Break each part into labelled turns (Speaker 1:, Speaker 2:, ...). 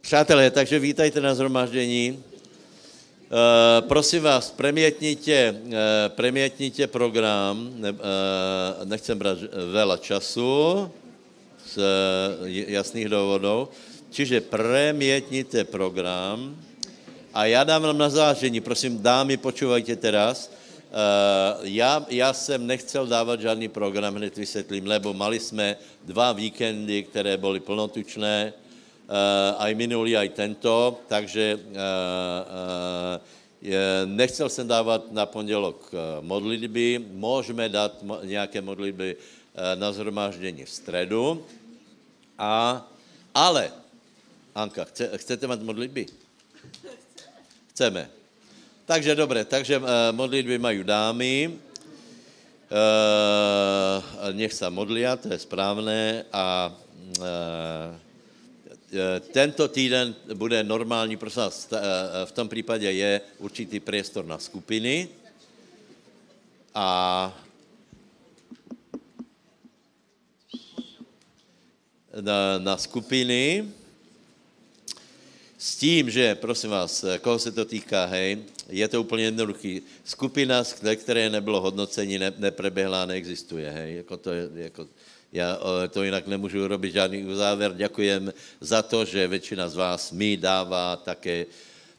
Speaker 1: Přátelé, takže vítajte na zhromaždění. E, prosím vás, premětnite, e, premětnite program, ne, e, nechcem brať veľa času z e, jasných důvodů, čiže premětnite program a já dám vám na zážení, prosím, dámy, počúvajte teraz, Uh, ja, ja sem nechcel dávať žiadny program, hned vysvetlím, lebo mali sme dva víkendy, ktoré boli plnotučné, uh, aj minulý, aj tento, takže uh, uh, je, nechcel som dávať na pondelok uh, modlitby, môžeme dať mo- nejaké modlitby uh, na zhromaždenie v stredu, a, ale, Anka, chce, chcete mať modlitby? Chceme. Takže dobre, takže eh, modlitby majú dámy. Eh, nech sa modlia, to je správne. A eh, eh, tento týden bude normální, prosím vás, t- eh, v tom případě je určitý priestor na skupiny. A na, na skupiny s tím, že, prosím vás, koho se to týká, hej, je to úplně jednoduchý. Skupina, z kte- které nebylo hodnocení, ne, neprebehla, neexistuje, hej, jako to je, jako, já eh, to jinak nemůžu urobiť žádný uzáver. Ďakujem za to, že většina z vás mi dává také,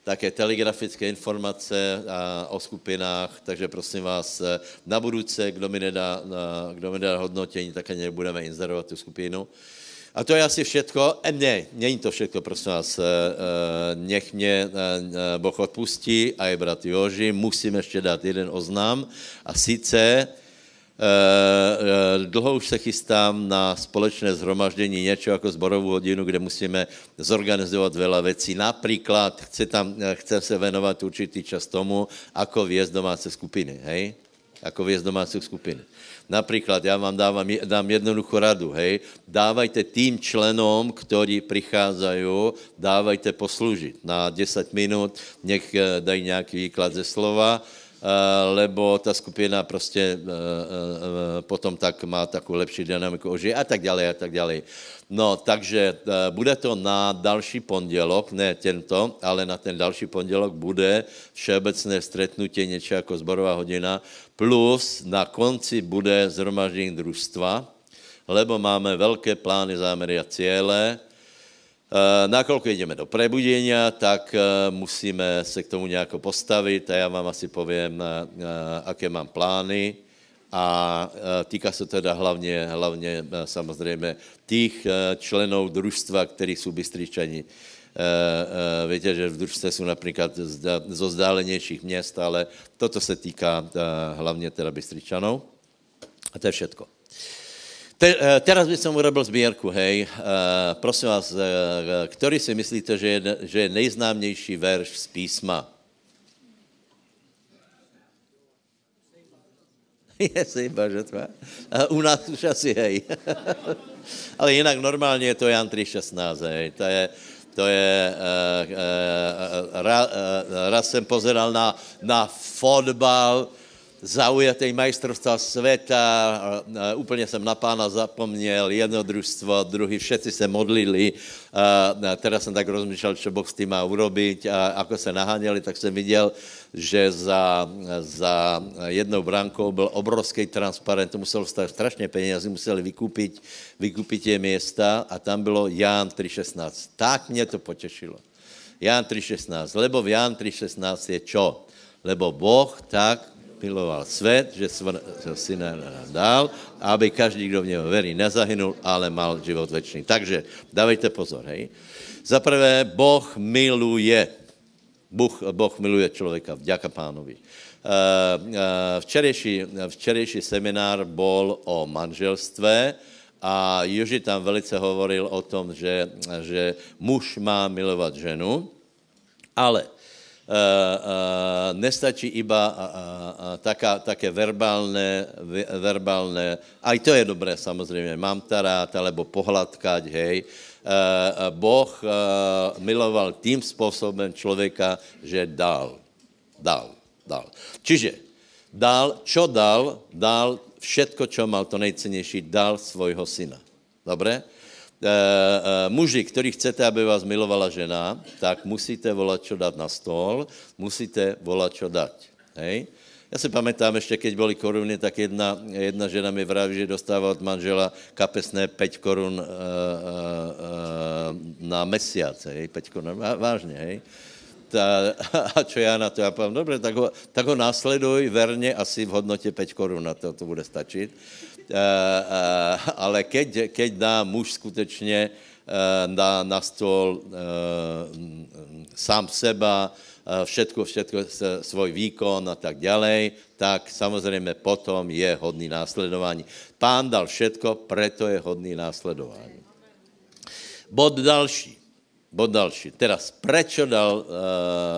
Speaker 1: také telegrafické informace a, o skupinách, takže prosím vás, eh, na budúce, kdo mi nedá, na, kdo mi nedá hodnotení, tak ani nebudeme inzerovat tu skupinu. A to je asi všetko. E, ne, není to všetko, prosím vás. E, e, nech mě e, e, Boh odpustí, aj brat Joži. Musím ještě dát jeden oznám. A sice e, e, dlho už se chystám na společné zhromaždění něčeho jako zborovú hodinu, kde musíme zorganizovat veľa vecí. Například chce, tam, e, chce se venovat určitý čas tomu, ako viesť domáce skupiny. Hej? ako viesť domácu skupiny. Napríklad, ja vám dávam, dám jednoduchú radu, hej, dávajte tým členom, ktorí prichádzajú, dávajte poslúžiť na 10 minút, nech eh, dají nejaký výklad ze slova, eh, lebo tá skupina proste eh, eh, eh, potom tak má takú lepšiu dynamiku ožije a tak ďalej a tak ďalej. No, takže eh, bude to na další pondelok, ne tento, ale na ten další pondelok bude všeobecné stretnutie, niečo ako zborová hodina, plus na konci bude zhromaždenie družstva, lebo máme veľké plány, zámery a ciele. E, nakoľko ideme do prebudenia, tak e, musíme sa k tomu nejako postaviť a ja vám asi poviem, e, e, aké mám plány. A e, týka sa teda hlavne, hlavne e, samozrejme tých e, členov družstva, ktorí sú bystričani. E, e, viete, že v družstve sú napríklad zda- zo vzdálenejších miest, ale toto sa týka e, hlavne teda Bystričanov. A to je všetko. Te, e, teraz by som urobil zbierku, hej. E, prosím vás, e, ktorý si myslíte, že je, že je nejznámnejší verš z písma? Je sejba žatva. A U nás už asi hej. Ale jinak normálně je to Jan 3.16, hej. To je, to je, uh, uh, ra, uh, raz jsem pozeral na, na fotbal, zaujatý majstrovstva sveta, eh, úplne som na pána zapomněl, jedno družstvo, druhý, všetci se modlili, eh, teraz som tak rozmýšľal, čo Boh s tým má urobiť a ako sa naháňali, tak som videl, že za, za jednou brankou byl obrovský transparent, to muselo stať strašne peniazy, museli vykúpiť, vykúpiť tie miesta a tam bylo Ján 3.16. Tak mě to potešilo. Ján 3.16, lebo v Ján 3.16 je čo? Lebo Boh tak miloval svet, že svr- že syna nám dal, aby každý, kdo v neho verí, nezahynul, ale mal život večný. Takže dávejte pozor, hej. Za prvé, Boh miluje. Boh, boh miluje človeka, vďaka pánovi. Uh, uh, včerejší, včerejší seminár bol o manželstve a Joži tam velice hovoril o tom, že, že muž má milovať ženu, ale e, e, nestačí iba a, a, a, taká, také verbálne, ve- verbálne, aj to je dobré samozrejme, mám ta rád, alebo pohľadkať, hej. E, e, boh e, miloval tým spôsobom človeka, že dal, dal, dal. Čiže dal, čo dal? Dal všetko, čo mal to nejcenejší, dal svojho syna. Dobre? e, e, muži, který chcete, aby vás milovala žena, tak musíte volat, čo dát na stôl, musíte volat, čo dať. Hej? Ja si pamätám ešte, keď boli koruny, tak jedna, jedna žena mi vraví, že dostáva od manžela kapesné 5 korun e, e, e, na mesiac, hej, 5 korun, vá- vážne, hej. Tá, a čo ja na to? Ja poviem, dobre, tak ho, tak ho následuj verne asi v hodnote 5 korun, na to, to bude stačiť. E, e, ale keď, keď dá muž skutečne e, dá na stôl e, m, m, sám seba, e, všetko, všetko, s- svoj výkon a tak ďalej, tak samozrejme potom je hodný následování. Pán dal všetko, preto je hodný následování. Bod další. Bod další. Teraz, prečo dal uh,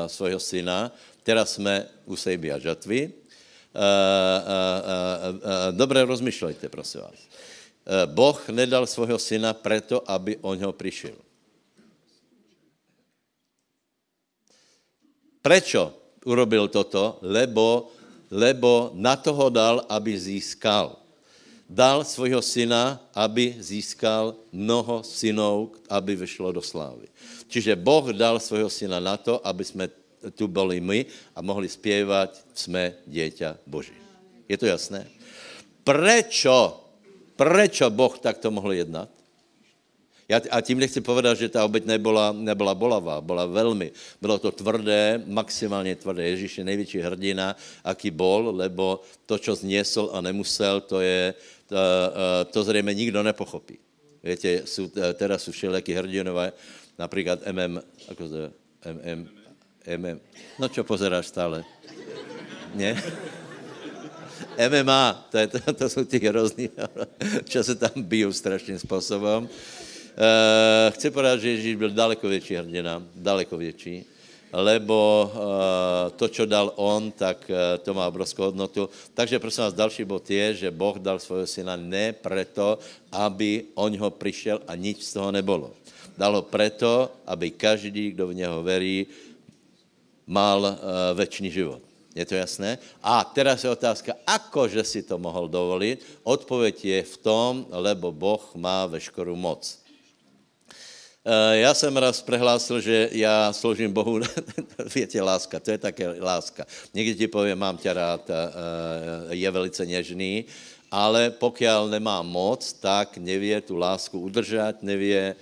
Speaker 1: svojho syna? Teraz sme u sejby a žatvy. Uh, uh, uh, uh, dobre rozmýšľajte, prosím vás. Uh, boh nedal svojho syna preto, aby o ňo prišiel. Prečo urobil toto? Lebo, lebo na toho dal, aby získal. Dal svojho syna, aby získal mnoho synov, aby vyšlo do slávy. Čiže Boh dal svojho syna na to, aby sme tu boli my a mohli spievať Sme dieťa Boží. Je to jasné? Prečo? Prečo Boh takto mohol jednať? Ja, a tím nechci povedať, že tá obeď nebola, nebola bolavá, bola veľmi. Bylo to tvrdé, maximálne tvrdé. Ježíš je největší hrdina, aký bol, lebo to, čo zniesol a nemusel, to je, to, eh, to zrejme nikdo nepochopí. Viete, sú, eh, teraz sú všelijakí hrdinové, napríklad MM, ako to je, MM, MM, no čo pozeráš stále? Nie? MMA, to, je, to, to sú tí hrozní, čo sa tam bijú strašným spôsobom. Uh, chci povedať, že Ježíš byl daleko větší hrdina, daleko větší, lebo uh, to, čo dal on, tak uh, to má obrovskou hodnotu. Takže prosím vás, další bod je, že Boh dal svojho syna ne preto, aby o ňo prišiel a nič z toho nebolo. Dal ho preto, aby každý, kdo v něho verí, mal uh, väčší život. Je to jasné? A teraz je otázka, akože si to mohol dovoliť? Odpoveď je v tom, lebo Boh má veškerú moc. Eh, Já jsem raz prehlásil, že já složím Bohu, větě, láska, to je také láska. Někdy ti povie, mám tě rád, eh, je velice něžný, ale pokiaľ nemá moc, tak nevie tu lásku udržať, nevie, eh,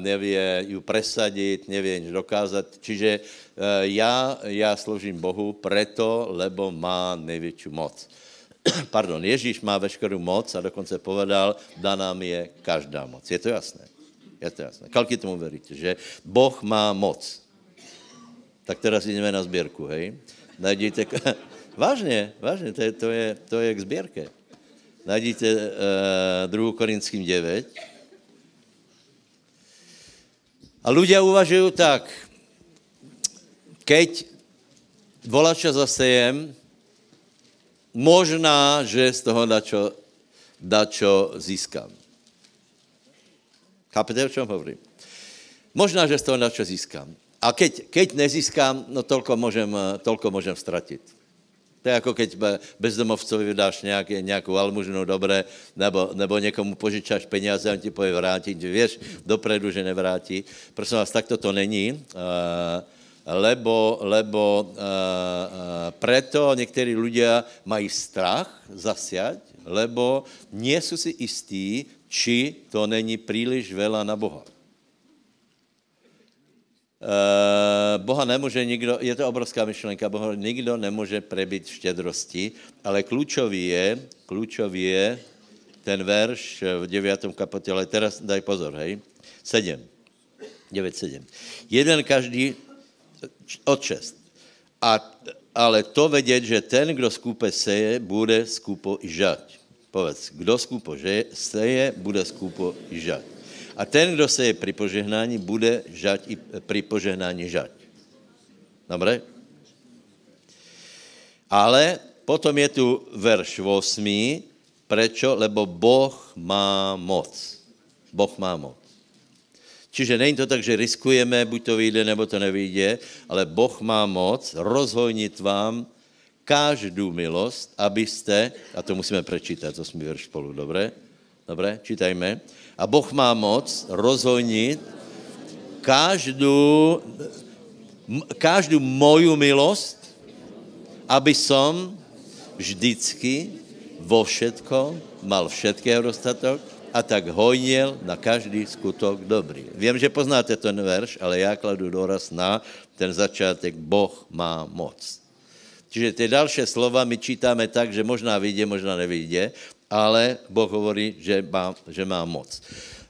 Speaker 1: nevie ju presadiť, nevie nič dokázať. Čiže eh, já, já složím Bohu preto, lebo má největší moc. Pardon, Ježíš má veškerú moc a dokonce povedal, daná mi je každá moc. Je to jasné? Je to jasné. Kalky tomu veríte, že Boh má moc. Tak teraz ideme na zbierku, hej? Najdete... vážne, vážne, to je, to je, to je k zbierke. Najdete uh, 2. Korinským 9. A ľudia uvažujú tak, keď volača zasejem, možná, že z toho dačo, dačo získam. Chápete, o čom hovorím? Možná, že z toho načo získam. A keď, keď nezískam, no toľko môžem, eh, toľko môžem stratiť. To je ako keď be- bezdomovcovi dáš nejaké, nejakú almužnu, dobre, nebo, nebo niekomu požičáš peniaze a on ti povie vrátiť. Vieš dopredu, že nevráti. Prosím vás, takto to není. eh, Lebo, lebo eh, eh, preto niektorí ľudia mají strach zasiať, lebo nie sú si istí, či to není príliš veľa na Boha. Eh, Boha nemůže nikdo, je to obrovská myšlenka, Boha nikdo nemůže prebít v štědrosti, ale klíčový je, klíčový je ten verš v 9. kapitole, teraz daj pozor, hej, 7, 9, 7. Jeden každý č- od 6. A, ale to vědět, že ten, kdo skúpe seje, bude skúpo i žať. Povedz, kdo skúpo že- seje, bude skúpo i žať. A ten, kdo seje pri požehnání, bude žať i pri požehnání žať. Dobre? Ale potom je tu verš 8. Prečo? Lebo Boh má moc. Boh má moc. Čiže není to tak, že riskujeme, buď to vyjde, nebo to nevyjde, ale Boh má moc rozhojnit vám každou milost, abyste, a to musíme prečítat, to jsme verš spolu, dobré? Dobre, čítajme. A Boh má moc rozhojniť každú, m- každú moju milost, aby som vždycky vo všetko mal všetkého dostatok a tak hojnil na každý skutok dobrý. Viem, že poznáte ten verš, ale já kladu důraz na ten začátek Boh má moc. Čiže ty další slova my čítáme tak, že možná vyjde, možná nevyjde, ale Boh hovorí, že má, že má moc.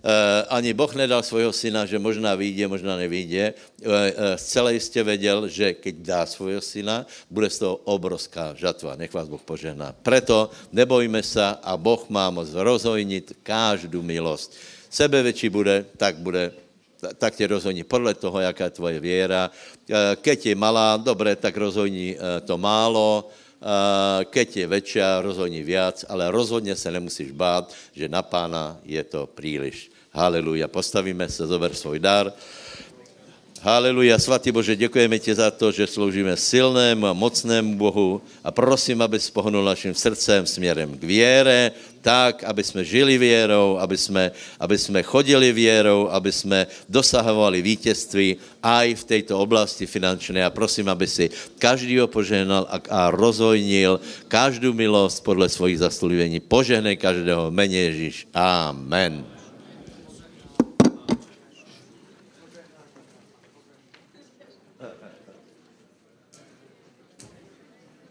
Speaker 1: E, ani Boh nedal svojho syna, že možná vyjde, možná nevyjde. E, e, zcela jistě věděl, že keď dá svojho syna, bude z toho obrovská žatva. Nech vás Boh požehná. Preto nebojme se a Boh má moc rozhojnit každou milost. Sebevětší bude, tak bude ta- tak tě rozhodní podle toho, jaká je tvoje věra. E, Keď je malá, dobré, tak rozhodní e, to málo. E, Keď je väčšia, rozhodní viac, ale rozhodně se nemusíš bát, že na pána je to příliš. Haleluja. Postavíme se, zober svůj dar. Haleluja, svatý Bože, děkujeme ti za to, že sloužíme silnému a mocnému Bohu a prosím, aby pohnul naším srdcem směrem k věre, tak, aby jsme žili věrou, aby jsme, aby jsme chodili věrou, aby jsme dosahovali vítězství aj v této oblasti finančné a prosím, aby si každýho požehnal a, a rozhojnil každou milost podle svojich zaslúbení. Požehnej každého v mene Ježíš. Amen.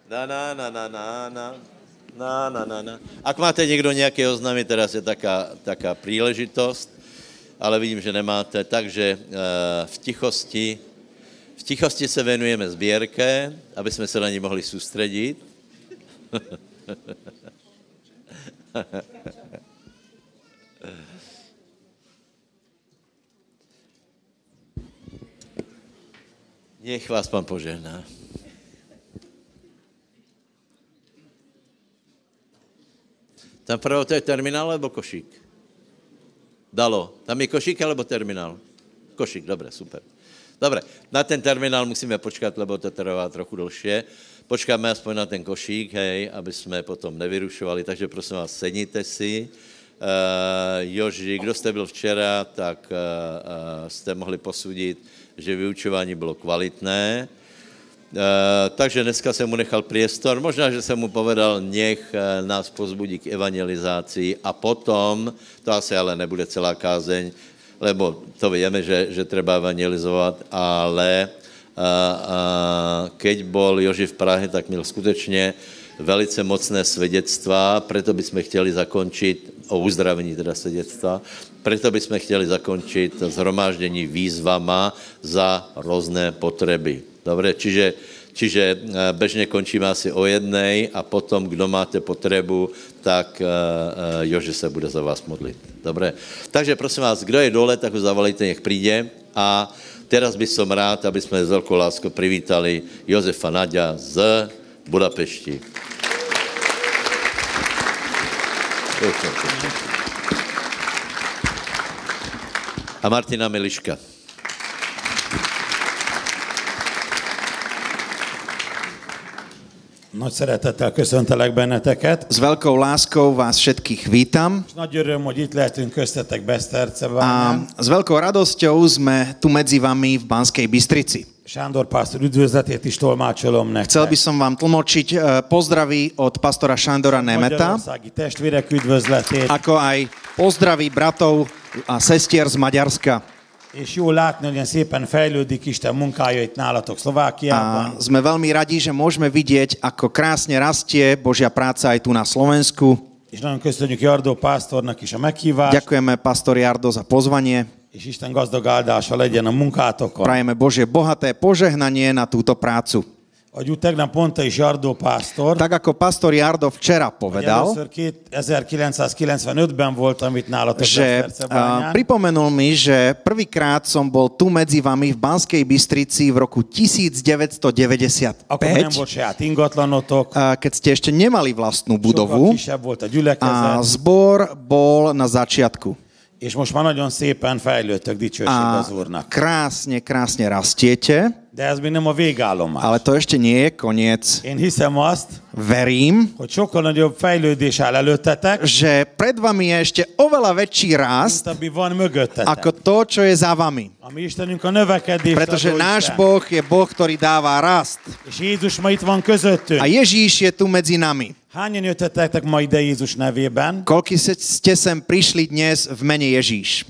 Speaker 1: Na, na, na, na, na, na. Na, na, na, na. Ak máte někdo nějaké oznámy, teraz je taká, taká příležitost, ale vidím, že nemáte, takže eh, v tichosti, v tichosti se venujeme sběrke, aby jsme se na ní mohli soustředit. Nech vás pán požehná. Tam prvo to je terminál alebo košík? Dalo. Tam je košík alebo terminál? Košík, dobre, super. Dobre, na ten terminál musíme počkat, lebo to trvá trochu dlhšie. Počkáme aspoň na ten košík, hej, aby jsme potom nevyrušovali. Takže prosím vás, sedněte si. Uh, Joži, kdo jste byl včera, tak uh, uh, jste mohli posudit, že vyučování bylo kvalitné. E, takže dneska jsem mu nechal priestor. Možná, že jsem mu povedal, nech e, nás pozbudí k evangelizácii a potom, to asi ale nebude celá kázeň, lebo to vieme, že, že treba evangelizovat, ale a, a, keď bol Joži v Prahe, tak měl skutečně velice mocné svedectvá, preto by sme chtěli zakončit, o uzdravení teda svedectva, preto by sme chtěli zakončit zhromáždění výzvama za různé potřeby. Dobre, čiže, čiže eh, bežne končíme asi o jednej a potom, kdo máte potrebu, tak eh, eh, Jože se bude za vás modlit. Dobre, takže prosím vás, kdo je dole, tak ho zavolejte, nech príde a teraz by som rád, aby sme s veľkou láskou privítali Jozefa Nadia z Budapešti. A Martina Meliška.
Speaker 2: Nagy szeretettel köszöntelek benneteket,
Speaker 3: S veľkou láskou vás všetkých vítam
Speaker 2: és nagy öröm, hogy itt lehetünk köztetek
Speaker 3: a
Speaker 2: Besztercebánán.
Speaker 3: s veľkou radosťou sme tu medzi vami v Banskej Bystrici.
Speaker 2: Sándor pásztor üdvözletét is tolmácsolom
Speaker 3: Chcel by
Speaker 2: nektek.
Speaker 3: som vám tlmočiť eh, pozdravy od pastora Šandora Nemeta,
Speaker 2: Magyarországi testvérek üdvözletét,
Speaker 3: ako aj pozdravy bratov a sestier z Maďarska.
Speaker 2: és jó látni, hogy ilyen szépen fejlődik Isten munkája itt nálatok
Speaker 3: A
Speaker 2: Szlovákiában.
Speaker 3: sme veľmi radi, že môžeme vidieť, ako krásne rastie Božia práca aj tu na Slovensku.
Speaker 2: És nagyon köszönjük Jardó pásztornak is a meghívást,
Speaker 3: Ďakujeme pastor Jardo za pozvanie.
Speaker 2: és Isten gazdag áldása legyen a munkátokon.
Speaker 3: Prajeme Božie bohaté požehnanie na túto prácu.
Speaker 2: Ahogy úgy tegnap mondta is Jardó pásztor,
Speaker 3: Tak ako pastor Jardo včera
Speaker 2: hogy
Speaker 3: povedal,
Speaker 2: először 1995-ben voltam itt nálatok
Speaker 3: že a,
Speaker 2: Besztercebánán.
Speaker 3: pripomenul mi, že prvýkrát som bol tu medzi vami v Banskej Bystrici v roku
Speaker 2: Akkor még nem
Speaker 3: 1995,
Speaker 2: volt saját ingatlanotok,
Speaker 3: a, keď ste ešte nemali vlastnú
Speaker 2: sokkal
Speaker 3: budovu
Speaker 2: kisebb volt a
Speaker 3: a
Speaker 2: gyülekezet,
Speaker 3: zbor bol na začiatku.
Speaker 2: És most már nagyon szépen fejlődtök, dicsőség
Speaker 3: a
Speaker 2: az Úrnak.
Speaker 3: krásne, krásne rastiete,
Speaker 2: De ez még nem a végállomás.
Speaker 3: ale to ešte nie je koniec.
Speaker 2: Én hiszem azt,
Speaker 3: Verím,
Speaker 2: hogy sokkal nagyobb fejlődés áll előttetek,
Speaker 3: že pred vami je ešte oveľa väčší rast,
Speaker 2: mint ami van mögöttetek.
Speaker 3: ako to, čo je za vami.
Speaker 2: A mi Istenünk a növekedés
Speaker 3: Pretože
Speaker 2: adó
Speaker 3: náš
Speaker 2: Isten.
Speaker 3: Boh je Boh, ktorý dáva rast.
Speaker 2: És Jézus ma itt van közöttünk.
Speaker 3: A Ježíš je tu medzi nami.
Speaker 2: Hányan jöttetek ma ide Jézus nevében?
Speaker 3: Koľko ste sem prišli dnes v mene Ježíš?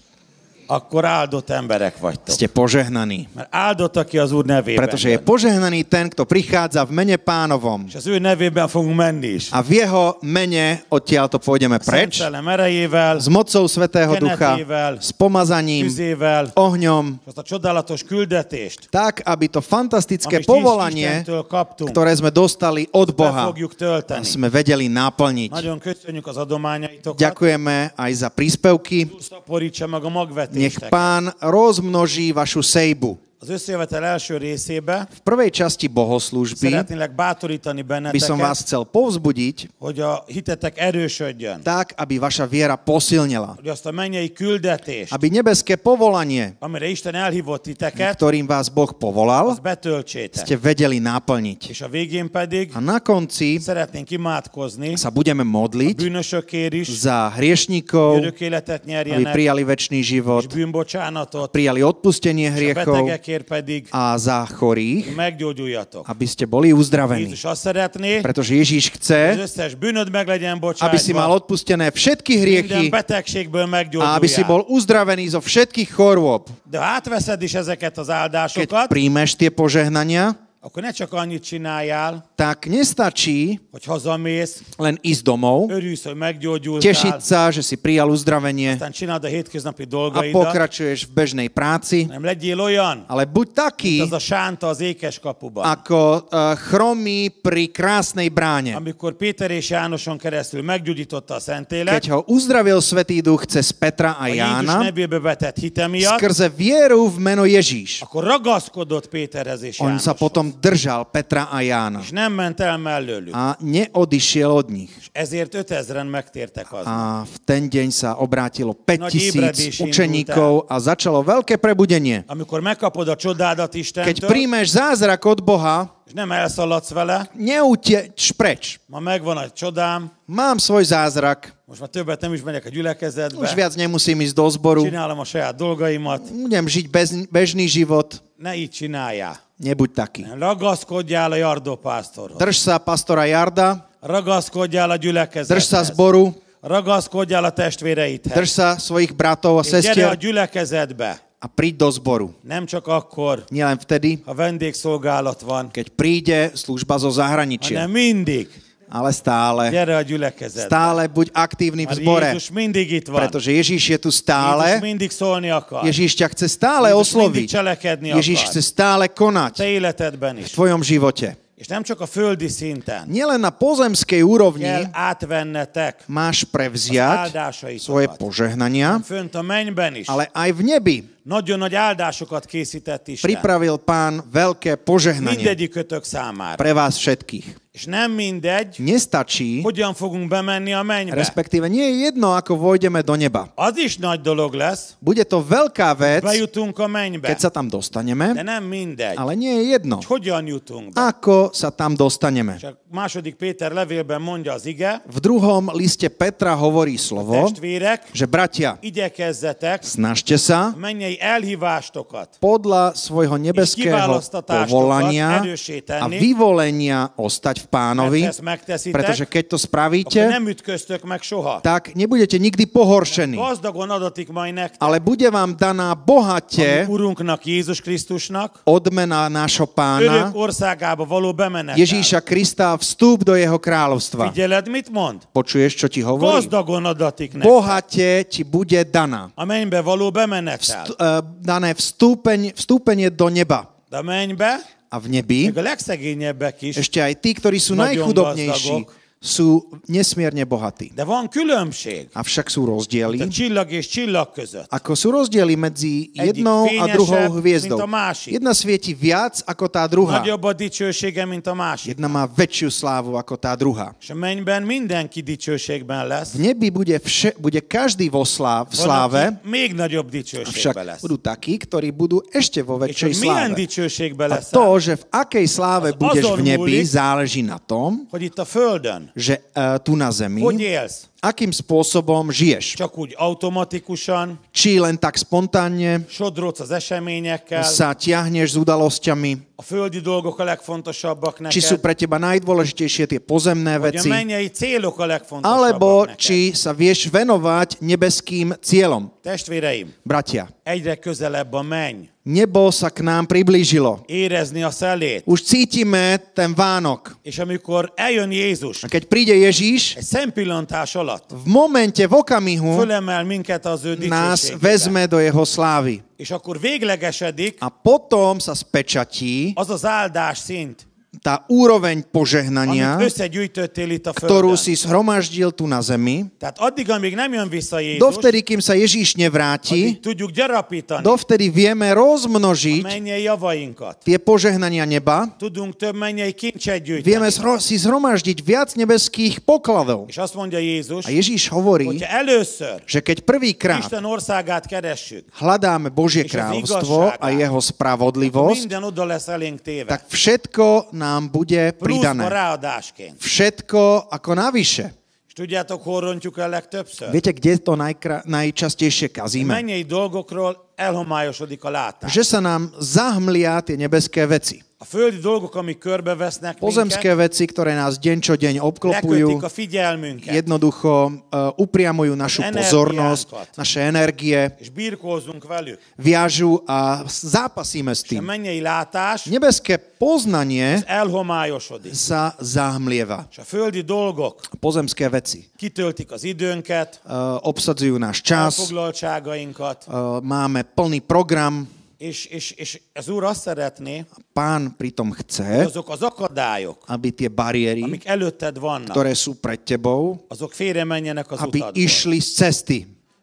Speaker 2: Akkor áldott emberek vagytok.
Speaker 3: Ste požehnaní.
Speaker 2: Mert áldott, aki az Úr nevében
Speaker 3: Pretože je
Speaker 2: jön.
Speaker 3: požehnaný ten, kto prichádza v mene pánovom.
Speaker 2: És az ő nevében fogunk menni is.
Speaker 3: A v jeho mene odtiaľto pôjdeme
Speaker 2: Szent
Speaker 3: preč
Speaker 2: Szellem erejével,
Speaker 3: s mocou Svetého Ducha, s pomazaním,
Speaker 2: tüzével,
Speaker 3: ohňom,
Speaker 2: és azt a csodálatos küldetést,
Speaker 3: tak, aby to fantastické
Speaker 2: amit
Speaker 3: povolanie,
Speaker 2: Istentől kaptunk,
Speaker 3: ktoré sme dostali od
Speaker 2: be
Speaker 3: Boha,
Speaker 2: fogjuk tölteni.
Speaker 3: sme vedeli naplniť.
Speaker 2: Nagyon köszönjük az adományaitokat.
Speaker 3: Ďakujeme aj za príspevky.
Speaker 2: Szaporítsa meg a
Speaker 3: Nech
Speaker 2: magvetéstek.
Speaker 3: pán rozmnoží vašu sejbu.
Speaker 2: Az összejövetel első részébe
Speaker 3: V prvej časti bohoslúžby
Speaker 2: szeretnélek bátorítani
Speaker 3: by som vás
Speaker 2: benneteket,
Speaker 3: chcel povzbudiť
Speaker 2: hogy a hitetek erősödjön.
Speaker 3: tak, aby vaša viera posilnila.
Speaker 2: Hogy azt a mennyei küldetést,
Speaker 3: Aby nebeské povolanie,
Speaker 2: amire Isten elhívott titeket,
Speaker 3: ktorým vás Boh povolal,
Speaker 2: azt betöltsétek.
Speaker 3: ste vedeli naplniť.
Speaker 2: És a végén pedig
Speaker 3: A na konci
Speaker 2: szeretnénk imádkozni
Speaker 3: sa budeme modliť
Speaker 2: bűnösökért is,
Speaker 3: za hriešníkov,
Speaker 2: örök életet
Speaker 3: aby
Speaker 2: nyerjenek,
Speaker 3: prijali väčší
Speaker 2: és
Speaker 3: život,
Speaker 2: bűnbocsánatot,
Speaker 3: prijali odpustenie
Speaker 2: és a
Speaker 3: hriechov
Speaker 2: betegekért pedig
Speaker 3: a za chorých,
Speaker 2: meggyógyuljatok.
Speaker 3: aby ste boli uzdravení.
Speaker 2: Jézus azt szeretné, hogy
Speaker 3: Pretože Ježíš
Speaker 2: az
Speaker 3: chce,
Speaker 2: összes bűnöd meg legyen
Speaker 3: aby si mal
Speaker 2: bocsájtva,
Speaker 3: odpustené všetky hriechy
Speaker 2: minden betegségből
Speaker 3: a aby si
Speaker 2: meggyógyuljál.
Speaker 3: bol uzdravený zo všetkých chorôb.
Speaker 2: De ha átveszed is ezeket az
Speaker 3: Keď
Speaker 2: áldásokat,
Speaker 3: príjmeš tie požehnania,
Speaker 2: akkor ne csak annyit csináljál,
Speaker 3: tak nestačí
Speaker 2: hogy hazamész,
Speaker 3: len ísť domov,
Speaker 2: örülsz, hogy
Speaker 3: tešiť
Speaker 2: meggyógyultál,
Speaker 3: sa, že si prijal uzdravenie
Speaker 2: aztán csináld a hétköznapi
Speaker 3: a
Speaker 2: dolgaidat,
Speaker 3: pokračuješ v bežnej práci,
Speaker 2: nem legyél olyan,
Speaker 3: ale buď taký,
Speaker 2: mint az a sánta az ékes kapuban.
Speaker 3: ako eh, chromý pri krásnej bráne.
Speaker 2: Amikor Péter és Jánoson keresztül meggyógyította a Szentlélek,
Speaker 3: Keď ho uzdravil Svetý Duch cez Petra
Speaker 2: a
Speaker 3: a
Speaker 2: Jézus
Speaker 3: Jána,
Speaker 2: nevébe vetett hite miatt,
Speaker 3: skrze vieru v meno Ježíš,
Speaker 2: akkor ragaszkodott Péterhez és
Speaker 3: on sa
Speaker 2: Jánoshoz.
Speaker 3: potom držal Petra a Jána
Speaker 2: És nem ment el mellőlük.
Speaker 3: a neodišiel od nich.
Speaker 2: És ezért 5000-en megtértek aznap.
Speaker 3: A v ten deň sa obrátilo
Speaker 2: Nagy
Speaker 3: 5000
Speaker 2: ébredés
Speaker 3: učeníkov a začalo veľké prebudenie.
Speaker 2: Amikor megkapod a csodádat
Speaker 3: Keď
Speaker 2: Istentől,
Speaker 3: príjmeš zázrak od Boha,
Speaker 2: és nem elszaladsz vele,
Speaker 3: neuteč preč.
Speaker 2: ma megvan a csodám,
Speaker 3: Mám svoj zázrak,
Speaker 2: most már többet nem is megyek a
Speaker 3: už
Speaker 2: gyülekezetbe,
Speaker 3: viac nemusím ísť do zboru,
Speaker 2: csinálom a saját dolgaimat,
Speaker 3: budem žiť bez, bežný život,
Speaker 2: ne így csináljál.
Speaker 3: nebuď taký.
Speaker 2: Ragaszkodjál a jardópásztorhoz,
Speaker 3: Drž sa pastora Jarda,
Speaker 2: ragaszkodjál a
Speaker 3: drž sa
Speaker 2: gyülekezethez,
Speaker 3: zboru,
Speaker 2: ragaszkodjál a testvéreidhez,
Speaker 3: drž sa svojich bratov a
Speaker 2: és gyere a
Speaker 3: sestier
Speaker 2: gyülekezetbe,
Speaker 3: a príď do zboru.
Speaker 2: nem csak akkor,
Speaker 3: Nielen vtedy,
Speaker 2: ha vendégszolgálat van,
Speaker 3: keď príde služba zo zahraničia,
Speaker 2: hanem mindig
Speaker 3: ale stále,
Speaker 2: gyere a gyülekezetbe.
Speaker 3: stále buď aktívny v
Speaker 2: Mert
Speaker 3: zbore,
Speaker 2: Jézus mindig itt van.
Speaker 3: pretože Ježíš je tu
Speaker 2: Jézus
Speaker 3: stále,
Speaker 2: mindig szólni akar.
Speaker 3: Ježíš ťa chce
Speaker 2: Jézus
Speaker 3: stále
Speaker 2: mindig
Speaker 3: osloviť,
Speaker 2: cselekedni
Speaker 3: Ježíš
Speaker 2: akar.
Speaker 3: chce stále
Speaker 2: Te
Speaker 3: konať
Speaker 2: életedben
Speaker 3: v
Speaker 2: is.
Speaker 3: tvojom živote.
Speaker 2: És nem csak a földi szinten.
Speaker 3: nielen na pozemskej úrovni
Speaker 2: Kell átvennetek
Speaker 3: máš
Speaker 2: az
Speaker 3: prevziať svoje
Speaker 2: áldásaitokat.
Speaker 3: požehnania,
Speaker 2: Fönt a mennyben is.
Speaker 3: ale aj v nebi
Speaker 2: Nagyon nagy áldásokat készített Isten.
Speaker 3: pripravil pán veľké požehnanie
Speaker 2: Mindegyikötök számára.
Speaker 3: pre vás všetkých.
Speaker 2: És nem mindegy,
Speaker 3: Nestačí,
Speaker 2: hogyan fogunk bemenni a mennybe.
Speaker 3: respektíve nie je jedno, ako vojdeme do neba.
Speaker 2: Az is nagy dolog lesz,
Speaker 3: Bude to veľká vec,
Speaker 2: bejutunk a mennybe.
Speaker 3: keď sa tam
Speaker 2: De
Speaker 3: dostaneme,
Speaker 2: nem mindegy,
Speaker 3: ale nie je jedno,
Speaker 2: hogy hogyan jutunk be.
Speaker 3: ako sa tam dostaneme.
Speaker 2: És a második Péter levélben mondja az ige,
Speaker 3: V druhom liste Petra hovorí slovo,
Speaker 2: testvérek,
Speaker 3: že bratia,
Speaker 2: igyekezzetek
Speaker 3: snažte
Speaker 2: a
Speaker 3: sa
Speaker 2: mennyei elhívástokat
Speaker 3: podľa svojho nebeského
Speaker 2: kiválasztatásokat
Speaker 3: povolania
Speaker 2: erőssé
Speaker 3: a
Speaker 2: tenni,
Speaker 3: vyvolenia ostať v pánovi,
Speaker 2: Mert ezt megteszitek,
Speaker 3: pretože keď to
Speaker 2: akkor
Speaker 3: spravíte,
Speaker 2: nem ütköztök meg soha.
Speaker 3: tak nebudete nikdy pohoršení,
Speaker 2: Gazdagon adatik majd nektek,
Speaker 3: ale bude vám daná bohate
Speaker 2: ami Urunknak, Jézus Krisztusnak,
Speaker 3: odmena nášho pána
Speaker 2: örök országába való bemenetel.
Speaker 3: Ježíša Krista a vstup do jeho kráľovstva.
Speaker 2: Figyeled, mit mond?
Speaker 3: Počuješ, čo ti hovorí?
Speaker 2: Gazdagon adatik nektek,
Speaker 3: Bohate ti bude daná.
Speaker 2: a mennybe való bemenetel.
Speaker 3: Vst- eh, dané vstúpeň, vstúpenie do neba.
Speaker 2: De a mennybe,
Speaker 3: A v nebi
Speaker 2: még a legszegényebbek is
Speaker 3: ešte aj tí, ktorí sú
Speaker 2: Nagyon
Speaker 3: najchudobnejší,
Speaker 2: gazdagok.
Speaker 3: sú nesmierne bohatí.
Speaker 2: De van különbség
Speaker 3: Avšak sú
Speaker 2: a
Speaker 3: rozdiely.
Speaker 2: csillag és csillag között.
Speaker 3: Ako sú rozdiely medzi
Speaker 2: Egyik
Speaker 3: jednou a
Speaker 2: fényesebb,
Speaker 3: druhou hviezdou.
Speaker 2: mint a másik.
Speaker 3: Jedna svieti viac ako tá druhá.
Speaker 2: Nagyobb a dicsősége, mint a másik.
Speaker 3: Jedna má väčšiu slávu ako tá druhá.
Speaker 2: És a mennyben mindenki dicsőségben lesz.
Speaker 3: V nebi bude, vše, bude každý vo
Speaker 2: Van,
Speaker 3: sláv, v sláve,
Speaker 2: aki még nagyobb dicsőségben
Speaker 3: avšak
Speaker 2: lesz.
Speaker 3: budú takí, ktorí budú ešte vo
Speaker 2: És hogy
Speaker 3: väčšej
Speaker 2: milyen
Speaker 3: sláve.
Speaker 2: dicsőségben
Speaker 3: A
Speaker 2: lesz,
Speaker 3: to, že v akej sláve
Speaker 2: Az
Speaker 3: budeš
Speaker 2: azon
Speaker 3: v nebi,
Speaker 2: múlik,
Speaker 3: záleží na tom,
Speaker 2: hogy itt a Földön
Speaker 3: že uh, tu na zemi,
Speaker 2: hogy élsz?
Speaker 3: akým spôsobom žiješ.
Speaker 2: Csak úgy automatikusan,
Speaker 3: Či len tak spontánne
Speaker 2: sodrodsz az eseményekkel,
Speaker 3: sa ťahneš s udalosťami,
Speaker 2: a földi dolgok a legfontosabbak
Speaker 3: či sú
Speaker 2: neked,
Speaker 3: pre teba najdôležitejšie tie pozemné
Speaker 2: vagy a
Speaker 3: veci,
Speaker 2: mennyei célok a legfontosabbak
Speaker 3: alebo
Speaker 2: neked.
Speaker 3: či sa vieš venovať nebeským cieľom.
Speaker 2: Testvéreim,
Speaker 3: Bratia,
Speaker 2: egyre közelebb a menny.
Speaker 3: nebo sa k nám priblížilo.
Speaker 2: Érezni a szelét.
Speaker 3: Už cítime ten Vánok.
Speaker 2: És amikor eljön Jézus,
Speaker 3: A keď príde Ježíš,
Speaker 2: egy szempillantás alatt
Speaker 3: v momente, v okamihu
Speaker 2: fölemel minket az ő
Speaker 3: nás
Speaker 2: dicsőségébe.
Speaker 3: vezme do jeho slávy.
Speaker 2: És akkor véglegesedik
Speaker 3: A potom sa spečatí
Speaker 2: az az áldás szint,
Speaker 3: tá úroveň
Speaker 2: amit
Speaker 3: požehnania,
Speaker 2: összegyűjtöttél itt a
Speaker 3: ktorú
Speaker 2: földön.
Speaker 3: si zhromaždil tu na zemi.
Speaker 2: Tehát addig, amíg nem jön vissza Jézus,
Speaker 3: Dovtedy, kým sa Ježíš
Speaker 2: addig
Speaker 3: nevráti,
Speaker 2: tudjuk gyarapítani
Speaker 3: dovtedy vieme
Speaker 2: a
Speaker 3: rozmnožiť
Speaker 2: mennyei javainkat.
Speaker 3: tie požehnania neba,
Speaker 2: Tudunk több mennyei kincset gyűjteni.
Speaker 3: vieme zhro- si zhromaždiť viac nebeských pokladov.
Speaker 2: És azt mondja Jézus,
Speaker 3: A Ježíš hovorí,
Speaker 2: hogyha először
Speaker 3: že keď prvýkrát
Speaker 2: Isten országát keressük,
Speaker 3: hľadáme Božie
Speaker 2: Ježiš
Speaker 3: kráľovstvo a
Speaker 2: vygošľadá.
Speaker 3: jeho spravodlivosť,
Speaker 2: minden oda lesz elénk téve.
Speaker 3: tak všetko nám bude
Speaker 2: Pluszba
Speaker 3: pridané.
Speaker 2: ráadásként.
Speaker 3: Všetko ako navyše.
Speaker 2: És tudjátok, hol rontjuk el legtöbbször?
Speaker 3: Viete, kde to najkra- najčastejšie kazíme?
Speaker 2: Mennyei dolgokról elhomályosodik a látás.
Speaker 3: Že sa nám zahmlia tie nebeské veci.
Speaker 2: A földi dolgok, amik körbevesznek
Speaker 3: Pozemské
Speaker 2: minket,
Speaker 3: veci, ktoré nás deň čo deň obklopujú,
Speaker 2: lekötik a figyelmünket,
Speaker 3: jednoducho uh, upriamujú našu
Speaker 2: Energiánkat.
Speaker 3: pozornosť, naše energie,
Speaker 2: és birkózunk velük.
Speaker 3: viažu a zápasíme s
Speaker 2: És a
Speaker 3: tým.
Speaker 2: mennyei látás
Speaker 3: Nebeské poznanie
Speaker 2: elhomályosodik.
Speaker 3: sa zahmlieva.
Speaker 2: És a földi dolgok
Speaker 3: Pozemské veci
Speaker 2: kitöltik az időnket,
Speaker 3: uh, obsadzujú náš čas,
Speaker 2: elfoglaltságainkat,
Speaker 3: uh, máme plný program,
Speaker 2: és, és, és az Úr azt szeretné,
Speaker 3: pán pritom
Speaker 2: hogy
Speaker 3: chce,
Speaker 2: azok az akadályok,
Speaker 3: aby tie bariéry,
Speaker 2: amik előtted vannak,
Speaker 3: ktoré sú pred tebou,
Speaker 2: azok félre menjenek az
Speaker 3: aby
Speaker 2: utadból.
Speaker 3: išli z cesty.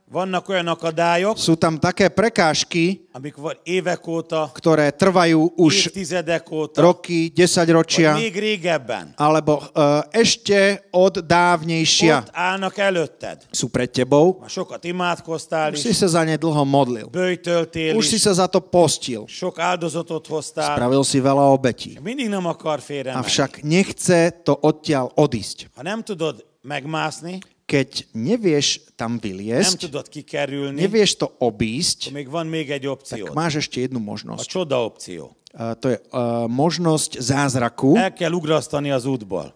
Speaker 2: Vannak olyan akadályok,
Speaker 3: Sú tam také prekážky,
Speaker 2: amik vagy évek óta,
Speaker 3: ktoré trvajú už
Speaker 2: évtizedek óta,
Speaker 3: roky,
Speaker 2: vagy
Speaker 3: desaťročia,
Speaker 2: még régebben
Speaker 3: alebo uh, ešte od dávnejšia
Speaker 2: ott állnak előtted.
Speaker 3: sú pred tebou.
Speaker 2: Már sokat imádkoztál
Speaker 3: Už si
Speaker 2: is,
Speaker 3: sa za ne dlho modlil.
Speaker 2: böjtöltél
Speaker 3: Už si
Speaker 2: is,
Speaker 3: sa za to postil.
Speaker 2: sok áldozatot hoztál,
Speaker 3: Spravil si veľa obetí.
Speaker 2: mindig nem akar félre menni.
Speaker 3: Avšak nechce to odtiaľ odísť.
Speaker 2: Ha nem tudod megmászni,
Speaker 3: Keď nevieš tam
Speaker 2: nem
Speaker 3: vyliesť,
Speaker 2: tudod kikerülni,
Speaker 3: nevieš to obísť,
Speaker 2: akkor még van még egy
Speaker 3: tak
Speaker 2: opció.
Speaker 3: máš ešte jednu
Speaker 2: A
Speaker 3: možnosť.
Speaker 2: csoda opció.
Speaker 3: Uh, to je uh, možnosť zázraku
Speaker 2: El kell ugrasztani az útból.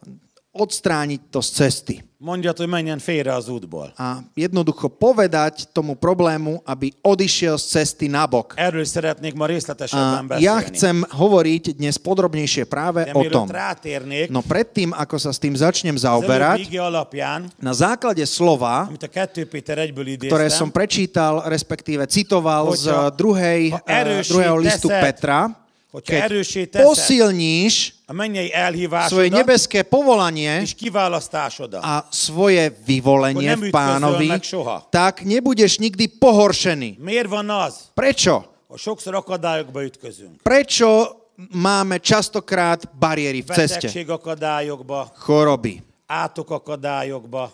Speaker 3: odstrániť to z cesty.
Speaker 2: Mondjad, hogy menjen félre az útból.
Speaker 3: A jednoducho povedať tomu problému, aby odišiel z cesty nabok.
Speaker 2: Erről is szeretnék ma
Speaker 3: A
Speaker 2: részletesebben
Speaker 3: ja
Speaker 2: beszélni.
Speaker 3: chcem hovoriť dnes podrobnejšie práve
Speaker 2: De
Speaker 3: o
Speaker 2: mielőtt
Speaker 3: tom.
Speaker 2: rátérnék,
Speaker 3: No predtým, ako sa s tým začnem
Speaker 2: az előbbi
Speaker 3: zaoberať,
Speaker 2: ige alapján,
Speaker 3: na základe slova,
Speaker 2: amit a 2 Péter 1-ből
Speaker 3: ktoré
Speaker 2: idéztem,
Speaker 3: som prečítal, respektíve citoval z
Speaker 2: Poďa.
Speaker 3: druhej,
Speaker 2: A
Speaker 3: eh,
Speaker 2: erősít
Speaker 3: druhého listu
Speaker 2: teszed.
Speaker 3: Petra,
Speaker 2: Poďa,
Speaker 3: keď
Speaker 2: erősít teszed.
Speaker 3: posilníš
Speaker 2: a mennyei
Speaker 3: svoje
Speaker 2: elhívásodat
Speaker 3: nebeské povolanie
Speaker 2: és kiválasztásodat.
Speaker 3: a svoje vyvolenie
Speaker 2: Ako
Speaker 3: v
Speaker 2: nemýt
Speaker 3: pánovi,
Speaker 2: közölnek soha.
Speaker 3: tak nebudeš nikdy pohoršený.
Speaker 2: Miért van az,
Speaker 3: Prečo?
Speaker 2: hogy sokszor akadályokba ütközünk?
Speaker 3: Prečo máme častokrát bariéry v ceste?
Speaker 2: Betegség akadályokba,
Speaker 3: Choroby,
Speaker 2: átok akadályokba,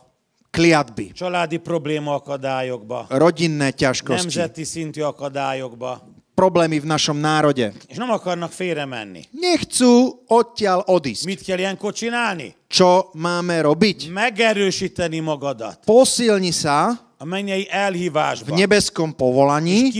Speaker 3: kliatby,
Speaker 2: családi probléma akadályokba,
Speaker 3: rodinné ťažkosti,
Speaker 2: nemzeti szintű akadályokba,
Speaker 3: problémy v našom národe.
Speaker 2: és nem akarnak félre menni.
Speaker 3: Nechcú odtiaľ odísť.
Speaker 2: Mit kell ilyenkor csinálni?
Speaker 3: Čo máme robiť?
Speaker 2: Megerősíteni magadat
Speaker 3: Posilni sa
Speaker 2: a mennyei
Speaker 3: v
Speaker 2: elhívásban,
Speaker 3: nebeskom povolaní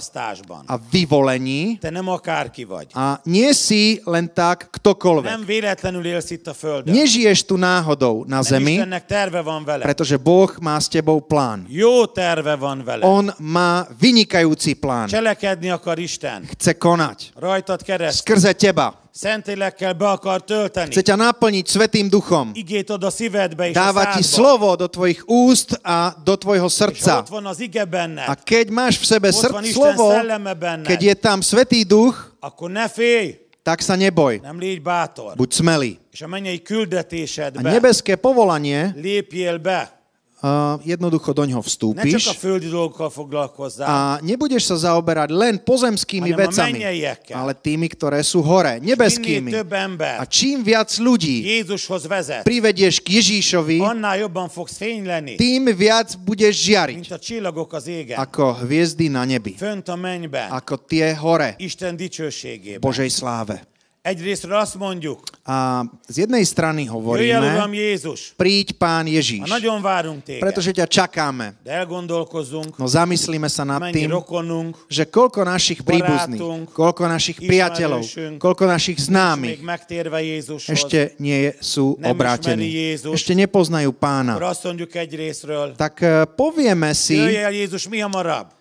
Speaker 2: kiválasztásban.
Speaker 3: a vyvolení
Speaker 2: Te nem akárki vagy.
Speaker 3: a nie si len tak ktokoľvek.
Speaker 2: Nem véletlenül élsz itt a Földön.
Speaker 3: Nežiješ tu náhodou na
Speaker 2: Mert
Speaker 3: zemi,
Speaker 2: Istennek terve van vele.
Speaker 3: pretože Boh má s tebou plán.
Speaker 2: Jó terve van vele.
Speaker 3: On má vynikajúci plán.
Speaker 2: Cselekedni akar Isten.
Speaker 3: Chce konať
Speaker 2: Rajtad keresztül.
Speaker 3: skrze teba.
Speaker 2: Szentélekkel be akar tölteni.
Speaker 3: Chce ťa naplniť Svetým duchom.
Speaker 2: Igét ad a szívedbe és a
Speaker 3: Dáva ti
Speaker 2: szádba.
Speaker 3: slovo do tvojich úst a do tvojho
Speaker 2: És ha
Speaker 3: srdca.
Speaker 2: ott van az ige benne,
Speaker 3: A keď máš v sebe
Speaker 2: ott
Speaker 3: srd,
Speaker 2: van Isten
Speaker 3: slovo,
Speaker 2: szelleme benne,
Speaker 3: keď je tam Svetý duch,
Speaker 2: akkor ne félj,
Speaker 3: tak sa neboj,
Speaker 2: nem légy bátor,
Speaker 3: buď smelý.
Speaker 2: és a mennyei
Speaker 3: A
Speaker 2: küldetésedbe
Speaker 3: nebeské povolanie
Speaker 2: lépjél be.
Speaker 3: uh, jednoducho do ňoho
Speaker 2: Ne csak a
Speaker 3: vstúpiš
Speaker 2: földi dolgokkal foglalkozzál,
Speaker 3: a nebudeš sa zaoberať len pozemskými
Speaker 2: Hanem a
Speaker 3: vecami,
Speaker 2: mennyeiekkel.
Speaker 3: ale tými, ktoré sú hore,
Speaker 2: minél
Speaker 3: nebeskými.
Speaker 2: több
Speaker 3: A
Speaker 2: ember
Speaker 3: čím viac ľudí
Speaker 2: Jézushoz vezet,
Speaker 3: privedieš k Ježíšovi,
Speaker 2: annál jobban fogsz fény lenni,
Speaker 3: tým viac budeš žiariť
Speaker 2: mint a csillagok az égen,
Speaker 3: ako hviezdy na nebi,
Speaker 2: fönt a mennyben,
Speaker 3: ako tie hore
Speaker 2: Isten dicsőségében.
Speaker 3: Božej sláve.
Speaker 2: Egyrésztről azt mondjuk,
Speaker 3: A z jednej
Speaker 2: jöjj
Speaker 3: strany
Speaker 2: el, Uram
Speaker 3: hovoríme,
Speaker 2: Jézus,
Speaker 3: príď Pán
Speaker 2: ha
Speaker 3: Ježíš,
Speaker 2: nagyon várunk téged,
Speaker 3: pretože ťa čakáme.
Speaker 2: de elgondolkozzunk,
Speaker 3: No zamyslíme sa nad
Speaker 2: mennyi
Speaker 3: tým,
Speaker 2: rokonunk,
Speaker 3: že koľko našich príbuzných, koľko našich priateľov, koľko našich
Speaker 2: még
Speaker 3: známych
Speaker 2: megtérve Jézushoz,
Speaker 3: ešte nie sú obrátení, ešte nepoznajú
Speaker 2: akkor
Speaker 3: pána.
Speaker 2: azt mondjuk egyrésztről,
Speaker 3: Tak eh, povieme si,
Speaker 2: jöjj el Jézus mi hamarabb,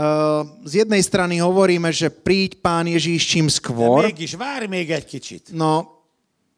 Speaker 3: eh, z jednej strany hovoríme, že príď pán Ježíš
Speaker 2: de
Speaker 3: čím skôr,
Speaker 2: mégis várj még egy kicsit.
Speaker 3: no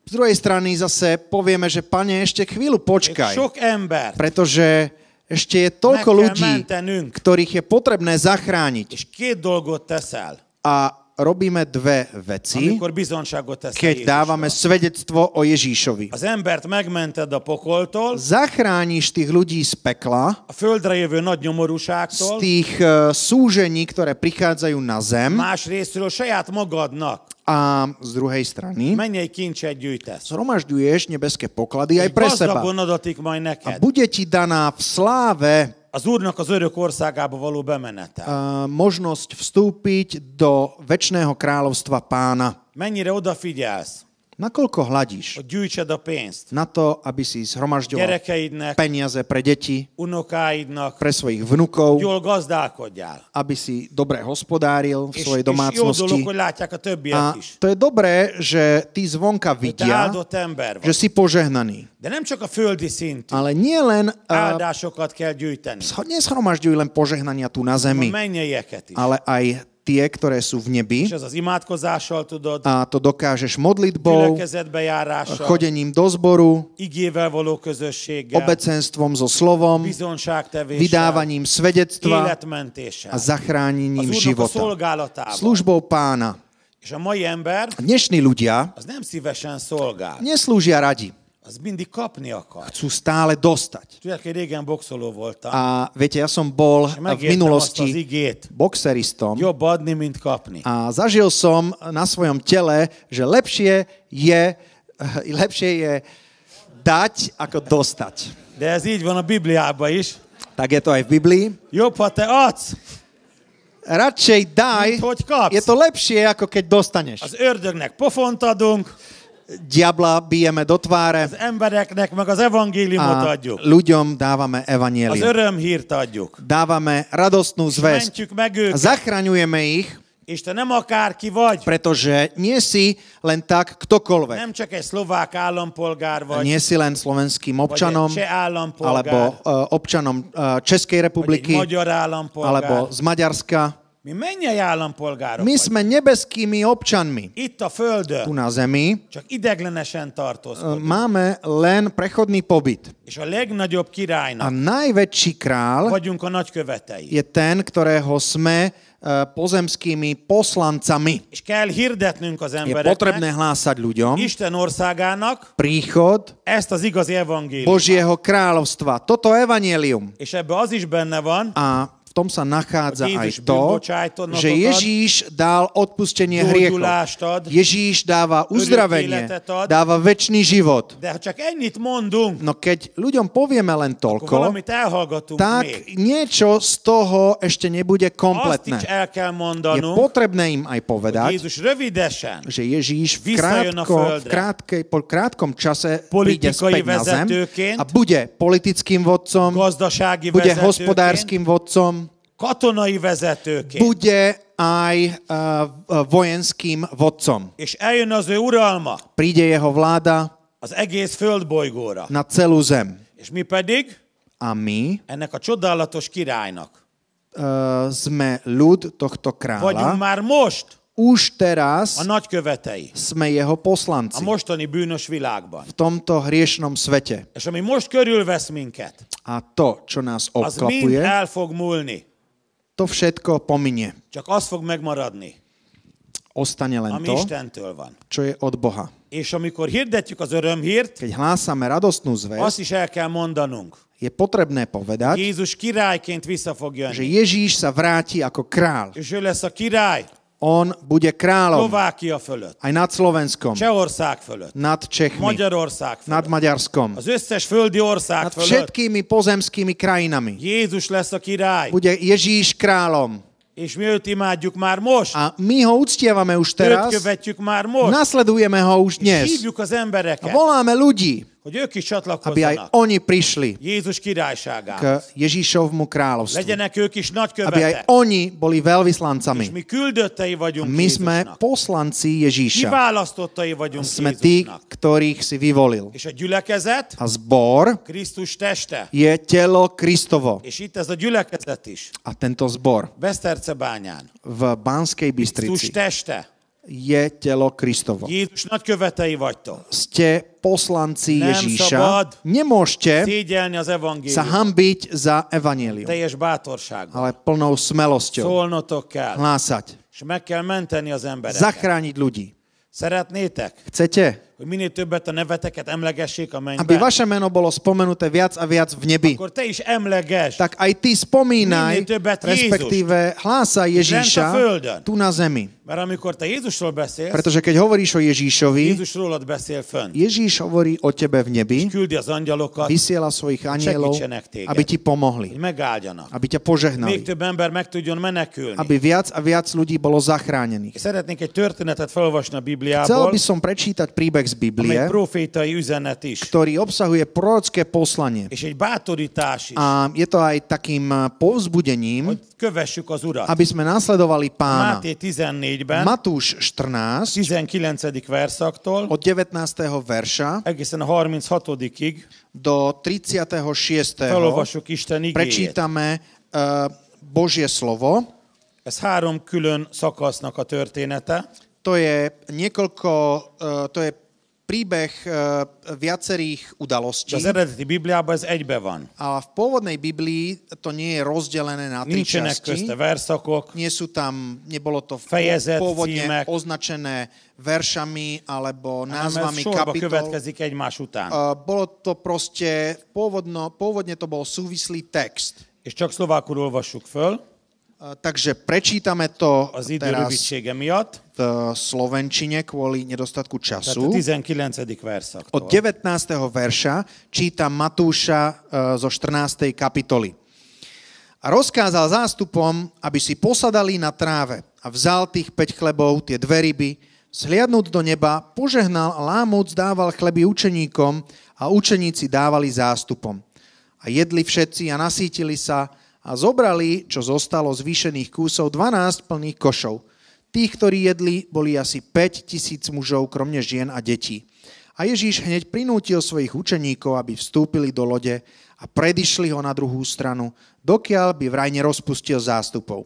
Speaker 3: z druhej strany zase povieme, že pane, ešte chvíľu
Speaker 2: Még
Speaker 3: počkaj,
Speaker 2: Sok ember
Speaker 3: pretože ešte je
Speaker 2: meg
Speaker 3: toľko
Speaker 2: kell
Speaker 3: ľudí,
Speaker 2: mentenünk,
Speaker 3: ktorých je potrebné zachrániť.
Speaker 2: és két dolgot teszel,
Speaker 3: A robíme dve veci,
Speaker 2: amikor bizonságot teszel
Speaker 3: keď dávame
Speaker 2: Jézusról.
Speaker 3: svedectvo o Ježíšovi.
Speaker 2: Az embert megmented a pokoltól,
Speaker 3: zachrániš tých ľudí z pekla,
Speaker 2: a földre jövő nagy
Speaker 3: z
Speaker 2: nyomorúságtól,
Speaker 3: tých eh, súžení, ktoré prichádzajú na zem
Speaker 2: másrésztről saját magadnak
Speaker 3: a z druhej strany
Speaker 2: mennyei kincset gyűjtesz.
Speaker 3: zhromažďuješ nebeské poklady aj
Speaker 2: És
Speaker 3: pre seba.
Speaker 2: Gazdagon adatik majd
Speaker 3: A
Speaker 2: neked.
Speaker 3: bude ti daná v sláve e,
Speaker 2: Az Úrnak az örök országába való bemenetel.
Speaker 3: eh, možnosť vstúpiť do väčšného kráľovstva pána.
Speaker 2: Mennyire odafigyelsz,
Speaker 3: Nakoľko hľadíš
Speaker 2: hogy gyűjtsed a pénzt
Speaker 3: na to, aby si zhromažďoval
Speaker 2: gyerekeidnek,
Speaker 3: peniaze pre deti,
Speaker 2: unokáidnak,
Speaker 3: pre svojich vnukov,
Speaker 2: jól gazdálkodjál.
Speaker 3: aby si dobre hospodáril v
Speaker 2: És,
Speaker 3: svojej
Speaker 2: és jó dolog,
Speaker 3: domácnosti,
Speaker 2: hogy látják a
Speaker 3: Szóval A
Speaker 2: többiek is.
Speaker 3: to je dobré, že tí zvonka
Speaker 2: Te
Speaker 3: vidia,
Speaker 2: áldott ember
Speaker 3: že
Speaker 2: vagy.
Speaker 3: si požehnaný.
Speaker 2: De nem csak a földi szintű.
Speaker 3: Ale nie len, uh,
Speaker 2: Áldásokat kell gyűjteni.
Speaker 3: neshromažďuj len požehnania tu na
Speaker 2: A
Speaker 3: zemi,
Speaker 2: mennyeieket is.
Speaker 3: ale aj tie, ktoré sú v nebi.
Speaker 2: És az az imádkozással tudod,
Speaker 3: A to dokážeš modlitbou,
Speaker 2: gyülekezetbe járással,
Speaker 3: chodením do zboru,
Speaker 2: igével való közösséggel,
Speaker 3: obecenstvom so slovom,
Speaker 2: bizonságtevéssel,
Speaker 3: vydávaním svedectva a
Speaker 2: életmentéssel, az
Speaker 3: zachránením
Speaker 2: Úrnak a
Speaker 3: života.
Speaker 2: szolgálatával.
Speaker 3: Službou pána.
Speaker 2: És a mai ember
Speaker 3: Dnešní ľudia
Speaker 2: az nem szívesen szolgál,
Speaker 3: neslúžia radi.
Speaker 2: az mindig kapni akar.
Speaker 3: Chcú stále dostať.
Speaker 2: Tudják, hogy régen boxoló voltam,
Speaker 3: A viete, ja som bol
Speaker 2: és
Speaker 3: v
Speaker 2: megértem azt az
Speaker 3: minulosti
Speaker 2: igét,
Speaker 3: boxeristom
Speaker 2: jobb adni, mint kapni.
Speaker 3: a zažil som na svojom tele, že lepšie je, lepšie je dať ako dostať.
Speaker 2: De ez így van a Bibliában is.
Speaker 3: Tak je to aj v Biblii.
Speaker 2: Jobb, ha te adsz,
Speaker 3: Radšej daj,
Speaker 2: mint hogy kapsz.
Speaker 3: je to lepšie, ako keď dostaneš.
Speaker 2: Az ördögnek pofont adunk,
Speaker 3: Diabla bijeme do tváre
Speaker 2: az embereknek meg az evangéliumot
Speaker 3: a
Speaker 2: adjuk,
Speaker 3: ľuďom dávame
Speaker 2: az
Speaker 3: evanielium.
Speaker 2: örömhírt adjuk.
Speaker 3: Dávame radostnú zväzť.
Speaker 2: Mentjük meg
Speaker 3: A
Speaker 2: őket,
Speaker 3: Zachraňujeme ich,
Speaker 2: és te nem akárki vagy,
Speaker 3: pretože nie si len tak ktokoľvek.
Speaker 2: nem csak egy szlovák állampolgár vagy,
Speaker 3: Nie si len slovenským občanom
Speaker 2: vagy egy cseh állampolgár,
Speaker 3: alebo eh, občanom eh, Českej
Speaker 2: vagy egy
Speaker 3: republiky,
Speaker 2: magyar állampolgár.
Speaker 3: alebo z Maďarska.
Speaker 2: Mi mennyei állampolgárok
Speaker 3: My
Speaker 2: vagy.
Speaker 3: sme nebeskými občanmi
Speaker 2: Itt a
Speaker 3: tu
Speaker 2: földön
Speaker 3: na zemi.
Speaker 2: csak ideglenesen
Speaker 3: e,
Speaker 2: tartózkodunk.
Speaker 3: Máme len prechodný pobyt.
Speaker 2: És a legnagyobb
Speaker 3: A
Speaker 2: királynak
Speaker 3: najväčší král
Speaker 2: vagyunk a nagykövetei.
Speaker 3: je ten, ktorého sme e, pozemskými poslancami.
Speaker 2: És kell hirdetnünk az
Speaker 3: Je
Speaker 2: embereknek,
Speaker 3: potrebné hlásať ľuďom
Speaker 2: Isten országának
Speaker 3: príchod
Speaker 2: ezt az igazi evangélium.
Speaker 3: Božieho kráľovstva. Toto evanielium.
Speaker 2: És ebbe az is benne van,
Speaker 3: A v tom sa nachádza
Speaker 2: Ježiš
Speaker 3: aj to,
Speaker 2: bűnbočajto, no to
Speaker 3: že
Speaker 2: dal.
Speaker 3: Ježíš dal odpustenie hriechov.
Speaker 2: gyógyulást ad,
Speaker 3: Ježíš dáva uzdravenie,
Speaker 2: életet ad.
Speaker 3: dáva väčší život.
Speaker 2: de ha csak ennyit mondunk,
Speaker 3: No keď ľuďom povieme len
Speaker 2: akkor
Speaker 3: toľko,
Speaker 2: valamit elhallgatunk még.
Speaker 3: tak niečo z toho ešte nebude
Speaker 2: Azt is
Speaker 3: kompletné.
Speaker 2: el kell
Speaker 3: Je
Speaker 2: mondanunk,
Speaker 3: potrebné im aj povedať,
Speaker 2: Jézus rövidesen
Speaker 3: že Ježíš v,
Speaker 2: Vysajú na
Speaker 3: krátko, v
Speaker 2: földre.
Speaker 3: krátkej, po krátkom čase
Speaker 2: Politikai
Speaker 3: príde späť na zem
Speaker 2: vezetőként,
Speaker 3: a bude politickým vodcom,
Speaker 2: gazdasági
Speaker 3: bude
Speaker 2: vezetőként,
Speaker 3: hospodárským vodcom,
Speaker 2: katonai vezetőként,
Speaker 3: bude aj uh, vojenským vodcom.
Speaker 2: és eljön az ő uralma
Speaker 3: Príde jeho vláda
Speaker 2: az egész földbolygóra.
Speaker 3: na celú zem.
Speaker 2: És mi pedig
Speaker 3: A my eh,
Speaker 2: ennek a csodálatos királynak
Speaker 3: uh, sme ľud tohto
Speaker 2: vagyunk
Speaker 3: kráľa.
Speaker 2: már most
Speaker 3: Už teraz
Speaker 2: a nagykövetei
Speaker 3: sme
Speaker 2: a
Speaker 3: jeho poslanci
Speaker 2: mostani bűnös világban.
Speaker 3: v tomto hriešnom svete.
Speaker 2: És ami most körülvesz minket,
Speaker 3: A to, čo
Speaker 2: az
Speaker 3: nás
Speaker 2: mind
Speaker 3: obklapuje,
Speaker 2: el fog múlni,
Speaker 3: to všetko pominie.
Speaker 2: csak az fog megmaradni,
Speaker 3: ostane len
Speaker 2: ami
Speaker 3: to,
Speaker 2: Istentől van.
Speaker 3: čo je od Boha.
Speaker 2: És amikor hirdetjük az örömhírt,
Speaker 3: Keď hlásame radostnú zväz,
Speaker 2: azt is el kell mondanunk.
Speaker 3: je potrebné povedať,
Speaker 2: Jézus királyként vissza fog
Speaker 3: že
Speaker 2: jönni.
Speaker 3: Ježíš sa vráti ako král.
Speaker 2: És ő lesz a király
Speaker 3: On bude kráľom
Speaker 2: Szlovákia fölött,
Speaker 3: aj nad Slovenskom,
Speaker 2: Csehország fölött,
Speaker 3: nad Čechmi,
Speaker 2: Magyarország
Speaker 3: nad
Speaker 2: fölött,
Speaker 3: Maďarskom,
Speaker 2: az összes földi ország
Speaker 3: nad
Speaker 2: fölött.
Speaker 3: všetkými pozemskými krajinami.
Speaker 2: Jézus lesz a király,
Speaker 3: Bude Ježíš kráľom.
Speaker 2: és mi őt imádjuk már most,
Speaker 3: A my ho uctievame
Speaker 2: őt
Speaker 3: už teraz,
Speaker 2: követjük már most,
Speaker 3: nasledujeme ho
Speaker 2: és
Speaker 3: už dnes.
Speaker 2: hívjuk az
Speaker 3: A
Speaker 2: embereket,
Speaker 3: voláme ľudí,
Speaker 2: hogy ők is
Speaker 3: aby aj
Speaker 2: csatlakozzanak
Speaker 3: oni prišli
Speaker 2: Jézus
Speaker 3: k
Speaker 2: királyságához.
Speaker 3: Ježíšovmu kráľovstvu.
Speaker 2: Legyenek ők is
Speaker 3: Aby aj
Speaker 2: nagykövetek,
Speaker 3: oni
Speaker 2: és
Speaker 3: boli veľvyslancami.
Speaker 2: mi küldöttei vagyunk
Speaker 3: My sme
Speaker 2: Jézusnak.
Speaker 3: poslanci Ježíša.
Speaker 2: Kiválasztottai vagyunk
Speaker 3: Sme tí,
Speaker 2: Jézusnak.
Speaker 3: ktorých si vyvolil.
Speaker 2: És a gyülekezet
Speaker 3: A zbor
Speaker 2: Krisztus teste.
Speaker 3: je telo Kristovo.
Speaker 2: És itt ez a gyülekezet is.
Speaker 3: A tento zbor
Speaker 2: Besztercebányán.
Speaker 3: v Banskej
Speaker 2: Krisztus
Speaker 3: Bystrici
Speaker 2: teste.
Speaker 3: je telo Kristovo.
Speaker 2: Jézus nagykövetei vagytok.
Speaker 3: Ste poslanci
Speaker 2: Nem szabad
Speaker 3: Ježíša. Nemôžete
Speaker 2: Szégyelni az
Speaker 3: sa
Speaker 2: evangélium.
Speaker 3: hambiť za evanelium,
Speaker 2: Teljes bátorsággal.
Speaker 3: ale plnou smelosťou
Speaker 2: Szólnotok kell.
Speaker 3: hlásať,
Speaker 2: És meg kell menteni az embereket.
Speaker 3: zachrániť ľudí.
Speaker 2: Szeretnétek,
Speaker 3: Chcete,
Speaker 2: hogy minél többet a neveteket emlegessék a
Speaker 3: aby
Speaker 2: mennyben?
Speaker 3: vaše meno bolo spomenuté viac a viac v nebi,
Speaker 2: Akkor te is emleges.
Speaker 3: tak aj ty spomínaj,
Speaker 2: Minie to brat Jezus.
Speaker 3: respektíve hlásaj Ježíša
Speaker 2: Len to földön.
Speaker 3: tu na zemi.
Speaker 2: Mert amikor te Jézusról beszélsz,
Speaker 3: Pretože keď hovoríš o Ježíšovi,
Speaker 2: Jézus rólad beszél fönn.
Speaker 3: Ježíš hovorí o tebe v nebi,
Speaker 2: Küldi az angyalokat,
Speaker 3: vysiela svojich anielov,
Speaker 2: Čekyčenek téged.
Speaker 3: aby ti
Speaker 2: hogy
Speaker 3: pomohli,
Speaker 2: megáldjanak.
Speaker 3: aby ťa
Speaker 2: Még
Speaker 3: požehnali,
Speaker 2: több ember meg tudjon menekülni.
Speaker 3: aby viac a viac ľudí bolo zachránených.
Speaker 2: Szeretnék egy történetet felolvasni a
Speaker 3: Chcel
Speaker 2: Bibliából,
Speaker 3: by som prečítať príbeh z
Speaker 2: ami
Speaker 3: Biblie,
Speaker 2: egy profétai üzenet is,
Speaker 3: ktorý obsahuje prorocké poslanie.
Speaker 2: és egy bátorítás is,
Speaker 3: A je to aj takým eh, povzbudením,
Speaker 2: hogy kövessük az Urat.
Speaker 3: aby sme nasledovali pána.
Speaker 2: Máté 14-ben,
Speaker 3: Matúš 14,
Speaker 2: 19. verszaktól
Speaker 3: od 19. verša
Speaker 2: egészen a 36-ig
Speaker 3: do 36.
Speaker 2: felolvassuk Isten igéjét.
Speaker 3: prečítame eh, Božie slovo.
Speaker 2: Ez három külön szakasznak a története.
Speaker 3: To je niekoľko, eh, to je príbeh eh, viacerých
Speaker 2: De
Speaker 3: udalostí.
Speaker 2: az eredeti Bibliában ez egybe van.
Speaker 3: A v pôvodnej Biblii to nie je rozdelené na tri
Speaker 2: Nincsenek
Speaker 3: časti.
Speaker 2: közte verszakok,
Speaker 3: Nie sú tam, nebolo to v-
Speaker 2: Fejezec,
Speaker 3: pôvodne
Speaker 2: címek.
Speaker 3: označené veršami alebo
Speaker 2: hanem ez
Speaker 3: názvami
Speaker 2: sorba
Speaker 3: kapitol.
Speaker 2: következik egymás után.
Speaker 3: Uh, bolo to proste, pôvodno, pôvodne to bol súvislý text.
Speaker 2: És csak szlovákul olvassuk föl,
Speaker 3: Uh, takže prečítame to
Speaker 2: az idő
Speaker 3: teraz
Speaker 2: rövidsége miatt,
Speaker 3: v slovenčine kvôli nedostatku
Speaker 2: tehát a
Speaker 3: času.
Speaker 2: 19.
Speaker 3: Od
Speaker 2: verszaktól.
Speaker 3: 19. verša čítam Matúša uh, zo 14. kapitoly. A rozkázal zástupom, aby si posadali na tráve a vzal tých 5 chlebov, tie dve ryby, zhliadnúť do neba, požehnal a lámúc dával chleby učeníkom a učeníci dávali zástupom. A jedli všetci a nasítili sa a zobrali, čo zostalo z vyšených kúsov, 12 plných košov. Tých, ktorí jedli, boli asi 5 tisíc mužov, kromne žien a detí. A Ježíš hneď prinútil svojich učeníkov, aby vstúpili do lode a predišli ho na druhú stranu, dokiaľ by vraj nerozpustil zástupov.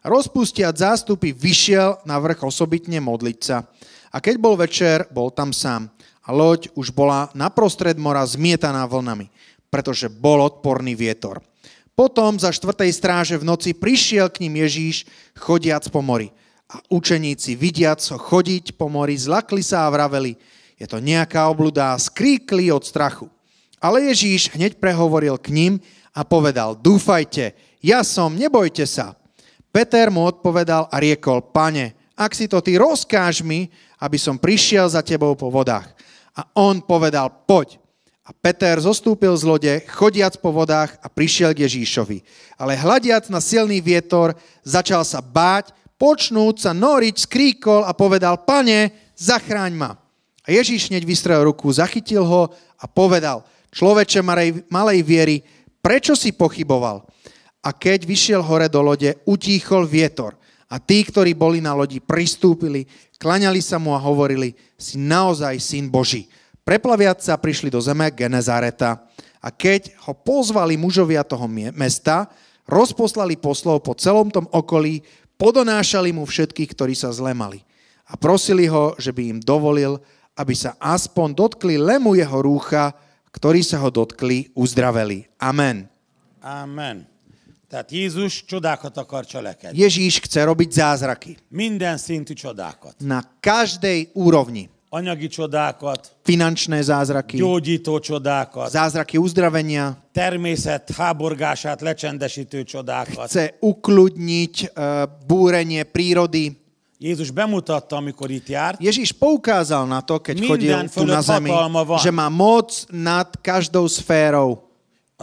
Speaker 3: Rozpustiať zástupy vyšiel na vrch osobitne modliť sa. A keď bol večer, bol tam sám. A loď už bola naprostred mora zmietaná vlnami, pretože bol odporný vietor. Potom za štvrtej stráže v noci prišiel k ním Ježíš, chodiac po mori. A učeníci, vidiac ho chodiť po mori, zlakli sa a vraveli, je to nejaká obluda, a skríkli od strachu. Ale Ježíš hneď prehovoril k ním a povedal, dúfajte, ja som, nebojte sa. Peter mu odpovedal a riekol, pane, ak si to ty rozkáž mi, aby som prišiel za tebou po vodách. A on povedal, poď. A Peter zostúpil z lode, chodiac po vodách a prišiel k Ježíšovi. Ale hľadiac na silný vietor, začal sa báť, počnúť sa noriť, skríkol a povedal, pane, zachráň ma. A Ježíš hneď vystrel ruku, zachytil ho a povedal, človeče malej, malej viery, prečo si pochyboval? A keď vyšiel hore do lode, utíchol vietor. A tí, ktorí boli na lodi, pristúpili, klaňali sa mu a hovorili, si naozaj syn Boží. Preplaviac sa prišli do zeme Genezareta. A keď ho pozvali mužovia toho mie- mesta, rozposlali poslov po celom tom okolí, podonášali mu všetkých, ktorí sa zlemali. A prosili ho, že by im dovolil, aby sa aspoň dotkli lemu jeho rúcha, ktorí sa ho dotkli, uzdraveli. Amen.
Speaker 2: Amen. Tehát Jézus csodákat akar cselekedni.
Speaker 3: Ježíš chce robiť zázraky.
Speaker 2: Minden szintű csodákat.
Speaker 3: Na každej úrovni.
Speaker 2: Anyagi csodákat,
Speaker 3: Finančné zázraky,
Speaker 2: gyógyító csodákat,
Speaker 3: zázraky uzdravenia,
Speaker 2: természet háborgását lecsendesítő csodákat.
Speaker 3: chce ukludniť e, búrenie prírody.
Speaker 2: Jézus bemutatta, amikor itt járt,
Speaker 3: Ježíš poukázal na to, keď
Speaker 2: Minden
Speaker 3: chodil tu na
Speaker 2: fölött
Speaker 3: zemi,
Speaker 2: hatalma van.
Speaker 3: že má moc nad každou sférou,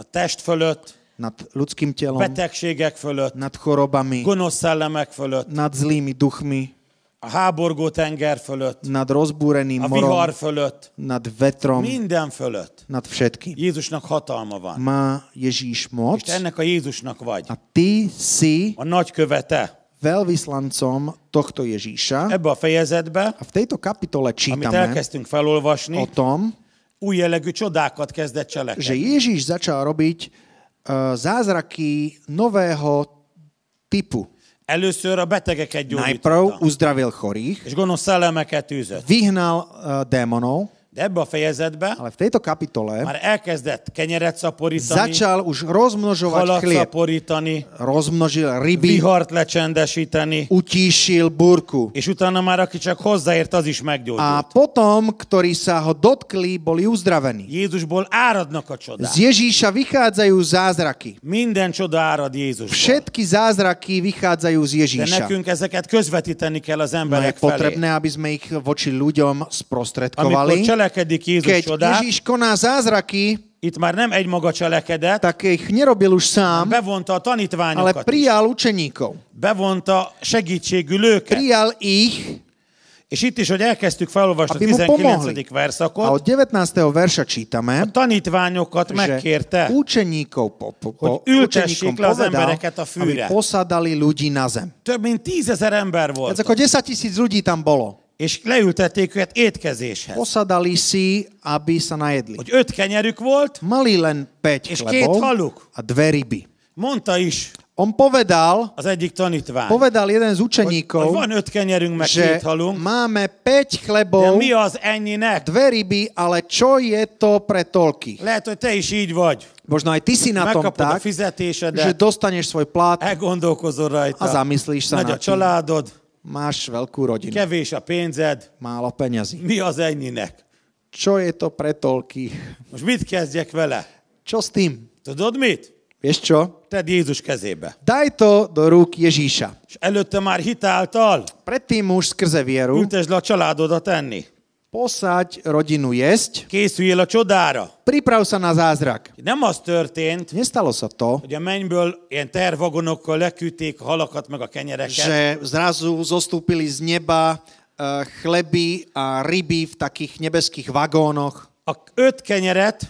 Speaker 2: a test fölött,
Speaker 3: nad ľudským telom,
Speaker 2: betegségek fölött,
Speaker 3: nad chorobami,
Speaker 2: gonosz szellemek fölött,
Speaker 3: nad zlými duchmi,
Speaker 2: a háborgó tenger fölött,
Speaker 3: nad rozbúreným
Speaker 2: a vihar
Speaker 3: morom,
Speaker 2: fölött,
Speaker 3: nad vetrom,
Speaker 2: minden fölött.
Speaker 3: nad všetkým.
Speaker 2: Jézusnak hatalma van.
Speaker 3: Má Ježíš moc
Speaker 2: És te ennek a Jézusnak vagy.
Speaker 3: a ty si
Speaker 2: A nagykövete.
Speaker 3: veľvyslancom tohto Ježíša.
Speaker 2: Ebbe a fejezetbe,
Speaker 3: A v tejto kapitole
Speaker 2: amit
Speaker 3: čítame
Speaker 2: elkezdtünk
Speaker 3: o
Speaker 2: felolvasni,
Speaker 3: tom,
Speaker 2: új jellegű csodákat kezdett
Speaker 3: že
Speaker 2: cselekedni.
Speaker 3: Ježíš začal robiť uh, zázraky nového typu.
Speaker 2: Először a betegeket
Speaker 3: Najprv
Speaker 2: gyógyította,
Speaker 3: uzdravil chorých,
Speaker 2: és gonosz szellemeket űzött.
Speaker 3: vyhnal uh, démonov,
Speaker 2: De ebbe a fejezetbe
Speaker 3: ale v tejto kapitole
Speaker 2: már elkezdett kenyeret szaporítani,
Speaker 3: začal už rozmnožovať
Speaker 2: halat
Speaker 3: chlieb.
Speaker 2: szaporítani,
Speaker 3: Rozmnožil ryby,
Speaker 2: vihart lecsendesíteni,
Speaker 3: utíšil búrku.
Speaker 2: és utána már aki csak hozzáért, az is
Speaker 3: A
Speaker 2: meggyógyult.
Speaker 3: potom, ktorí sa ho dotkli, boli uzdravení.
Speaker 2: Jézusból áradnak a csodák.
Speaker 3: Z Ježíša vychádzajú zázraky.
Speaker 2: Minden csoda árad Jézusból.
Speaker 3: Všetky zázraky vychádzajú z
Speaker 2: De
Speaker 3: Ježíša.
Speaker 2: nekünk ezeket közvetíteni kell az
Speaker 3: No je
Speaker 2: emberek felé.
Speaker 3: potrebné, aby sme ich voči ľuďom
Speaker 2: Amikor
Speaker 3: sprostredkovali.
Speaker 2: cselekedik Jézus
Speaker 3: Keď
Speaker 2: csodát,
Speaker 3: Ježíš koná zázraky,
Speaker 2: itt már nem egy maga cselekedett,
Speaker 3: tak ich nerobil už sám,
Speaker 2: bevonta a
Speaker 3: ale
Speaker 2: tanítványokat is,
Speaker 3: prijal učeníkov.
Speaker 2: bevonta segítségül őket.
Speaker 3: Prijal ich
Speaker 2: És itt is, hogy elkezdtük felolvasni a
Speaker 3: Aby mu pomohli.
Speaker 2: 19.
Speaker 3: a od
Speaker 2: verszakot,
Speaker 3: 19. verša čítame,
Speaker 2: tanítványokat
Speaker 3: že
Speaker 2: megkérte,
Speaker 3: učeníkov po, po, po,
Speaker 2: Hogy
Speaker 3: učeníkom
Speaker 2: ültessék le az
Speaker 3: povedal,
Speaker 2: embereket a fűre.
Speaker 3: aby posadali ľudí na zem.
Speaker 2: több mint tízezer ember
Speaker 3: Viac
Speaker 2: volt,
Speaker 3: ako 10 tisíc ľudí tam bolo.
Speaker 2: és leültették őket étkezéshez.
Speaker 3: Posadali si, aby sa najedli.
Speaker 2: Hogy öt kenyerük volt,
Speaker 3: Mali len 5
Speaker 2: És két haluk.
Speaker 3: chlebov a dve ryby.
Speaker 2: mondta is
Speaker 3: On povedal,
Speaker 2: az egyik tanítvány, hogy,
Speaker 3: povedal jeden z
Speaker 2: hogy
Speaker 3: učeníkov,
Speaker 2: van öt kenyerünk, meg
Speaker 3: že
Speaker 2: két halunk,
Speaker 3: máme 5
Speaker 2: de
Speaker 3: chlebov,
Speaker 2: mi az ennyinek?
Speaker 3: dve ryby, ale čo je to pre toľkých?
Speaker 2: Lehet, hogy te is így vagy.
Speaker 3: Možno aj ty si na tom
Speaker 2: Megkapod a
Speaker 3: tak, že
Speaker 2: fizetésedet,
Speaker 3: dostaneš svoj plat,
Speaker 2: elgondolkozol rajta.
Speaker 3: A zamyslíš sa
Speaker 2: Nagy
Speaker 3: nad
Speaker 2: a
Speaker 3: tým.
Speaker 2: családod,
Speaker 3: máš veľkú rodinu,
Speaker 2: kevés a pénzed,
Speaker 3: málo peňazí.
Speaker 2: mi az ennyinek?
Speaker 3: Čo je to pre toľkých?
Speaker 2: Most mit kezdjek vele?
Speaker 3: Čo s tým?
Speaker 2: Tudod mit?
Speaker 3: Vieš čo?
Speaker 2: Tedd Jézus kezébe.
Speaker 3: Daj to do rúk Ježíša.
Speaker 2: És előtte már hitáltal
Speaker 3: Predtým už skrze vieru
Speaker 2: ültesd le a családodat enni.
Speaker 3: posaď rodinu jesť,
Speaker 2: Készüljél a csodára.
Speaker 3: priprav sa na zázrak.
Speaker 2: Nem az történt,
Speaker 3: Nestalo sa to,
Speaker 2: hogy a mennyből ilyen tervagonokkal leküldték a halakat meg a kenyereket,
Speaker 3: že zrazu zostúpili z neba eh, chleby a ryby v takých nebeských vagónoch.
Speaker 2: a öt kenyeret,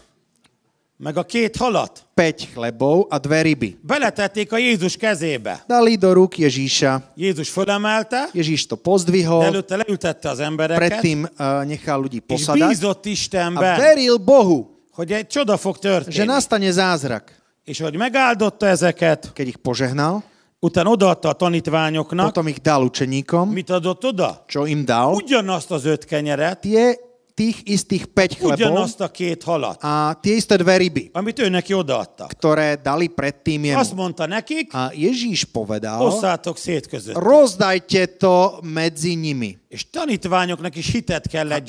Speaker 2: meg a két halat
Speaker 3: 5 chlebov a dve ryby.
Speaker 2: beletették a Jézus kezébe.
Speaker 3: Dali do rúk Ježíša.
Speaker 2: Jézus fölemelte,
Speaker 3: Ježíš to
Speaker 2: de
Speaker 3: pozdvihol,
Speaker 2: előtte leültette az embereket,
Speaker 3: predtým eh, nechal ľudí
Speaker 2: és
Speaker 3: posadať
Speaker 2: bízott
Speaker 3: a
Speaker 2: Istenben,
Speaker 3: veril Bohu,
Speaker 2: hogy egy csoda fog
Speaker 3: že
Speaker 2: történni.
Speaker 3: nastane zázrak.
Speaker 2: És hogy megáldotta ezeket,
Speaker 3: Keď ich požehnal,
Speaker 2: utána odaadta a tanítványoknak,
Speaker 3: potom ich dal učeníkom,
Speaker 2: mit adott oda?
Speaker 3: čo im dal,
Speaker 2: Ugyanazt az öt kenyeret,
Speaker 3: tie tých istých 5 chlebov
Speaker 2: ugyanazt a két halat,
Speaker 3: a tie isté dve ryby,
Speaker 2: amit ő neki odaadtak.
Speaker 3: ktoré dali predtým
Speaker 2: Azt
Speaker 3: jemu.
Speaker 2: mondta nekik,
Speaker 3: A Ježíš povedal,
Speaker 2: osszátok szét között.
Speaker 3: rozdajte to medzi nimi.
Speaker 2: És tanítványoknak is hitet
Speaker 3: Hát,
Speaker 2: kellett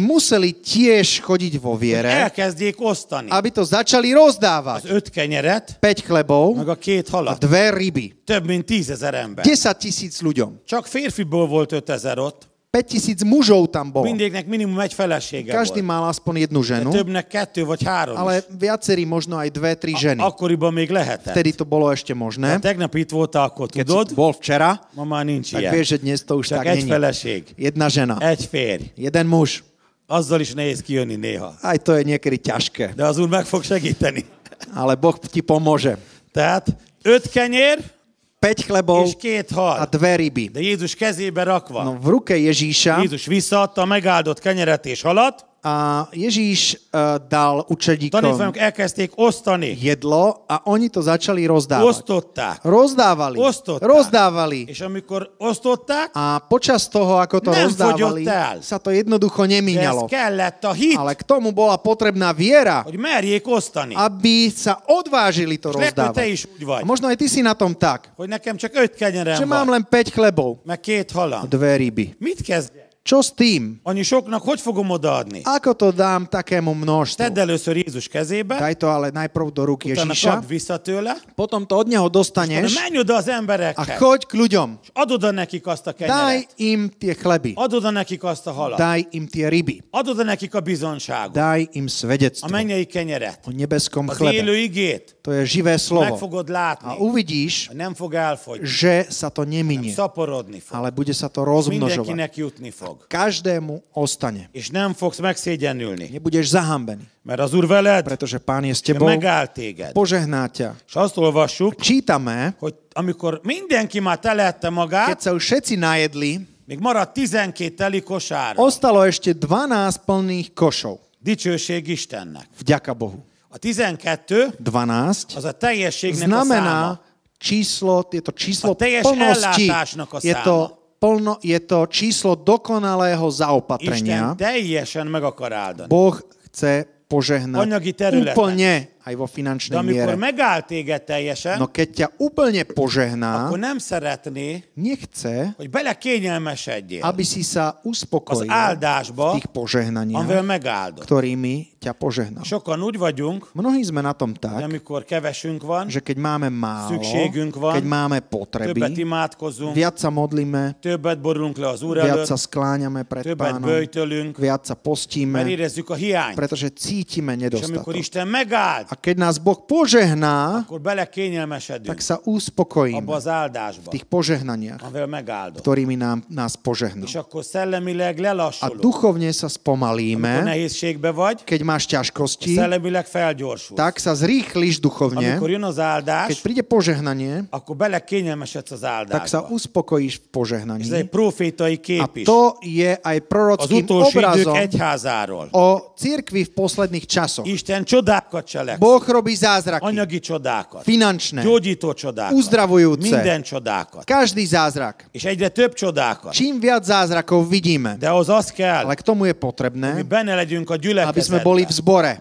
Speaker 2: gyakorolni,
Speaker 3: museli tiež chodiť vo viere,
Speaker 2: elkezdjék osztani
Speaker 3: aby to
Speaker 2: az
Speaker 3: začali rozdávať.
Speaker 2: öt kenyeret,
Speaker 3: 5
Speaker 2: meg
Speaker 3: chlebov
Speaker 2: a két
Speaker 3: a
Speaker 2: halat.
Speaker 3: dve ryby.
Speaker 2: Több mint tízezer ember.
Speaker 3: 10 tisíc ľuďom.
Speaker 2: Csak férfiból volt ötezer ott,
Speaker 3: 5 tisíc mužov tam bolo.
Speaker 2: mindegyiknek minimum egy felesége
Speaker 3: Každý
Speaker 2: volt.
Speaker 3: mal aspoň jednu
Speaker 2: De
Speaker 3: ženu,
Speaker 2: többnek kettő vagy három is.
Speaker 3: ale viacerí možno aj dve, tri ženy.
Speaker 2: Akkoriban még lehetett.
Speaker 3: Vtedy to bolo ešte
Speaker 2: Ha
Speaker 3: možné.
Speaker 2: tegnap itt voltál, akkor
Speaker 3: Keď si tu
Speaker 2: tudod,
Speaker 3: bol včera,
Speaker 2: ma már nincs
Speaker 3: tak
Speaker 2: ilyen.
Speaker 3: vieš, že dnes to už
Speaker 2: Csak
Speaker 3: tak
Speaker 2: egy
Speaker 3: není.
Speaker 2: feleség,
Speaker 3: Jedna žena,
Speaker 2: egy férj.
Speaker 3: jeden muž.
Speaker 2: Azzal is nehéz kijönni néha.
Speaker 3: Aj to je niekedy ťažké,
Speaker 2: De az úr meg fog segíteni.
Speaker 3: ale Boh ti pomôže.
Speaker 2: Tehát öt kenyér
Speaker 3: 5 chlebov
Speaker 2: és két
Speaker 3: a
Speaker 2: hal.
Speaker 3: dve ryby.
Speaker 2: De Jézus kezébe rakva.
Speaker 3: No v ruke Ježíša
Speaker 2: Jézus visszaadta a megáldott kenyeret és halat,
Speaker 3: a A Ježíš eh, dal učeníkom
Speaker 2: Tanítványok elkezdték osztani,
Speaker 3: jedlo a oni to začali rozdávať.
Speaker 2: osztották.
Speaker 3: Rozdávali.
Speaker 2: Osztották.
Speaker 3: Rozdávali.
Speaker 2: És amikor osztották,
Speaker 3: A počas toho, ako to
Speaker 2: Nem
Speaker 3: rozdávali,
Speaker 2: fogyott el.
Speaker 3: sa to jednoducho
Speaker 2: de ez
Speaker 3: nemíňalo.
Speaker 2: kellett a hit,
Speaker 3: Ale k tomu bola potrebná viera,
Speaker 2: hogy merjék osztani.
Speaker 3: aby sa odvážili to
Speaker 2: Lehet, hogy te
Speaker 3: rozdávať.
Speaker 2: is úgy vagy,
Speaker 3: A možno aj ty si na tom tak,
Speaker 2: hogy nekem csak öt kenyerem
Speaker 3: že mám
Speaker 2: van,
Speaker 3: len 5 chlebov
Speaker 2: meg két
Speaker 3: a
Speaker 2: halam.
Speaker 3: dve ryby.
Speaker 2: Mit kezdjek?
Speaker 3: Čo s tým?
Speaker 2: Annyi soknak hogy fogom odaadni?
Speaker 3: Ako to dám takému
Speaker 2: Tedd
Speaker 3: množstvu?
Speaker 2: először Jézus kezébe,
Speaker 3: Daj to ale najprv do rúk
Speaker 2: utána kap
Speaker 3: Ježíša,
Speaker 2: vissza tőle,
Speaker 3: potom to od neho
Speaker 2: de
Speaker 3: dostaneš
Speaker 2: menj oda az
Speaker 3: a
Speaker 2: emberekhez,
Speaker 3: choď k ľuďom.
Speaker 2: és add oda nekik azt a
Speaker 3: Daj
Speaker 2: kenyeret,
Speaker 3: im tie chleby,
Speaker 2: add oda nekik azt a halat,
Speaker 3: daj im tie ryby,
Speaker 2: add oda nekik a bizonságot,
Speaker 3: daj im
Speaker 2: a
Speaker 3: svedectvo
Speaker 2: mennyei kenyeret,
Speaker 3: o nebeskom
Speaker 2: az
Speaker 3: chlebe.
Speaker 2: élő igét,
Speaker 3: To je živé
Speaker 2: meg
Speaker 3: slovo.
Speaker 2: fogod
Speaker 3: A
Speaker 2: látni,
Speaker 3: uvidíš,
Speaker 2: hogy nem fog elfogyni,
Speaker 3: že sa to neminie,
Speaker 2: szaporodni fog,
Speaker 3: ale bude sa to rozmnožovať.
Speaker 2: mindenkinek jutni fog.
Speaker 3: Každému ostane.
Speaker 2: És nem fogsz megszégyenülni,
Speaker 3: Nebudeš zahambený,
Speaker 2: mert az Úr veled
Speaker 3: pretože Pán je s tebou,
Speaker 2: megáll téged.
Speaker 3: požehná ťa.
Speaker 2: És azt olvassuk,
Speaker 3: Čítame,
Speaker 2: hogy amikor mindenki már telehette
Speaker 3: keď
Speaker 2: magát,
Speaker 3: sa už všetci najedli,
Speaker 2: még maradt 12 teli kosár.
Speaker 3: ostalo ešte 12 plných košov.
Speaker 2: Dicsőség Istennek.
Speaker 3: Vďaka Bohu.
Speaker 2: A 12
Speaker 3: 12
Speaker 2: az a teljességnek a
Speaker 3: znamená
Speaker 2: száma.
Speaker 3: číslo, je to číslo
Speaker 2: A tej ešte
Speaker 3: plnosti.
Speaker 2: ellátášnak a
Speaker 3: Je
Speaker 2: száma.
Speaker 3: to, plno, je to číslo dokonalého zaopatrenia.
Speaker 2: Isten teljesen meg akar áldani.
Speaker 3: Boh chce požehnať
Speaker 2: Anyagi területen.
Speaker 3: úplne aj vo
Speaker 2: De
Speaker 3: finančnej
Speaker 2: amikor
Speaker 3: miere.
Speaker 2: megáll téged teljesen,
Speaker 3: No keď ťa úplne požehná,
Speaker 2: akkor nem szeretné,
Speaker 3: nechce,
Speaker 2: hogy bele kényelmesedjél
Speaker 3: aby si sa
Speaker 2: az
Speaker 3: uspokojil
Speaker 2: áldásba,
Speaker 3: v tých požehnaniach,
Speaker 2: amivel megáldott.
Speaker 3: ktorými ťa požehnal.
Speaker 2: Sokan úgy vagyunk,
Speaker 3: Mnohí sme na tom
Speaker 2: hogy
Speaker 3: tak,
Speaker 2: amikor kevesünk van,
Speaker 3: že keď máme málo,
Speaker 2: Szükségünk van.
Speaker 3: keď máme
Speaker 2: többet
Speaker 3: potreby,
Speaker 2: imádkozunk,
Speaker 3: viac sa modlíme,
Speaker 2: többet borulunk le az Úr
Speaker 3: viac
Speaker 2: előtt,
Speaker 3: sa skláňame pred
Speaker 2: többet
Speaker 3: pánom,
Speaker 2: böjtölünk,
Speaker 3: viac sa
Speaker 2: mert
Speaker 3: postíme,
Speaker 2: érezzük a hiányt.
Speaker 3: pretože cítime
Speaker 2: És amikor
Speaker 3: nedostatok.
Speaker 2: Isten megállt,
Speaker 3: A keď nás Boh požehná,
Speaker 2: akkor bele kényelmesedünk
Speaker 3: tak sa
Speaker 2: abba
Speaker 3: uspokojíme
Speaker 2: az áldásba,
Speaker 3: v tých požehnaniach,
Speaker 2: amivel megáldott.
Speaker 3: ktorými nám, nás požehnal.
Speaker 2: És akkor szellemileg
Speaker 3: A
Speaker 2: lelassulunk.
Speaker 3: duchovne sa
Speaker 2: Amikor
Speaker 3: spomalíme,
Speaker 2: nehézségbe vagy,
Speaker 3: keď máš ťažkosti,
Speaker 2: szellemileg felgyorsul.
Speaker 3: tak sa zrýchliš
Speaker 2: Amikor
Speaker 3: duchovne.
Speaker 2: jön az
Speaker 3: Keď
Speaker 2: áldás,
Speaker 3: príde požehnanie,
Speaker 2: akkor bele kényelmesedsz az
Speaker 3: tak szóval sa
Speaker 2: áldásba.
Speaker 3: uspokojíš v
Speaker 2: Ez egy
Speaker 3: požehnaní.
Speaker 2: profétai
Speaker 3: A
Speaker 2: kép is.
Speaker 3: to je aj
Speaker 2: Az
Speaker 3: prorockým
Speaker 2: utolsó idők
Speaker 3: Hát obrazom
Speaker 2: egyházáról.
Speaker 3: o cirkvi v posledných časoch.
Speaker 2: Isten csodákat cselekszik.
Speaker 3: Boh robí zázraky,
Speaker 2: Anyagi csodákat.
Speaker 3: finančné,
Speaker 2: Gyógyító csodákat.
Speaker 3: Uzdravujúce.
Speaker 2: Minden csodákat.
Speaker 3: každý zázrak.
Speaker 2: És egyre több csodákat.
Speaker 3: Čím viac zázrakov vidíme,
Speaker 2: De ahhoz az kell,
Speaker 3: ale k tomu je
Speaker 2: mi
Speaker 3: potrebné,
Speaker 2: benne legyünk a
Speaker 3: aby sme boli v
Speaker 2: gyülekezetben.
Speaker 3: zbore.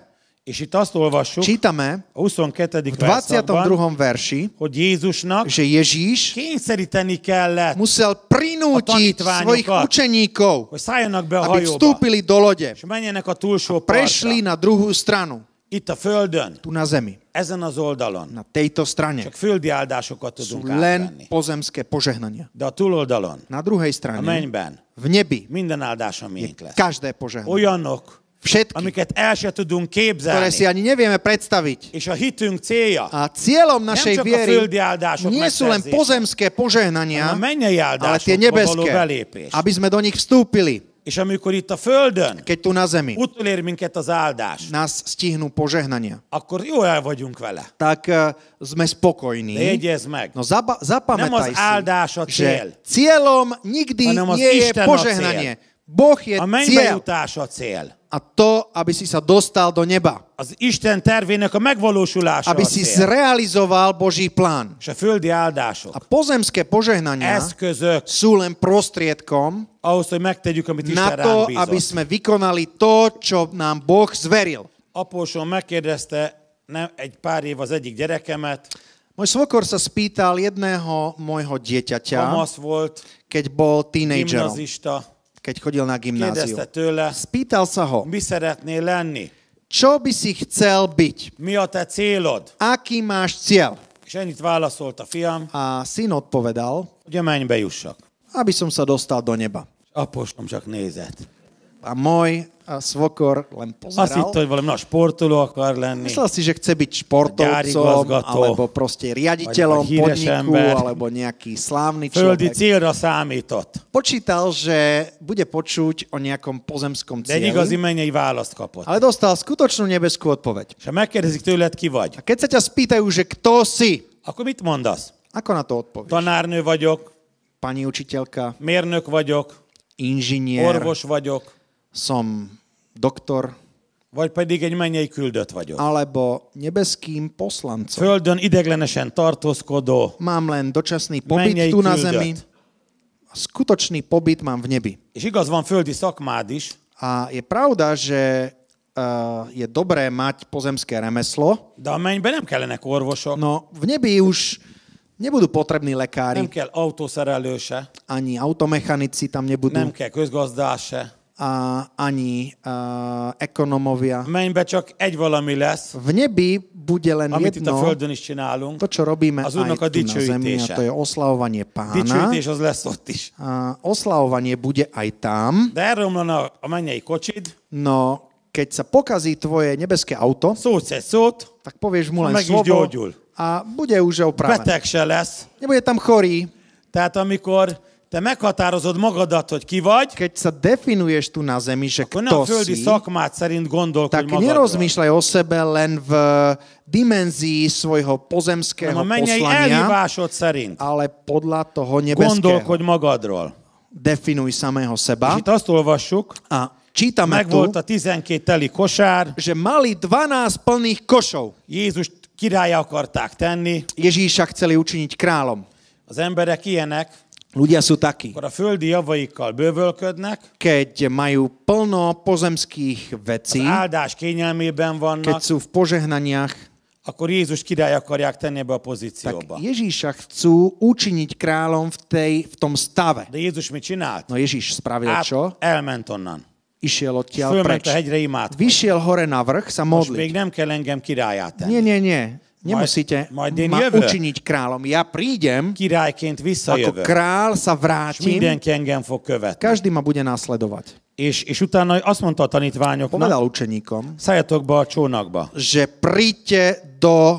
Speaker 2: És itt azt olvassuk,
Speaker 3: Čítame
Speaker 2: a 22.
Speaker 3: v 22.
Speaker 2: verszakban,
Speaker 3: verši,
Speaker 2: hogy Jézusnak
Speaker 3: že Ježíš
Speaker 2: kényszeríteni kellett,
Speaker 3: musel prinútiť svojich učeníkov,
Speaker 2: hogy szálljanak be a
Speaker 3: aby
Speaker 2: hajóba,
Speaker 3: vstúpili do lode,
Speaker 2: és menjenek a túlsó partra,
Speaker 3: prešli na druhú stranu,
Speaker 2: itt a földön,
Speaker 3: tu na zemi,
Speaker 2: ezen az oldalon.
Speaker 3: na tejto strane.
Speaker 2: Csak földi áldásokat
Speaker 3: Sú
Speaker 2: tudunk
Speaker 3: len
Speaker 2: átvenni.
Speaker 3: pozemské požehnania.
Speaker 2: De a túloldalon,
Speaker 3: Na druhej
Speaker 2: a
Speaker 3: strane,
Speaker 2: mennyben,
Speaker 3: v nebi,
Speaker 2: minden áldás a miénk lesz.
Speaker 3: každé požehnanie.
Speaker 2: Olyanok,
Speaker 3: Všetky,
Speaker 2: amiket el se tudunk
Speaker 3: ktoré si
Speaker 2: képzelni,
Speaker 3: ani nevieme predstaviť.
Speaker 2: és a hitünk célja,
Speaker 3: A cieľom
Speaker 2: nem csak
Speaker 3: našej
Speaker 2: a
Speaker 3: viery
Speaker 2: földi áldások
Speaker 3: nie sú len
Speaker 2: megszerzése,
Speaker 3: pozemské
Speaker 2: hanem a
Speaker 3: požehnania,
Speaker 2: mennyei
Speaker 3: ale
Speaker 2: áldásokba
Speaker 3: tie
Speaker 2: való
Speaker 3: nebeské,
Speaker 2: belépés.
Speaker 3: aby sme do nich vstúpili,
Speaker 2: És amikor itt a földön
Speaker 3: keď tu na zemi
Speaker 2: utolér minket az áldás,
Speaker 3: nás stihnú požehnania.
Speaker 2: akkor jó el vagyunk vele.
Speaker 3: Tak eh, sme
Speaker 2: De
Speaker 3: spokojní.
Speaker 2: jegyezd meg,
Speaker 3: No zaba-
Speaker 2: Nem az
Speaker 3: zapamätaj
Speaker 2: áldás a
Speaker 3: si, že
Speaker 2: cieľ.
Speaker 3: cieľom nikdy
Speaker 2: Hanem az
Speaker 3: nie je
Speaker 2: Isten a
Speaker 3: požehnanie. Boh je
Speaker 2: a mennybe
Speaker 3: cieľ
Speaker 2: jutás a cél.
Speaker 3: a to, aby si sa dostal do neba.
Speaker 2: Az Isten tervének a megvalósulása a
Speaker 3: Aby si
Speaker 2: cél.
Speaker 3: zrealizoval Boží plán.
Speaker 2: És a földi áldások
Speaker 3: A pozemské požehnania
Speaker 2: eszközök
Speaker 3: sú len prostriedkom,
Speaker 2: ahhoz, hogy megtegyük, amit
Speaker 3: na
Speaker 2: Isten
Speaker 3: to,
Speaker 2: ránk
Speaker 3: aby
Speaker 2: bízott.
Speaker 3: sme vykonali to, čo nám Boh zveril.
Speaker 2: Apósom megkérdezte nem, egy pár év az egyik gyerekemet,
Speaker 3: Môj svokor sa spýtal jedného môjho dieťaťa,
Speaker 2: kamasz volt,
Speaker 3: keď bol tínejdžerom,
Speaker 2: gimnazista.
Speaker 3: keď chodil na gymnáziu.
Speaker 2: Kérdezte tőle,
Speaker 3: Spýtal sa ho,
Speaker 2: mi szeretnél lenni?
Speaker 3: čo by si chcel byť?
Speaker 2: Mi a te célod?
Speaker 3: Aký máš cieľ?
Speaker 2: És ennyit válaszolt a fiam,
Speaker 3: A syn odpovedal,
Speaker 2: hogy a mennybe jussak.
Speaker 3: aby som sa dostal do neba.
Speaker 2: Apósom csak nézett.
Speaker 3: A môj a svokor len
Speaker 2: Azt hitt,
Speaker 3: pozeral.
Speaker 2: hogy valami nagy sportoló akar lenni.
Speaker 3: Myslel si, že chce byť športovcom,
Speaker 2: Ďarigozgatou.
Speaker 3: alebo proste riaditeľom
Speaker 2: Alebo híres
Speaker 3: podniku,
Speaker 2: ember.
Speaker 3: alebo nejaký slávny
Speaker 2: Földi
Speaker 3: človek.
Speaker 2: célra számított,
Speaker 3: Počítal, že bude počuť o nejakom pozemskom
Speaker 2: de egy igazi
Speaker 3: cieli,
Speaker 2: mennyei választ kapott.
Speaker 3: ale dostal skutočnú nebeskú odpoveď.
Speaker 2: És ha megkérdezik tőled, ki vagy,
Speaker 3: A keď sa ťa spýtajú, že kto si,
Speaker 2: akkor mit mondasz?
Speaker 3: ako na to odpovieš?
Speaker 2: Tanárnő vagyok,
Speaker 3: Pani učiteľka,
Speaker 2: mérnök vagyok,
Speaker 3: inžinier,
Speaker 2: orvos vagyok,
Speaker 3: som doktor,
Speaker 2: vagy pedig egy mennyei küldött vagyok.
Speaker 3: Ah. alebo nebeským poslancom.
Speaker 2: Földön ideglenesen tartózkodó,
Speaker 3: Mám len dočasný pobyt
Speaker 2: mennyei
Speaker 3: tu na
Speaker 2: küldött.
Speaker 3: zemi. Skutočný pobyt mám v nebi.
Speaker 2: És igaz, van földi szakmád is,
Speaker 3: A je pravda, že uh, je dobré mať pozemské remeslo,
Speaker 2: de a mennyben nem kellenek orvosok,
Speaker 3: no v nebi už nebudú potrební
Speaker 2: nem
Speaker 3: lekári,
Speaker 2: kell autószerelő se,
Speaker 3: ani automechanici tam
Speaker 2: nem
Speaker 3: nebudú,
Speaker 2: kell közgazdás se.
Speaker 3: a, ani uh, ekonomovia.
Speaker 2: A mennyben csak egy valami lesz,
Speaker 3: V nebi bude len
Speaker 2: amit itt a
Speaker 3: jedno,
Speaker 2: Földön is csinálunk.
Speaker 3: to, čo robíme
Speaker 2: Az Úrnak a
Speaker 3: aj tu na zemi, a
Speaker 2: dicsőítése.
Speaker 3: to je oslavovanie pána.
Speaker 2: Dicsőítés az lesz ott is.
Speaker 3: A oslavovanie bude aj tam,
Speaker 2: De elromlana a mennyei kocsid,
Speaker 3: no keď sa pokazí tvoje nebeské auto,
Speaker 2: szót egy szót,
Speaker 3: tak povieš mu
Speaker 2: A
Speaker 3: len
Speaker 2: meg is
Speaker 3: slovo
Speaker 2: gyógyul.
Speaker 3: a bude už opravené.
Speaker 2: beteg se lesz.
Speaker 3: Nebude tam chorý.
Speaker 2: Tehát amikor te meghatározod magadat, hogy ki vagy,
Speaker 3: Keď sa definuješ tu na zemi, že
Speaker 2: akkor nem a
Speaker 3: kto
Speaker 2: földi
Speaker 3: si,
Speaker 2: szakmád szerint gondolkodj
Speaker 3: tak
Speaker 2: magadról.
Speaker 3: nerozmýšľaj o sebe len v dimenzii svojho pozemského
Speaker 2: hanem a mennyei
Speaker 3: poslania,
Speaker 2: elhívásod szerint
Speaker 3: ale podľa toho nebeského.
Speaker 2: gondolkodj magadról.
Speaker 3: Definuj samého
Speaker 2: És
Speaker 3: seba.
Speaker 2: itt azt olvassuk,
Speaker 3: A čítame tu,
Speaker 2: megvolt a 12 teli kosár,
Speaker 3: že mali 12 plných košov.
Speaker 2: Jézust királya akarták tenni,
Speaker 3: Ježíša chceli učiniť kráľom.
Speaker 2: az emberek ilyenek,
Speaker 3: Ľudia sú takí.
Speaker 2: akkor a földi javaikkal bővölködnek,
Speaker 3: Keď majú plno pozemských
Speaker 2: az
Speaker 3: vecí,
Speaker 2: áldás kényelmében
Speaker 3: keď
Speaker 2: vannak,
Speaker 3: sú v požehnaniach,
Speaker 2: akkor Jézus király akarják tenni ebbe a
Speaker 3: tak
Speaker 2: pozícióba.
Speaker 3: Ježíša chcú učiniť kráľom v, tej, v tom stave.
Speaker 2: De Jézus mit csinált?
Speaker 3: No Ježíš spravil
Speaker 2: Át,
Speaker 3: čo?
Speaker 2: elment onnan.
Speaker 3: Išiel odtiaľ
Speaker 2: Fölment a
Speaker 3: preč.
Speaker 2: hegyre imádkozni.
Speaker 3: Vyšiel hore na vrch sa
Speaker 2: Most még
Speaker 3: modliť.
Speaker 2: nem kell engem királyá tenni.
Speaker 3: Nie, nie, nie. Nemusíte
Speaker 2: Majd- majd
Speaker 3: ma
Speaker 2: jövök.
Speaker 3: učiniť kráľom. Ja prídem,
Speaker 2: Királyként
Speaker 3: ako
Speaker 2: visszajövök.
Speaker 3: král
Speaker 2: És
Speaker 3: sa vrátim,
Speaker 2: mindenki engem fog követni.
Speaker 3: každý ma bude nasledovať.
Speaker 2: És, és utána azt mondta a tanítványoknak,
Speaker 3: Povedal učeníkom,
Speaker 2: szálljatok be a csónakba.
Speaker 3: že príďte do,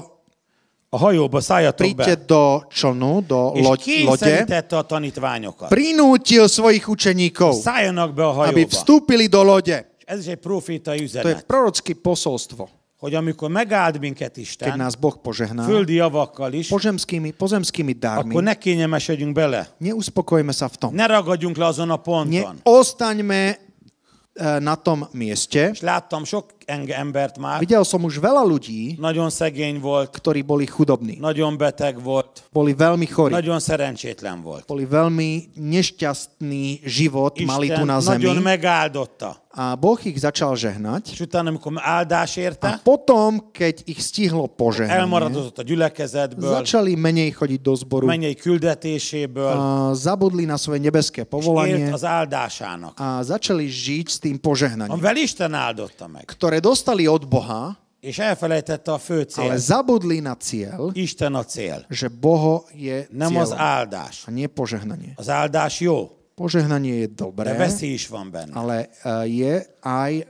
Speaker 2: A hajóba szálljatok
Speaker 3: príďte
Speaker 2: be.
Speaker 3: do člnu, do
Speaker 2: És
Speaker 3: loď, lode.
Speaker 2: kényszerítette a tanítványokat.
Speaker 3: Prinútil svojich učeníkov,
Speaker 2: Szálljanak be a
Speaker 3: aby
Speaker 2: hajóba.
Speaker 3: vstúpili do lode.
Speaker 2: És Ez is egy profétai
Speaker 3: To je
Speaker 2: üzenet,
Speaker 3: prorocké posolstvo,
Speaker 2: hogy amikor megáld minket
Speaker 3: keď
Speaker 2: Isten,
Speaker 3: nás Boh požehná
Speaker 2: földi javakkal is,
Speaker 3: pozemskými, pozemskými
Speaker 2: akkor
Speaker 3: dármi.
Speaker 2: ne kényelmesedjünk bele.
Speaker 3: Neuspokojme sa v tom.
Speaker 2: Ne ragadjunk le azon a ponton.
Speaker 3: Neostaňme e, na tom mieste.
Speaker 2: És láttam sok enge- embert már,
Speaker 3: Videl som už veľa ľudí,
Speaker 2: nagyon szegény volt,
Speaker 3: ktorí boli chudobní.
Speaker 2: nagyon beteg volt,
Speaker 3: Boli veľmi chorí.
Speaker 2: nagyon szerencsétlen volt.
Speaker 3: Boli veľmi nešťastný život, mali tu
Speaker 2: Isten
Speaker 3: na
Speaker 2: nagyon
Speaker 3: zemi.
Speaker 2: megáldotta.
Speaker 3: A Boh ich začal žehnať.
Speaker 2: És utána, amikor áldás
Speaker 3: A
Speaker 2: érte,
Speaker 3: potom, keď ich stihlo požehnanie,
Speaker 2: elmaradozott a gyülekezetből,
Speaker 3: začali menej chodiť do zboru.
Speaker 2: mennyei küldetéséből,
Speaker 3: a Zabudli na svoje nebeské
Speaker 2: és élt
Speaker 3: povolanie
Speaker 2: az áldásának.
Speaker 3: a začali žiť s tým požehnaním,
Speaker 2: Amivel Isten áldotta meg.
Speaker 3: ktoré dostali od Boha,
Speaker 2: És elfelejtette a fő cél.
Speaker 3: ale zabudli na cieľ,
Speaker 2: Isten a cél.
Speaker 3: že Boho je
Speaker 2: Nem az
Speaker 3: cieľom
Speaker 2: áldás.
Speaker 3: a nie požehnanie.
Speaker 2: Az áldás jó,
Speaker 3: Požehnanie je
Speaker 2: de
Speaker 3: dobré,
Speaker 2: veszély is van benne.
Speaker 3: ale eh, je aj eh,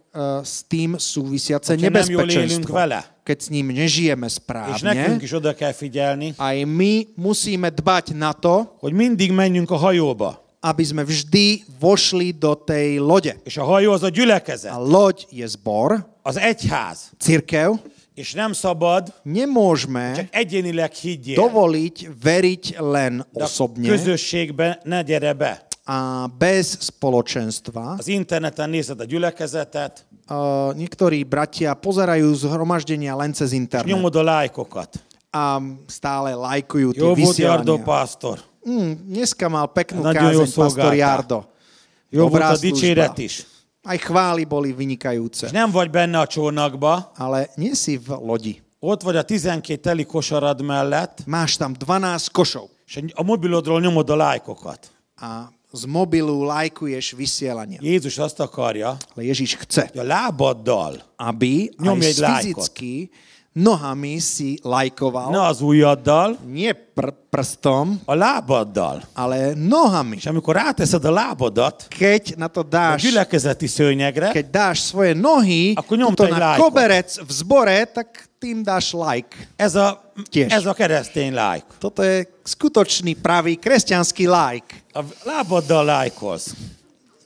Speaker 3: s tým súvisiace
Speaker 2: Hogyha nem jól élünk
Speaker 3: nebezpečenstvo.
Speaker 2: vele,
Speaker 3: Keď s ním nežijeme
Speaker 2: és nekünk
Speaker 3: správne,
Speaker 2: is oda kell figyelni,
Speaker 3: aj my musíme dbať na to,
Speaker 2: hogy mindig menjünk a hajóba.
Speaker 3: aby sme vždy vošli do tej lode.
Speaker 2: És a hajó az a
Speaker 3: A
Speaker 2: gyülekezet,
Speaker 3: loď je zbor,
Speaker 2: az egyház.
Speaker 3: církev.
Speaker 2: És nem szabad
Speaker 3: Nemôžeme
Speaker 2: csak egyénileg higgyél,
Speaker 3: dovoliť veriť len
Speaker 2: de a
Speaker 3: osobne
Speaker 2: közösségbe ne gyere be.
Speaker 3: a bez spoločenstva. E,
Speaker 2: Az interneten nézed a gyülekezetet,
Speaker 3: Uh, Niektorí bratia pozerajú zhromaždenia len cez internet
Speaker 2: nyomod a lájkokat.
Speaker 3: a stále lajkujú tie
Speaker 2: Jó volt Jardó
Speaker 3: vysielania.
Speaker 2: pásztor,
Speaker 3: Mm, dneska mal peknú
Speaker 2: Na
Speaker 3: kázeň
Speaker 2: Ďojo
Speaker 3: pastor
Speaker 2: Sogáta.
Speaker 3: Jardo.
Speaker 2: jó volt
Speaker 3: Dobrá
Speaker 2: a
Speaker 3: služba.
Speaker 2: dicséret is.
Speaker 3: Aj chvály boli
Speaker 2: És
Speaker 3: vynikajúce,
Speaker 2: nem vagy benne a csónakba,
Speaker 3: ale nie si v lodi.
Speaker 2: ott vagy a 12 teli kosarad mellett,
Speaker 3: Máš tam 12 košov
Speaker 2: és a mobilodról nyomod a lájkokat.
Speaker 3: a z mobilu lajkuješ vysielania.
Speaker 2: Jézus azt akarja,
Speaker 3: Ale Ježiš chce,
Speaker 2: hogy a lábaddal,
Speaker 3: aby aj
Speaker 2: Ňomieť lajkot.
Speaker 3: fyzicky nohami si lajkoval
Speaker 2: ne az ujjaddal,
Speaker 3: nie pr- prstom,
Speaker 2: a lábaddal.
Speaker 3: ale nohami.
Speaker 2: És amikor ráteszed a lábadat
Speaker 3: Keď na to
Speaker 2: a
Speaker 3: dáš,
Speaker 2: gyülekezeti szőnyegre,
Speaker 3: keď dáš svoje nohy
Speaker 2: Ako ňom
Speaker 3: tuto
Speaker 2: taj
Speaker 3: na
Speaker 2: lajko.
Speaker 3: koberec v zbore, tak tým dáš like.
Speaker 2: ez a,
Speaker 3: Tiež.
Speaker 2: ez a keresztény lájk.
Speaker 3: Toto je skutočný, pravý kresťanský like.
Speaker 2: A lábaddal lájkolsz,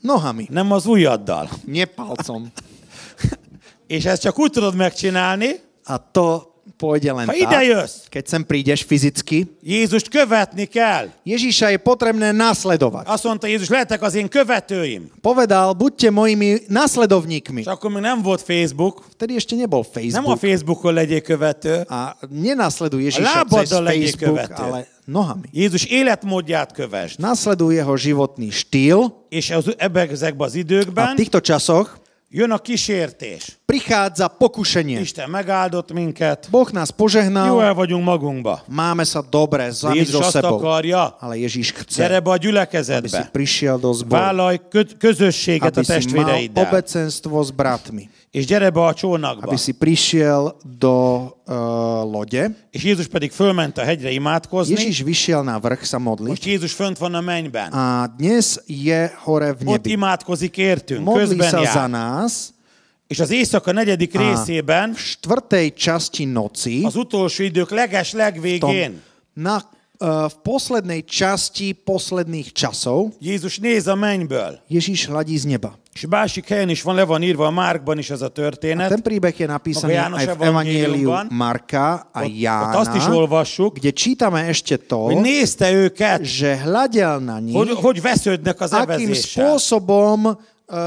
Speaker 3: Nohami,
Speaker 2: nem az ujjaddal.
Speaker 3: nie palcom.
Speaker 2: És ezt csak úgy tudod megcsinálni,
Speaker 3: A to pôjde len
Speaker 2: Ha ide
Speaker 3: tak,
Speaker 2: jössz,
Speaker 3: keď sem prídeš fyzicky.
Speaker 2: Jézust követni kell.
Speaker 3: Ježíša je potrebné nasledovať.
Speaker 2: Azt mondta Jézus, lehetek az én követőim.
Speaker 3: Povedal, buďte mojimi
Speaker 2: És
Speaker 3: nasledovníkmi.
Speaker 2: akkor még nem volt Facebook.
Speaker 3: Vtedy ešte nebol
Speaker 2: Nem a
Speaker 3: Facebook.
Speaker 2: Facebookon legyél követő.
Speaker 3: A nenasleduj Ježíša
Speaker 2: Lábaddal
Speaker 3: cez
Speaker 2: legyél
Speaker 3: Facebook,
Speaker 2: követő.
Speaker 3: ale nohami.
Speaker 2: Jézus életmódját kövesd.
Speaker 3: Nasleduj jeho životný štýl.
Speaker 2: És az, ebben ezekben az
Speaker 3: A v
Speaker 2: időkben
Speaker 3: týchto časoch
Speaker 2: jön a kísértés.
Speaker 3: prichádza pokušenie.
Speaker 2: Isten megáldott minket.
Speaker 3: Boh nás
Speaker 2: Jó
Speaker 3: požehnal,
Speaker 2: el vagyunk magunkba.
Speaker 3: máme sa dobre,
Speaker 2: De
Speaker 3: sami so
Speaker 2: Jézus azt
Speaker 3: sebou.
Speaker 2: akarja,
Speaker 3: Ale Ježíš chce,
Speaker 2: gyere be a
Speaker 3: aby si
Speaker 2: gyülekezetbe.
Speaker 3: prišiel do zboru,
Speaker 2: Vállalj kö- közösséget a
Speaker 3: aby si mal
Speaker 2: testvéreiddel.
Speaker 3: obecenstvo s bratmi,
Speaker 2: És gyere be a csónakba.
Speaker 3: aby si prišiel do uh, lode.
Speaker 2: És Jézus pedig fölment a hegyre imádkozni.
Speaker 3: Ježíš vyšiel na vrch sa modliť
Speaker 2: Most Jézus fönt van a mennyben.
Speaker 3: a dnes je hore v
Speaker 2: Ott
Speaker 3: nebi.
Speaker 2: imádkozik értünk,
Speaker 3: Modlí
Speaker 2: közben
Speaker 3: sa
Speaker 2: jár.
Speaker 3: za nás
Speaker 2: És az éjszaka negyedik
Speaker 3: a
Speaker 2: részében,
Speaker 3: v štvrtej časti noci,
Speaker 2: az utolsó idők leges
Speaker 3: tom,
Speaker 2: legvégén,
Speaker 3: na, uh, v poslednej časti posledných časov,
Speaker 2: Jézus néz a mennyből.
Speaker 3: Ježíš hľadí z neba.
Speaker 2: És másik helyen is van, le van írva a Márkban is ez a történet.
Speaker 3: Ten príbeh je napísaný
Speaker 2: Maga János
Speaker 3: aj v Evangeliu
Speaker 2: evangéliumban.
Speaker 3: Marka a
Speaker 2: Ott, ott azt is
Speaker 3: Jána,
Speaker 2: olvassuk,
Speaker 3: kde čítame ešte
Speaker 2: hogy
Speaker 3: to,
Speaker 2: nézte őket,
Speaker 3: že hľadel na
Speaker 2: hogy,
Speaker 3: nich,
Speaker 2: hogy vesződnek az
Speaker 3: akým
Speaker 2: evezéssel.
Speaker 3: spôsobom eh,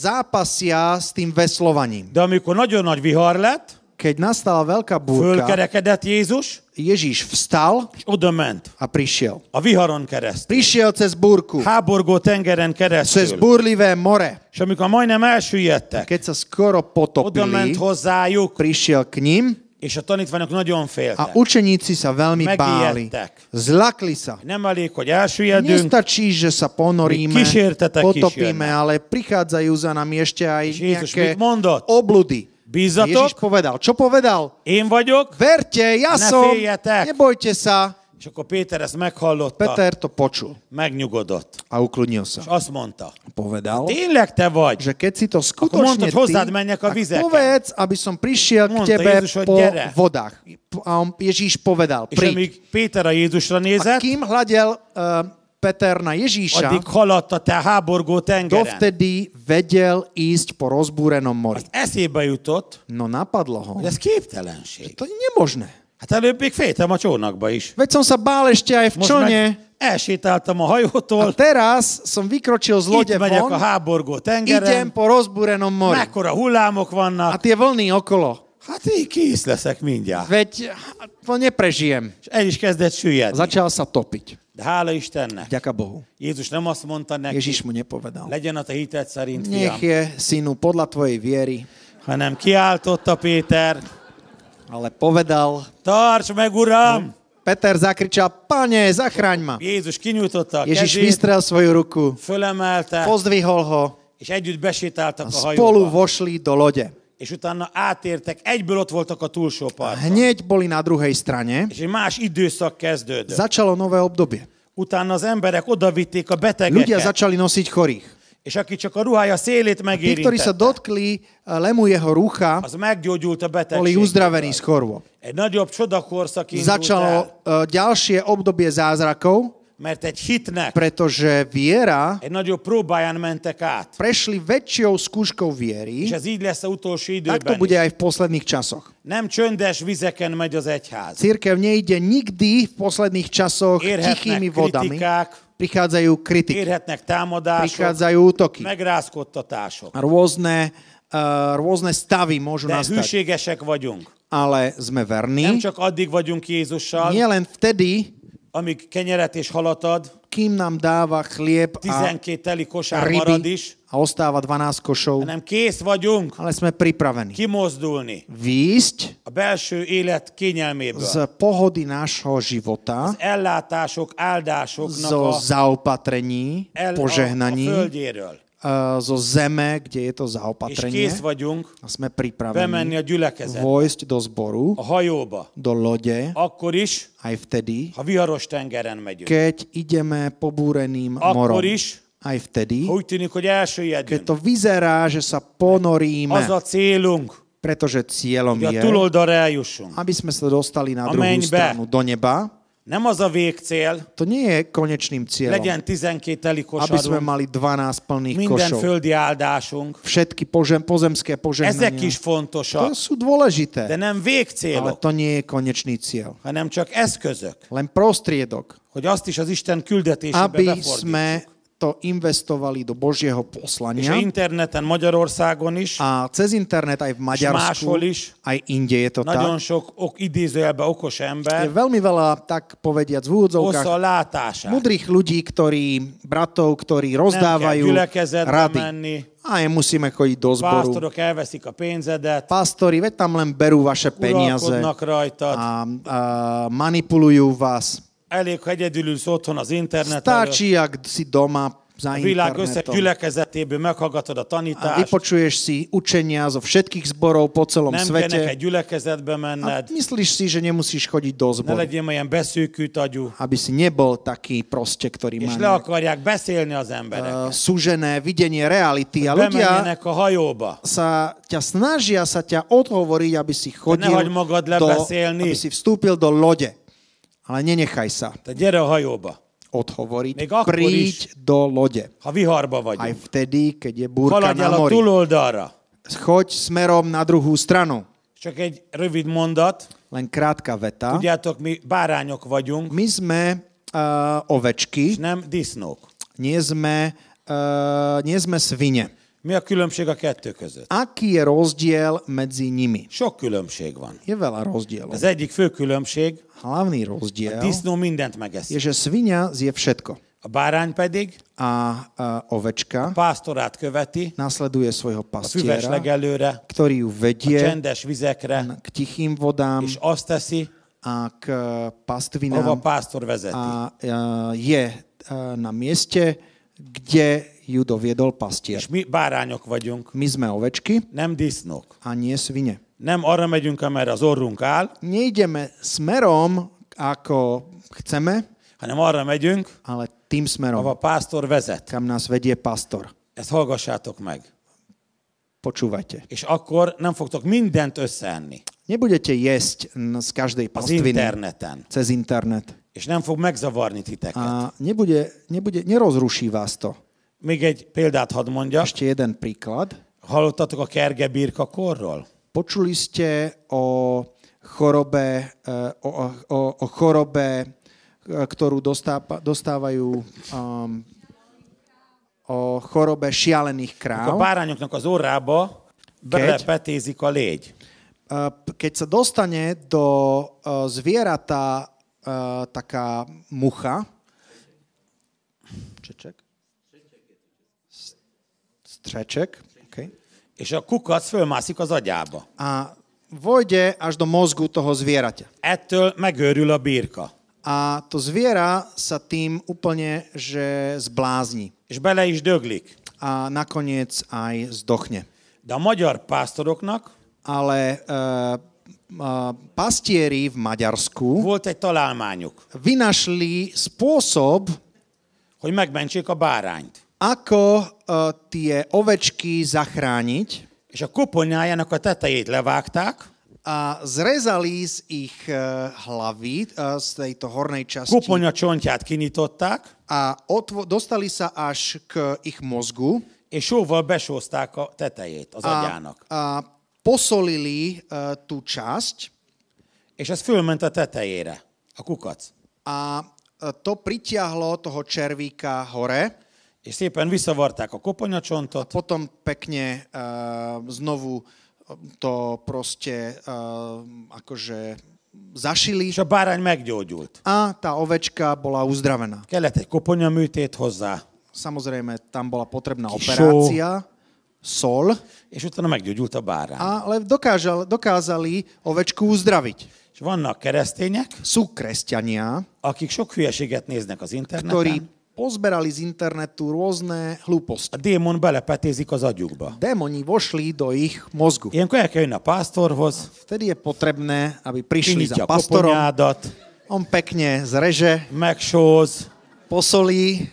Speaker 3: zápasia s tým veslovaním.
Speaker 2: De amikor nagyon nagy vihar lett,
Speaker 3: Keď nastala veľká búrka,
Speaker 2: fölkerekedett Jézus,
Speaker 3: Ježíš vstal
Speaker 2: és oda ment.
Speaker 3: a prišiel.
Speaker 2: A viharon keresztül.
Speaker 3: Prišiel cez búrku,
Speaker 2: Háborgó tengeren
Speaker 3: cez
Speaker 2: keresztül.
Speaker 3: burlivé more.
Speaker 2: És amikor majdnem elsüllyedtek,
Speaker 3: Keď sa skoro
Speaker 2: oda
Speaker 3: potopili,
Speaker 2: ment hozzájuk,
Speaker 3: prišiel k ním
Speaker 2: és a tanítványok nagyon féltek.
Speaker 3: a učeníci sa veľmi báli.
Speaker 2: Megijedtek.
Speaker 3: Zlakli sa.
Speaker 2: Nem elég, hogy elsüllyedünk,
Speaker 3: Nestačí, že sa ponoríme,
Speaker 2: My kyšiertatá
Speaker 3: potopíme,
Speaker 2: kyšierná.
Speaker 3: ale prichádzajú za nami ešte aj
Speaker 2: Ježiš,
Speaker 3: nejaké
Speaker 2: mit mondott?
Speaker 3: obludy. A
Speaker 2: bízatok,
Speaker 3: Ježiš povedal, čo povedal?
Speaker 2: én vagyok,
Speaker 3: Verte, ja som,
Speaker 2: Neféljetek.
Speaker 3: nebojte sa.
Speaker 2: és akkor Péter ezt meghallotta,
Speaker 3: Peter to počul
Speaker 2: megnyugodott,
Speaker 3: a ukludnil
Speaker 2: és
Speaker 3: sa.
Speaker 2: azt mondta,
Speaker 3: Povedal,
Speaker 2: tényleg te vagy?
Speaker 3: že keď si to
Speaker 2: Ako
Speaker 3: skutočne
Speaker 2: mondtad, hozzád menjek a
Speaker 3: tak
Speaker 2: vizeke.
Speaker 3: povedz, aby som prišiel k
Speaker 2: Mondta
Speaker 3: tebe
Speaker 2: Ježiš, hogy
Speaker 3: po
Speaker 2: gyere.
Speaker 3: vodách. A on, Ježíš povedal,
Speaker 2: És
Speaker 3: príď.
Speaker 2: amíg Péter a Jézusra
Speaker 3: A
Speaker 2: nézett,
Speaker 3: kým hľadel uh, Peter na Ježíša,
Speaker 2: addig haladt a te háborgó tengeren.
Speaker 3: dovtedy vedel ísť po rozbúrenom mori.
Speaker 2: Azt eszébe jutott,
Speaker 3: No napadlo ho,
Speaker 2: hogy ez képtelenség.
Speaker 3: to je nemožné.
Speaker 2: Hát előbb még féltem a csónakba is.
Speaker 3: Veď som sa bál ešte aj v
Speaker 2: Most
Speaker 3: člne
Speaker 2: meg elsétáltam a
Speaker 3: a
Speaker 2: hajótól,
Speaker 3: teraz som vykročil z lode
Speaker 2: itt megyek a
Speaker 3: von,
Speaker 2: háborgó
Speaker 3: idem
Speaker 2: tengeren,
Speaker 3: po rozbúrenom mori.
Speaker 2: mekkora hullámok
Speaker 3: A
Speaker 2: vannak,
Speaker 3: tie vlny okolo,
Speaker 2: hát én kész leszek mindjárt.
Speaker 3: veď ha, to neprežijem.
Speaker 2: És el is kezdett süllyedni.
Speaker 3: Začal sa topiť.
Speaker 2: De hála Istennek,
Speaker 3: Ďaká Bohu.
Speaker 2: Jézus nem azt mondta neki,
Speaker 3: Ježiš mu nepovedal.
Speaker 2: legyen a te hited szerint, fiam,
Speaker 3: Nech je, synu, podľa tvojej viery,
Speaker 2: hanem kiáltotta Péter,
Speaker 3: ale povedal.
Speaker 2: tarts meg, Uram!
Speaker 3: Peter zakričal, pane, zachráň ma.
Speaker 2: Jézus kinyújtotta a kezét,
Speaker 3: Ježiš vystrel svoju ruku,
Speaker 2: fölemelte,
Speaker 3: pozdvihol ho
Speaker 2: és együtt besétáltak
Speaker 3: a
Speaker 2: a
Speaker 3: spolu
Speaker 2: hajóba.
Speaker 3: vošli do lode.
Speaker 2: És utána átértek, egyből ott voltak a túlsó parton.
Speaker 3: Hneď boli na druhej strane.
Speaker 2: És egy más időszak kezdődött.
Speaker 3: Začalo nové obdobie.
Speaker 2: Utána az emberek odavitték a
Speaker 3: Ľudia
Speaker 2: betegeket,
Speaker 3: začali nosiť chorých.
Speaker 2: és aki csak a ruhája szélét
Speaker 3: Tí, ktorí
Speaker 2: megérintette,
Speaker 3: sa dotkli eh, lemu jeho rucha,
Speaker 2: az meggyógyult a
Speaker 3: boli
Speaker 2: betegségtől.
Speaker 3: uzdravení z chorôb.
Speaker 2: Egy nagyobb csodakorszak indult
Speaker 3: Začalo
Speaker 2: el,
Speaker 3: eh, ďalšie obdobie zázrakov,
Speaker 2: mert egy hitnek
Speaker 3: pretože viera
Speaker 2: egy nagyobb próbáján mentek át.
Speaker 3: prešli väčšou skúškou
Speaker 2: És
Speaker 3: viery,
Speaker 2: ez így lesz a utolsó
Speaker 3: tak to
Speaker 2: időben
Speaker 3: bude
Speaker 2: is.
Speaker 3: aj v posledných časoch.
Speaker 2: Nem csöndes vizeken megy az egyház.
Speaker 3: Církev nejde nikdy v posledných časoch tichými
Speaker 2: Érhetnek
Speaker 3: vodami.
Speaker 2: kritikák,
Speaker 3: Prichádzajú kritiky,
Speaker 2: érhetnek támadások,
Speaker 3: prichádzajú útoky.
Speaker 2: megrázkodtatások.
Speaker 3: Rôzne, eh, rôzne stavy môžu
Speaker 2: De
Speaker 3: nastať.
Speaker 2: hűségesek vagyunk.
Speaker 3: Ale sme
Speaker 2: Nem
Speaker 3: verní.
Speaker 2: csak addig vagyunk Jézussal,
Speaker 3: Nie len vtedy,
Speaker 2: amíg kenyeret és halat ad,
Speaker 3: kým nám dáva chlieb a
Speaker 2: 12 teli kosár marad
Speaker 3: ryby
Speaker 2: is,
Speaker 3: a ostáva 12 košov,
Speaker 2: hanem kész vagyunk
Speaker 3: ale sme pripravení
Speaker 2: kimozdulni
Speaker 3: výjsť
Speaker 2: a belső élet kényelméből.
Speaker 3: z pohody nášho
Speaker 2: az
Speaker 3: života,
Speaker 2: ellátások, áldásoknak
Speaker 3: zo
Speaker 2: a,
Speaker 3: zaopatrení,
Speaker 2: el, a, a
Speaker 3: požehnaní,
Speaker 2: földjéről.
Speaker 3: eh, zo zeme, kde je to
Speaker 2: És kész
Speaker 3: zaopatrenie.
Speaker 2: vagyunk
Speaker 3: A sme
Speaker 2: bemenni
Speaker 3: pripravení
Speaker 2: a gyülekezetbe,
Speaker 3: vojsť do zboru,
Speaker 2: a hajóba.
Speaker 3: do lode,
Speaker 2: Akkor is,
Speaker 3: aj vtedy,
Speaker 2: ha viharos tengeren megyünk.
Speaker 3: keď ideme pobúreným morom.
Speaker 2: Akkor is,
Speaker 3: Aj vtedy,
Speaker 2: ha úgy tűnik, hogy
Speaker 3: keď
Speaker 2: elsüllyedünk.
Speaker 3: to vyzerá, že sa ponoríme,
Speaker 2: Az a célunk,
Speaker 3: pretože cieľom
Speaker 2: hogy a
Speaker 3: je,
Speaker 2: túloldalra eljussunk.
Speaker 3: aby sme sa dostali na
Speaker 2: A
Speaker 3: druhú
Speaker 2: meňbe.
Speaker 3: stranu, do neba,
Speaker 2: Nem az a végcél,
Speaker 3: To nie je konečným cieľom,
Speaker 2: legyen 12 teli
Speaker 3: aby
Speaker 2: kosarunk,
Speaker 3: sme mali 12 plných
Speaker 2: minden
Speaker 3: košov.
Speaker 2: földi áldásunk.
Speaker 3: Všetky požem,
Speaker 2: Ezek
Speaker 3: pozemské
Speaker 2: is
Speaker 3: požehnania.
Speaker 2: fontosak,
Speaker 3: To sú
Speaker 2: de
Speaker 3: dôležité,
Speaker 2: nem
Speaker 3: ale
Speaker 2: végcélok,
Speaker 3: to nie je konečný cieľ.
Speaker 2: hanem csak eszközök,
Speaker 3: Len prostriedok,
Speaker 2: hogy azt is az Isten küldetésébe
Speaker 3: aby
Speaker 2: befordítsuk.
Speaker 3: sme to investovali do Božieho
Speaker 2: És a
Speaker 3: poslania
Speaker 2: interneten Magyarországon is
Speaker 3: a cez internet aj v Maďarsku,
Speaker 2: máshol is.
Speaker 3: aj inde je to
Speaker 2: nagyon
Speaker 3: tak.
Speaker 2: sok ok, idézőjelbe okos
Speaker 3: Je
Speaker 2: ember
Speaker 3: veľmi veľa, tak povediať, v
Speaker 2: hozza a
Speaker 3: úvodzovkách
Speaker 2: látását.
Speaker 3: mudrých ľudí, ktorí, bratov, ktorí rozdávajú
Speaker 2: Nem kell gyülekezetbe
Speaker 3: rady.
Speaker 2: menni.
Speaker 3: A nemusíme chodiť do zboru.
Speaker 2: Pásztorok elveszik a pénzedet,
Speaker 3: Pastori, veď tam len berú vaše peniaze
Speaker 2: uralkodnak rajtad,
Speaker 3: a, a manipulujú vás.
Speaker 2: elég, ha egyedül ülsz otthon az internet előtt,
Speaker 3: Stačí, ak si doma za
Speaker 2: a világ összes
Speaker 3: internetom
Speaker 2: gyülekezetéből meghallgatod a
Speaker 3: a
Speaker 2: tanítást,
Speaker 3: vypočuješ si učenia zo všetkých zborov po celom
Speaker 2: nem kell neked
Speaker 3: svete
Speaker 2: gyülekezetbe
Speaker 3: a
Speaker 2: menned,
Speaker 3: myslíš si, že nemusíš chodiť do
Speaker 2: ne
Speaker 3: zboru,
Speaker 2: legyél olyan beszűkült agyú,
Speaker 3: aby si nebol taký proste, ktorý má
Speaker 2: és le
Speaker 3: nejaké,
Speaker 2: akarják beszélni az emberek.
Speaker 3: uh, súžené videnie reality. A ľudia
Speaker 2: Bemenjenek a hajóba.
Speaker 3: sa ťa snažia sa ťa odhovoriť, aby si chodil
Speaker 2: nehaď magad
Speaker 3: do,
Speaker 2: lebeszélni.
Speaker 3: aby si vstúpil do lode. Ale nenechaj sa
Speaker 2: Te gyere a hajóba,
Speaker 3: odhovoriť.
Speaker 2: Nech akkor
Speaker 3: Príď do lode.
Speaker 2: ha viharba
Speaker 3: Aj
Speaker 2: vagyunk.
Speaker 3: vtedy, keď je búrka
Speaker 2: Haladj
Speaker 3: na
Speaker 2: el a
Speaker 3: mori.
Speaker 2: túloldalra.
Speaker 3: Choď smerom na druhú stranu.
Speaker 2: Csak egy rövid mondat.
Speaker 3: Len krátka veta.
Speaker 2: Tudjátok, mi bárányok vagyunk,
Speaker 3: My sme uh,
Speaker 2: és
Speaker 3: ovečky,
Speaker 2: nem disznók.
Speaker 3: nie sme, uh, nie sme svine.
Speaker 2: Mi a különbség a kettő között?
Speaker 3: Aký je rozdiel medzi nimi?
Speaker 2: Sok különbség van.
Speaker 3: Je veľa rozdielov.
Speaker 2: Az egyik fő különbség,
Speaker 3: Hlavný
Speaker 2: a
Speaker 3: rozdiel
Speaker 2: disznó mindent
Speaker 3: je,
Speaker 2: megeszik.
Speaker 3: že svinia zje všetko.
Speaker 2: A bárány pedig
Speaker 3: a, a ovečka
Speaker 2: pásztorát követi,
Speaker 3: nasleduje svojho
Speaker 2: a füves
Speaker 3: pastiera,
Speaker 2: legelőre,
Speaker 3: ktorý ju
Speaker 2: a
Speaker 3: vedie
Speaker 2: csendes vizekre,
Speaker 3: k tichým vodám
Speaker 2: és azt teszi,
Speaker 3: a k
Speaker 2: ahova a
Speaker 3: pastvinám
Speaker 2: pásztor vezeti.
Speaker 3: a e, je e, na mieste, kde ju doviedol pastier.
Speaker 2: És mi bárányok vagyunk,
Speaker 3: My sme ovečky
Speaker 2: nem disznók.
Speaker 3: a nie svine.
Speaker 2: Nem arra megyünk, amerre az orrunk áll,
Speaker 3: Nejdeme smerom, ako chceme,
Speaker 2: hanem arra megyünk,
Speaker 3: ale tým
Speaker 2: ahova
Speaker 3: smerom,
Speaker 2: a pásztor vezet.
Speaker 3: kam nás vedie pastor.
Speaker 2: Ezt hallgassátok meg.
Speaker 3: Počúvajte.
Speaker 2: És akkor nem fogtok mindent összeenni
Speaker 3: Nebudete jesť n- z každej
Speaker 2: az
Speaker 3: pastviny
Speaker 2: interneten.
Speaker 3: cez internet.
Speaker 2: És nem fog megzavarni titeket.
Speaker 3: A nebude, nebude, nerozruší vás to.
Speaker 2: Még egy példát hadd mondjak.
Speaker 3: Ešte jeden príklad.
Speaker 2: Hallottatok a kerge birka korról?
Speaker 3: Počuli ste o chorobe, e, o, o, o- o chorobe, e, ktorú dostápa, dostávajú um, o chorobe šialených
Speaker 2: A
Speaker 3: kráv.
Speaker 2: bárányoknak az orrába belepetézik a légy.
Speaker 3: E, p- Keď sa dostane do e, zvieratá e, taká mucha, čeček? Streček, okay.
Speaker 2: És a kukac fölmászik az agyába.
Speaker 3: a vojde až do mozgu toho zvieraťa.
Speaker 2: Ettől megőrül a birka.
Speaker 3: A to zviera sa tým úplne, že zblázni.
Speaker 2: És bele is döglik.
Speaker 3: A nakoniec aj zdochne.
Speaker 2: De a magyar pásztoroknak
Speaker 3: Ale e, e, pastieri v Maďarsku
Speaker 2: volt egy találmányuk,
Speaker 3: vynašli spôsob,
Speaker 2: hogy megmentsék a bárányt.
Speaker 3: ako e, tie ovečky zachrániť
Speaker 2: És a koponyájának a tetejét levágták,
Speaker 3: a zrezali z ich e, hlavy, e, z tejto hornej časti
Speaker 2: koponya csontját kinyitották,
Speaker 3: a otvo- dostali sa až k ich mozgu.
Speaker 2: és sóval besózták a tetejét az
Speaker 3: a,
Speaker 2: agyának.
Speaker 3: a posolili uh, tú časť
Speaker 2: És ez fölment a tetejére, a kukac.
Speaker 3: a e, to pritiahlo toho červíka hore,
Speaker 2: És szépen visszavarták a koponyacsontot,
Speaker 3: potom pekne uh, znovu to proste uh, akože zašili
Speaker 2: és a bárány meggyógyult.
Speaker 3: a tá ovečka bola uzdravená.
Speaker 2: Kellett egy koponyaműtét hozzá,
Speaker 3: Samozrejme, tam bola potrebná
Speaker 2: Čo?
Speaker 3: operácia, sol,
Speaker 2: és utána meggyógyult a bárány.
Speaker 3: ale dokážal, dokázali ovečku uzdraviť.
Speaker 2: És vannak keresztények,
Speaker 3: Sú kresťania,
Speaker 2: akik sok hülyeséget néznek az
Speaker 3: ktorí
Speaker 2: interneten,
Speaker 3: pozberali z internetu rôzne hlúposti.
Speaker 2: a démon belepetézik az agyukba.
Speaker 3: Démoni vošli do ich mozgu.
Speaker 2: Ilyenkor el kell jönni a pásztorhoz,
Speaker 3: Vtedy je potrebné, aby prišli
Speaker 2: kinyitja
Speaker 3: za
Speaker 2: a
Speaker 3: pastorom,
Speaker 2: koponyádat,
Speaker 3: on pekne zreže,
Speaker 2: megsóz,
Speaker 3: posolí,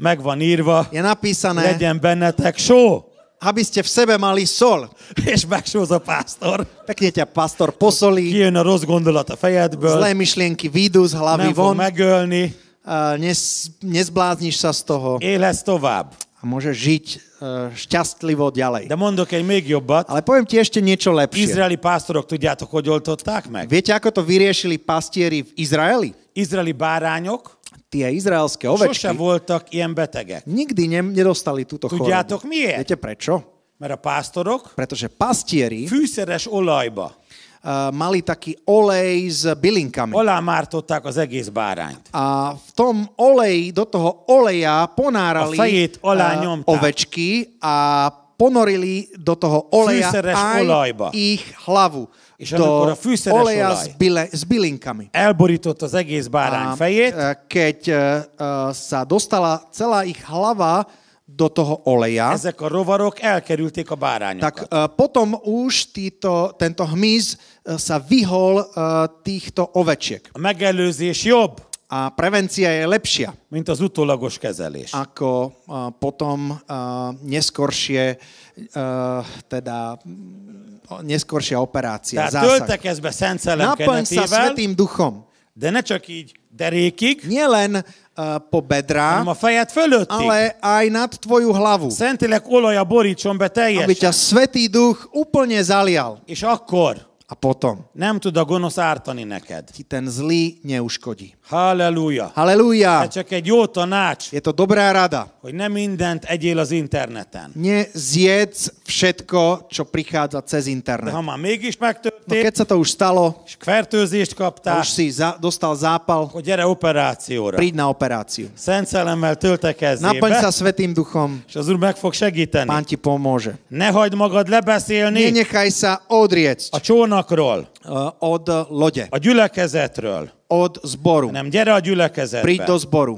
Speaker 2: meg van írva,
Speaker 3: je napísané,
Speaker 2: legyen bennetek só!
Speaker 3: aby ste v sebe mali sol.
Speaker 2: és megsóz a pásztor.
Speaker 3: Pekne ťa pastor posolí,
Speaker 2: Kijön a rossz gondolat a fejedből,
Speaker 3: zlé myšlienky výjdu z hlavy
Speaker 2: nem fog
Speaker 3: von,
Speaker 2: megölni,
Speaker 3: a nes, nezblázniš sa z toho
Speaker 2: élesz tovább.
Speaker 3: a môžeš žiť e, šťastlivo ďalej.
Speaker 2: De mondok egy még jobbat,
Speaker 3: Ale poviem ti ešte niečo lepšie.
Speaker 2: izraeli pásztorok tudjátok, hogy oltották meg?
Speaker 3: Viete, ako to vyriešili pastieri v Izraeli?
Speaker 2: Izraeli bárányok
Speaker 3: Tie izraelské
Speaker 2: sose
Speaker 3: ovečky
Speaker 2: voltak ilyen betegek,
Speaker 3: nikdy ne, nedostali túto
Speaker 2: Tudjátok
Speaker 3: chorobu.
Speaker 2: miért?
Speaker 3: Viete prečo?
Speaker 2: mert a pásztorok
Speaker 3: Pretože pastieri
Speaker 2: fűszeres olajba
Speaker 3: uh, mali taký olej s bylinkami.
Speaker 2: alámártották az egész bárányt.
Speaker 3: A v tom oleji, do toho oleja ponárali
Speaker 2: A fejét olá
Speaker 3: eh,
Speaker 2: ňomták.
Speaker 3: ovečky a ponorili do toho oleja
Speaker 2: Fűszeres
Speaker 3: aj
Speaker 2: olajba.
Speaker 3: ich hlavu.
Speaker 2: És amikor a
Speaker 3: do
Speaker 2: fűszeres
Speaker 3: oleja
Speaker 2: olaj-
Speaker 3: s, byle, s bylinkami.
Speaker 2: Elborított az egész bárány fejét,
Speaker 3: eh, keď eh, eh, sa dostala celá ich hlava do toho oleja,
Speaker 2: ezek a rovarok elkerülték a
Speaker 3: tak
Speaker 2: bárányokat.
Speaker 3: eh, potom už títo, tento hmyz eh, sa vyhol eh, týchto ovečiek.
Speaker 2: A megelőzés jobb,
Speaker 3: A prevencia je lepšia
Speaker 2: mint az utólagos kezelés.
Speaker 3: ako a, potom a, neskoršie, a, teda mm, o- neskoršia operácia,
Speaker 2: Tehát
Speaker 3: zásah.
Speaker 2: töltekezz be Szent Szellem
Speaker 3: Naplň sa
Speaker 2: kenetével,
Speaker 3: Svetým duchom.
Speaker 2: de ne csak így derékig,
Speaker 3: Nielen a, po
Speaker 2: hanem
Speaker 3: bedrá,
Speaker 2: a fejed fölöttig.
Speaker 3: ale aj nad tvoju hlavu.
Speaker 2: Szentileg olaja borítson be
Speaker 3: Aby
Speaker 2: teljesen.
Speaker 3: ťa Svetý duch úplne zalial.
Speaker 2: És akkor
Speaker 3: A potom
Speaker 2: nem tud a gonosz ártani neked.
Speaker 3: ti ten zlý neuškodí.
Speaker 2: Halleluja!
Speaker 3: Halelúja!
Speaker 2: Ez csak egy jó tanács,
Speaker 3: Je to dobrá rada.
Speaker 2: hogy nem mindent egyél az interneten.
Speaker 3: Nezjedz všetko, čo prichádza cez
Speaker 2: De
Speaker 3: internet.
Speaker 2: ha már mégis
Speaker 3: No
Speaker 2: megtörtént,
Speaker 3: keď sa to už stalo,
Speaker 2: és fertőzést
Speaker 3: a
Speaker 2: kaptál,
Speaker 3: už si za, dostal zápal,
Speaker 2: akkor gyere operációra.
Speaker 3: príď na operáciu.
Speaker 2: Szent szellemmel töltekezzél
Speaker 3: Naplň sa
Speaker 2: be,
Speaker 3: Svetým duchom,
Speaker 2: és az Úr meg fog segíteni.
Speaker 3: Pán ti pomôže.
Speaker 2: Ne hagyd magad lebeszélni
Speaker 3: Nenechaj sa odriecť
Speaker 2: a csónakról,
Speaker 3: eh, od lode,
Speaker 2: a gyülekezetről,
Speaker 3: od zboru.
Speaker 2: hanem gyere a
Speaker 3: Príď do
Speaker 2: gyülekezetbe,
Speaker 3: zboru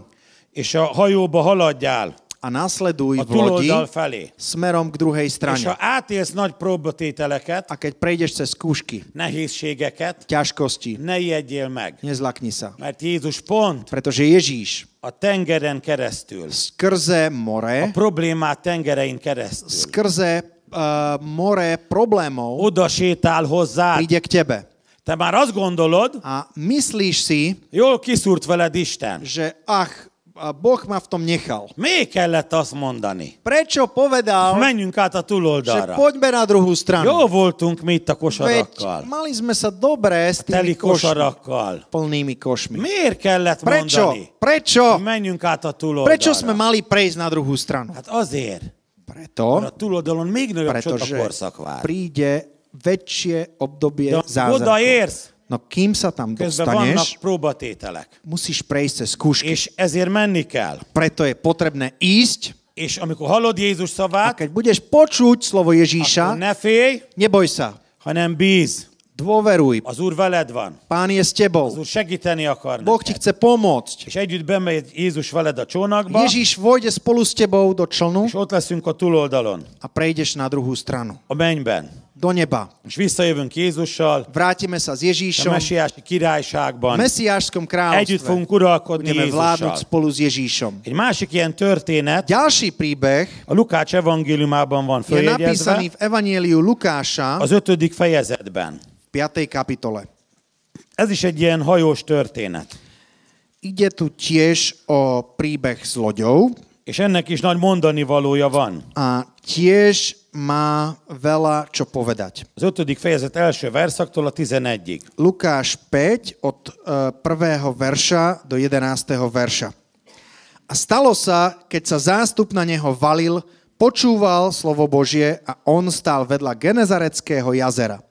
Speaker 2: és a hajóba haladjál
Speaker 3: a nasleduj
Speaker 2: a
Speaker 3: v lodi
Speaker 2: túloldal felé.
Speaker 3: smerom k druhej
Speaker 2: És ha
Speaker 3: strane.
Speaker 2: átélsz nagy próbatételeket,
Speaker 3: A keď prejdeš cez skúšky,
Speaker 2: nehézségeket,
Speaker 3: ťažkosti,
Speaker 2: ne ijedjél meg,
Speaker 3: nezlakni sa.
Speaker 2: mert Jézus pont
Speaker 3: Pretože Ježíš
Speaker 2: a tengeren keresztül,
Speaker 3: skrze
Speaker 2: a
Speaker 3: more,
Speaker 2: problémát tengerein keresztül,
Speaker 3: skrze uh, more problémov
Speaker 2: oda sétál hozzád.
Speaker 3: príde k tebe.
Speaker 2: Te már azt gondolod,
Speaker 3: A myslíš si,
Speaker 2: jól kiszúrt veled Isten.
Speaker 3: že ach, a Boh ma v tom nechal.
Speaker 2: Még kellett azt mondani.
Speaker 3: Prečo povedal,
Speaker 2: Menjünk át a
Speaker 3: že
Speaker 2: túloldalra.
Speaker 3: poďme na druhú stranu?
Speaker 2: Jó voltunk mi itt a
Speaker 3: Veď
Speaker 2: kosarakkal,
Speaker 3: mali sme sa dobré s
Speaker 2: teli
Speaker 3: tými košmi,
Speaker 2: kosarakkal.
Speaker 3: plnými košmi.
Speaker 2: Miért kellett
Speaker 3: Prečo?
Speaker 2: mondani, hogy
Speaker 3: Prečo?
Speaker 2: menjünk át a
Speaker 3: Prečo sme
Speaker 2: túloldalra?
Speaker 3: mali prejsť na druhú stranu?
Speaker 2: Hát azért, mert
Speaker 3: Preto,
Speaker 2: a túloldalon még nagyobb
Speaker 3: pretože
Speaker 2: csodakorszak vár.
Speaker 3: príde väčšie obdobie
Speaker 2: De
Speaker 3: zázrakov.
Speaker 2: odaérsz,
Speaker 3: No kým sa tam
Speaker 2: közben vannak
Speaker 3: dostaneš,
Speaker 2: próbatételek.
Speaker 3: musíš prejsť cez skúšky.
Speaker 2: És ezért menni kell.
Speaker 3: Preto je potrebné ísť
Speaker 2: És amikor hallod Jézus
Speaker 3: a
Speaker 2: szavát,
Speaker 3: keď budeš počuť slovo
Speaker 2: akkor
Speaker 3: Ježíša,
Speaker 2: ne félj,
Speaker 3: neboj sa,
Speaker 2: hanem bíz.
Speaker 3: dôveruj,
Speaker 2: Az Úr veled van.
Speaker 3: Pán je
Speaker 2: Az
Speaker 3: s tebou.
Speaker 2: Úr segíteni akar
Speaker 3: Boh
Speaker 2: neked.
Speaker 3: ti chce pomôcť.
Speaker 2: És együtt bemegy Jézus veled a csónakba,
Speaker 3: Ježíš vojde spolu s tebou do člnu
Speaker 2: és ott leszünk a túloldalon,
Speaker 3: a prejdeš na druhú stranu.
Speaker 2: a mennyben.
Speaker 3: Do neba.
Speaker 2: És visszajövünk Jézussal,
Speaker 3: Vrátime sa s
Speaker 2: a
Speaker 3: Ježíšom v
Speaker 2: mesiási királyságban.
Speaker 3: mesiášskom
Speaker 2: Együtt
Speaker 3: kráľovstve.
Speaker 2: fogunk uralkodni
Speaker 3: Budeme
Speaker 2: Jézussal.
Speaker 3: vládnuť spolu s Ježíšom.
Speaker 2: Egy másik ilyen történet
Speaker 3: Ďalší príbeh
Speaker 2: a Lukács evangéliumában van
Speaker 3: je
Speaker 2: följegyezve,
Speaker 3: napísaný v Evanieliu Lukáša
Speaker 2: az ötödik fejezetben.
Speaker 3: v 5. kapitole.
Speaker 2: Ez is egy ilyen hajós történet.
Speaker 3: Ide tu tiež o príbeh s loďou
Speaker 2: És ennek is nagy mondani valója van.
Speaker 3: a tiež má veľa čo povedať.
Speaker 2: Az ötödik fejezet első verszaktól a tizenegyig.
Speaker 3: Lukáš 5 od 1. verša do 11. verša. A stalo sa, keď sa zástup na neho valil, počúval slovo Božie a on stál vedľa Genezareckého jazera.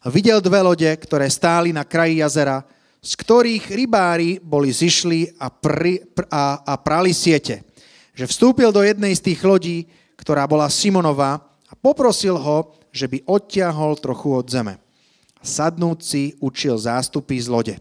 Speaker 3: A videl dve lode, ktoré stáli na kraji jazera, z ktorých rybári boli zišli a, pri, pr, a, a prali siete. Že vstúpil do jednej z tých lodí, ktorá bola Simonová a poprosil ho, že by odtiahol trochu od zeme. A sadnúci učil zástupy z lode.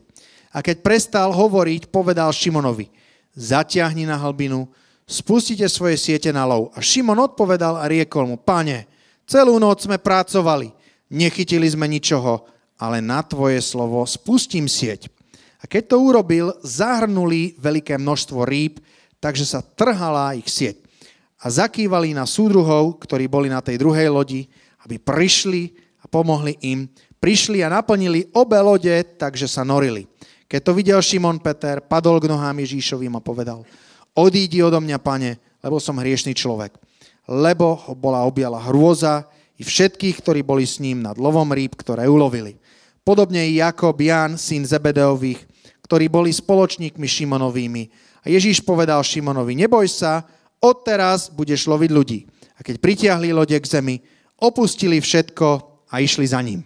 Speaker 3: A keď prestal hovoriť, povedal Šimonovi, zatiahni na hlbinu, spustite svoje siete na lov. A Šimon odpovedal a riekol mu, pane, celú noc sme pracovali, nechytili sme ničoho, ale na tvoje slovo spustím sieť. A keď to urobil, zahrnuli veľké množstvo rýb, takže sa trhala ich sieť. a zakývali na súdruhov, ktorí boli na tej druhej lodi, aby prišli a pomohli im. Prišli a naplnili obe lode, takže sa norili. Keď to videl Šimon Peter, padol k nohám Ježíšovým a povedal, odídi odo mňa, pane, lebo som hriešný človek. Lebo ho bola objala hrôza i všetkých, ktorí boli s ním nad lovom rýb, ktoré ulovili. Podobne i Jakob, Ján, syn Zebedeových, ktorí boli spoločníkmi Šimonovými. A Ježíš povedal Šimonovi, neboj sa, odteraz budeš loviť ľudí. A keď pritiahli lode k zemi, opustili všetko a išli za ním.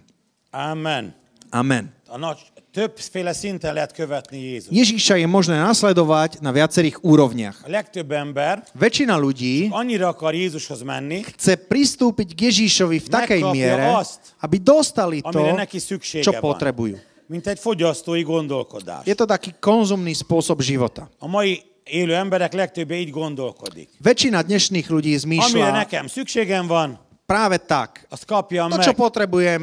Speaker 2: Amen.
Speaker 3: Amen.
Speaker 2: A nagy, többféle szinten lehet követni Jézus.
Speaker 3: Ježíša je možné nasledovať na viacerých úrovniach.
Speaker 2: A legtöbb ember
Speaker 3: Väčšina ľudí
Speaker 2: annyira akar Jézushoz menni,
Speaker 3: chce pristúpiť k Ježíšovi v takej
Speaker 2: Nekapja
Speaker 3: miere,
Speaker 2: azt,
Speaker 3: aby dostali to,
Speaker 2: amire neki szüksége
Speaker 3: čo
Speaker 2: van.
Speaker 3: potrebujú.
Speaker 2: mint egy fogyasztói gondolkodás.
Speaker 3: Je to taký konzumný spôsob života.
Speaker 2: A mai élő emberek legtöbbje így gondolkodik.
Speaker 3: Väčšina dnešných ľudí
Speaker 2: Amire
Speaker 3: zmýšľa
Speaker 2: nekem szükségem van,
Speaker 3: práve tak.
Speaker 2: azt kapjam
Speaker 3: To, čo
Speaker 2: meg.
Speaker 3: potrebujem,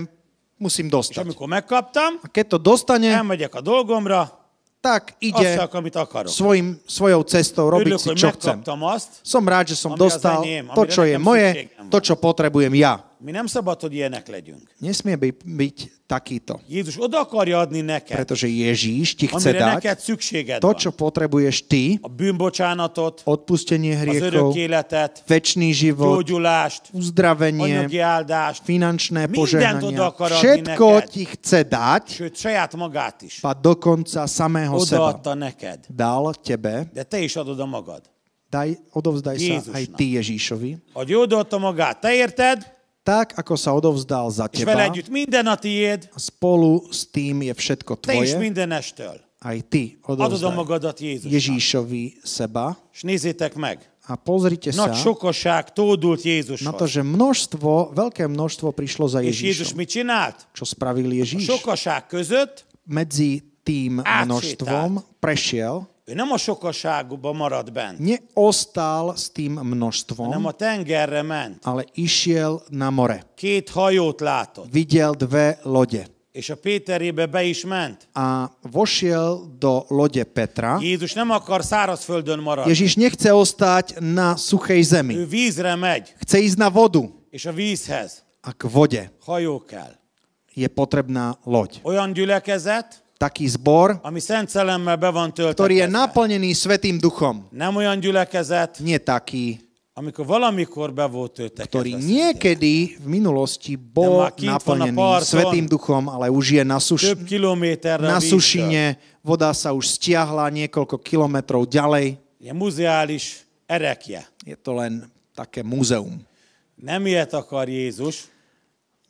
Speaker 3: musím
Speaker 2: És
Speaker 3: dostať.
Speaker 2: amikor megkaptam,
Speaker 3: A keď to dostane,
Speaker 2: elmegyek a dolgomra,
Speaker 3: tak
Speaker 2: azt
Speaker 3: ide
Speaker 2: csak, amit akarok.
Speaker 3: svojim, svojou cestou robiť
Speaker 2: Örülök,
Speaker 3: si,
Speaker 2: hogy
Speaker 3: čo chcem.
Speaker 2: megkaptam azt,
Speaker 3: Som rád, že som
Speaker 2: Ami az
Speaker 3: dostal
Speaker 2: enyém,
Speaker 3: to,
Speaker 2: amire
Speaker 3: čo je
Speaker 2: nekem
Speaker 3: moje,
Speaker 2: szükségem van.
Speaker 3: to, čo potrebujem ja.
Speaker 2: mi nem szabad, hogy ilyenek legyünk.
Speaker 3: Nesmie by, byť takýto.
Speaker 2: Jézus oda akarja adni neked,
Speaker 3: Pretože Ježíš ti chce
Speaker 2: amire
Speaker 3: dať
Speaker 2: neked szükséged
Speaker 3: to,
Speaker 2: van.
Speaker 3: čo potrebuješ ty,
Speaker 2: A bűnbocsánatot,
Speaker 3: odpustenie
Speaker 2: az örök
Speaker 3: hriechov,
Speaker 2: életet,
Speaker 3: väčší život,
Speaker 2: gyógyulást, anyagi
Speaker 3: uzdravenie,
Speaker 2: áldást,
Speaker 3: finančné
Speaker 2: Mindent oda
Speaker 3: požehnania.
Speaker 2: akar adni
Speaker 3: Všetko
Speaker 2: neked.
Speaker 3: ti chce dať,
Speaker 2: sőt saját magát is
Speaker 3: a dokonca samého seba.
Speaker 2: odaadta neked.
Speaker 3: Dal tebe,
Speaker 2: De te is adod a magad.
Speaker 3: daj, odovzdaj sa
Speaker 2: Jézusnak.
Speaker 3: aj ty Ježíšovi,
Speaker 2: Hogy ő odaadta magát, te érted,
Speaker 3: tak ako sa odovzdal za
Speaker 2: és vele
Speaker 3: teba
Speaker 2: együtt minden a tiéd,
Speaker 3: a spolu s tým je všetko
Speaker 2: te is
Speaker 3: tvoje,
Speaker 2: mindenestől.
Speaker 3: aj ty
Speaker 2: Adod a
Speaker 3: odovzdaj
Speaker 2: magadat Jézusnak.
Speaker 3: Ježíšovi seba
Speaker 2: És nézzétek meg,
Speaker 3: a pozrite sa
Speaker 2: nagy sokosság tódult
Speaker 3: na to,
Speaker 2: Jézushoz.
Speaker 3: že množstvo, veľké množstvo prišlo za
Speaker 2: És Jézus
Speaker 3: Ježíšom.
Speaker 2: mit csinált?
Speaker 3: Čo spravil
Speaker 2: A
Speaker 3: Ježíš?
Speaker 2: sokasság között
Speaker 3: medzi tým
Speaker 2: Ácitát.
Speaker 3: množstvom prešiel,
Speaker 2: ő nem a sokasságba maradt bent,
Speaker 3: neostal s tým
Speaker 2: hanem
Speaker 3: množstvom,
Speaker 2: a tengerre ment.
Speaker 3: ale išiel na more.
Speaker 2: Két hajót látott,
Speaker 3: Videl dve lode
Speaker 2: és a Péterébe be is ment.
Speaker 3: a vošiel do lode Petra.
Speaker 2: Jézus nem akar szárazföldön maradni.
Speaker 3: Ježiš nechce ostať na suchej zemi.
Speaker 2: Ő vízre megy,
Speaker 3: Chce ísť na vodu
Speaker 2: és a vízhez
Speaker 3: a k vode
Speaker 2: hajó kell.
Speaker 3: je potrebná loď.
Speaker 2: Olyan gyülekezet,
Speaker 3: Taký zbor,
Speaker 2: ami Szent Szellemmel be van
Speaker 3: ktorý je
Speaker 2: töltve.
Speaker 3: naplnený Svetým duchom.
Speaker 2: Nem olyan gyülekezet,
Speaker 3: Nie taký,
Speaker 2: amikor valamikor be volt
Speaker 3: ktorý
Speaker 2: töltekezve.
Speaker 3: niekedy v minulosti bol
Speaker 2: Nemá kým to na pár
Speaker 3: naplnený
Speaker 2: tón.
Speaker 3: Svetým duchom, ale už je na suši.
Speaker 2: Több kilométerre a
Speaker 3: na
Speaker 2: víztől.
Speaker 3: sušine, voda sa už stiahla niekoľko kilometrov ďalej.
Speaker 2: Ilyen muzeális erekje.
Speaker 3: Je to len také múzeum.
Speaker 2: Nem ilyet akar Jézus.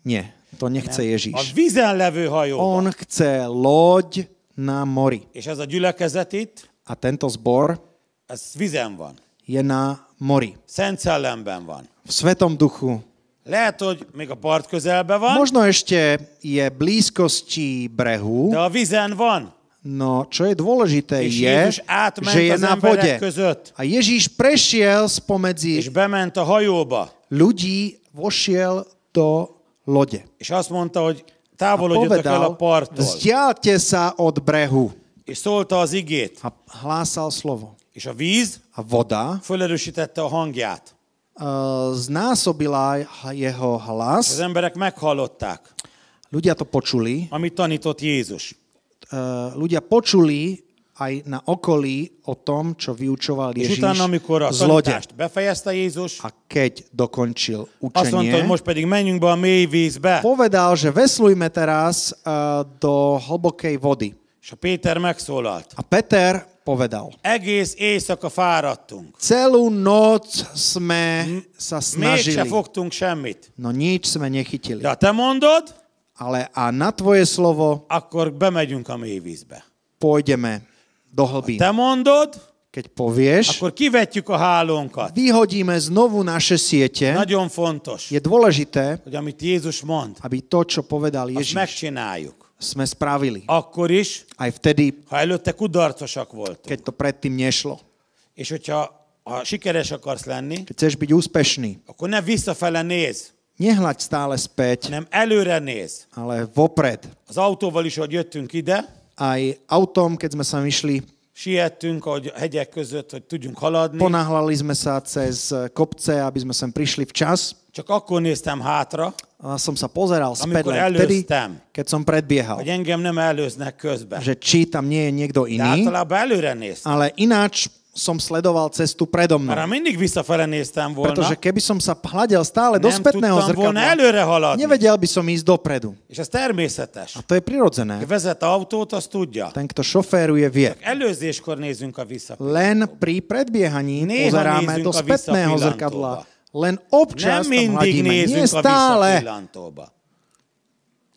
Speaker 3: Nie, to nechce
Speaker 2: A
Speaker 3: Ježíš.
Speaker 2: vízen levő hajó.
Speaker 3: On chce loď na mori.
Speaker 2: És ez a gyülekezet itt,
Speaker 3: A tento zbor
Speaker 2: ez vízen van.
Speaker 3: je na mori.
Speaker 2: Szent szellemben van.
Speaker 3: V Svetom duchu.
Speaker 2: Lehet, hogy még a part közelben van,
Speaker 3: Možno ešte je blízkosti
Speaker 2: de
Speaker 3: brehu,
Speaker 2: a vízen van.
Speaker 3: no čo je dôležité
Speaker 2: És
Speaker 3: je,
Speaker 2: Jézus átment
Speaker 3: že je
Speaker 2: az
Speaker 3: na
Speaker 2: emberek
Speaker 3: vode.
Speaker 2: között,
Speaker 3: A Ježíš prešiel
Speaker 2: és
Speaker 3: spomedzi
Speaker 2: bement a hajóba.
Speaker 3: ľudí, vošiel do lode.
Speaker 2: És azt mondta, hogy
Speaker 3: a
Speaker 2: távolodjatok el a
Speaker 3: povedal,
Speaker 2: parttól.
Speaker 3: vzdialte sa od brehu.
Speaker 2: És szólta az igét.
Speaker 3: A hlásal slovo.
Speaker 2: És a víz
Speaker 3: A voda
Speaker 2: fölerősítette a hangját.
Speaker 3: e, znásobila jeho
Speaker 2: Az
Speaker 3: hlas.
Speaker 2: emberek meghallották,
Speaker 3: Ľudia to počuli.
Speaker 2: amit tanított Jézus.
Speaker 3: E, ľudia počuli aj na okolí o tom, čo vyučoval
Speaker 2: És
Speaker 3: Ježíš
Speaker 2: utána, amikor a
Speaker 3: z lode.
Speaker 2: tanítást befejezte Jézus,
Speaker 3: A keď dokončil
Speaker 2: azt mondta, hogy
Speaker 3: učenie,
Speaker 2: most pedig menjünk be a mély vízbe.
Speaker 3: povedal, že veslujme teraz e, do hlbokej vody.
Speaker 2: És a Péter megszólalt.
Speaker 3: A Peter povedal,
Speaker 2: Egész éjszaka fáradtunk.
Speaker 3: celú noc sme sa
Speaker 2: Mégse
Speaker 3: snažili,
Speaker 2: fogtunk semmit.
Speaker 3: no nič sme nechytili.
Speaker 2: De ha te mondod,
Speaker 3: ale a na tvoje slovo
Speaker 2: akkor bemegyünk a mély vízbe.
Speaker 3: pôjdeme do hlbín.
Speaker 2: Te mondod,
Speaker 3: Keď povieš,
Speaker 2: akkor kivetjük a hálónkat.
Speaker 3: vyhodíme znovu naše siete.
Speaker 2: Nagyon fontos,
Speaker 3: Je dôležité,
Speaker 2: hogy amit Jézus mond,
Speaker 3: aby to, čo povedal
Speaker 2: azt
Speaker 3: Ježiš,
Speaker 2: megcsináljuk.
Speaker 3: sme spravili.
Speaker 2: Akkor is,
Speaker 3: Aj vtedy,
Speaker 2: ha előtte kudarcosak voltunk.
Speaker 3: keď to predtým nešlo.
Speaker 2: És hogyha ha sikeres akarsz lenni,
Speaker 3: Keď chceš byť úspešný,
Speaker 2: akkor ne visszafele néz,
Speaker 3: nehľaď stále späť,
Speaker 2: hanem előre néz.
Speaker 3: ale vopred.
Speaker 2: Az autóval is, hogy jöttünk ide,
Speaker 3: Aj autom, keď sme sa myšli
Speaker 2: Siettünk ahogy a hegyek között, hogy tudjunk haladni.
Speaker 3: Ponáhlali sme sa cez eh, kopce, aby sme sem prišli včas.
Speaker 2: Csak akkor néztem hátra,
Speaker 3: A som sa pozeral späť
Speaker 2: amikor
Speaker 3: len vtedy,
Speaker 2: előztem,
Speaker 3: keď som predbiehal.
Speaker 2: hogy engem nem előznek közben.
Speaker 3: Že či tam nie je niekto
Speaker 2: De
Speaker 3: iný,
Speaker 2: általában előre néztem.
Speaker 3: ale ináč som sledoval cestu predo
Speaker 2: Arra
Speaker 3: mnou.
Speaker 2: mindig visszafele néztem volna,
Speaker 3: Pretože keby som sa hľadel stále do
Speaker 2: nem
Speaker 3: spätného
Speaker 2: tudtam volna
Speaker 3: zrkadla,
Speaker 2: előre haladni.
Speaker 3: nevedel by som ísť dopredu.
Speaker 2: És ez természetes.
Speaker 3: A to je prirodzené.
Speaker 2: Aki vezet autót, az tudja.
Speaker 3: Ten, kto šoféruje, vie.
Speaker 2: Előzéskor nézünk a vissza.
Speaker 3: Len pri predbiehaní
Speaker 2: Néha
Speaker 3: pozeráme
Speaker 2: nézzünk
Speaker 3: do
Speaker 2: a
Speaker 3: spätného
Speaker 2: visszapillantóba.
Speaker 3: zrkadla. Len občas
Speaker 2: Nem
Speaker 3: tam
Speaker 2: mindig
Speaker 3: hľadíme. Nie
Speaker 2: nézünk a
Speaker 3: stále.
Speaker 2: visszapillantóba.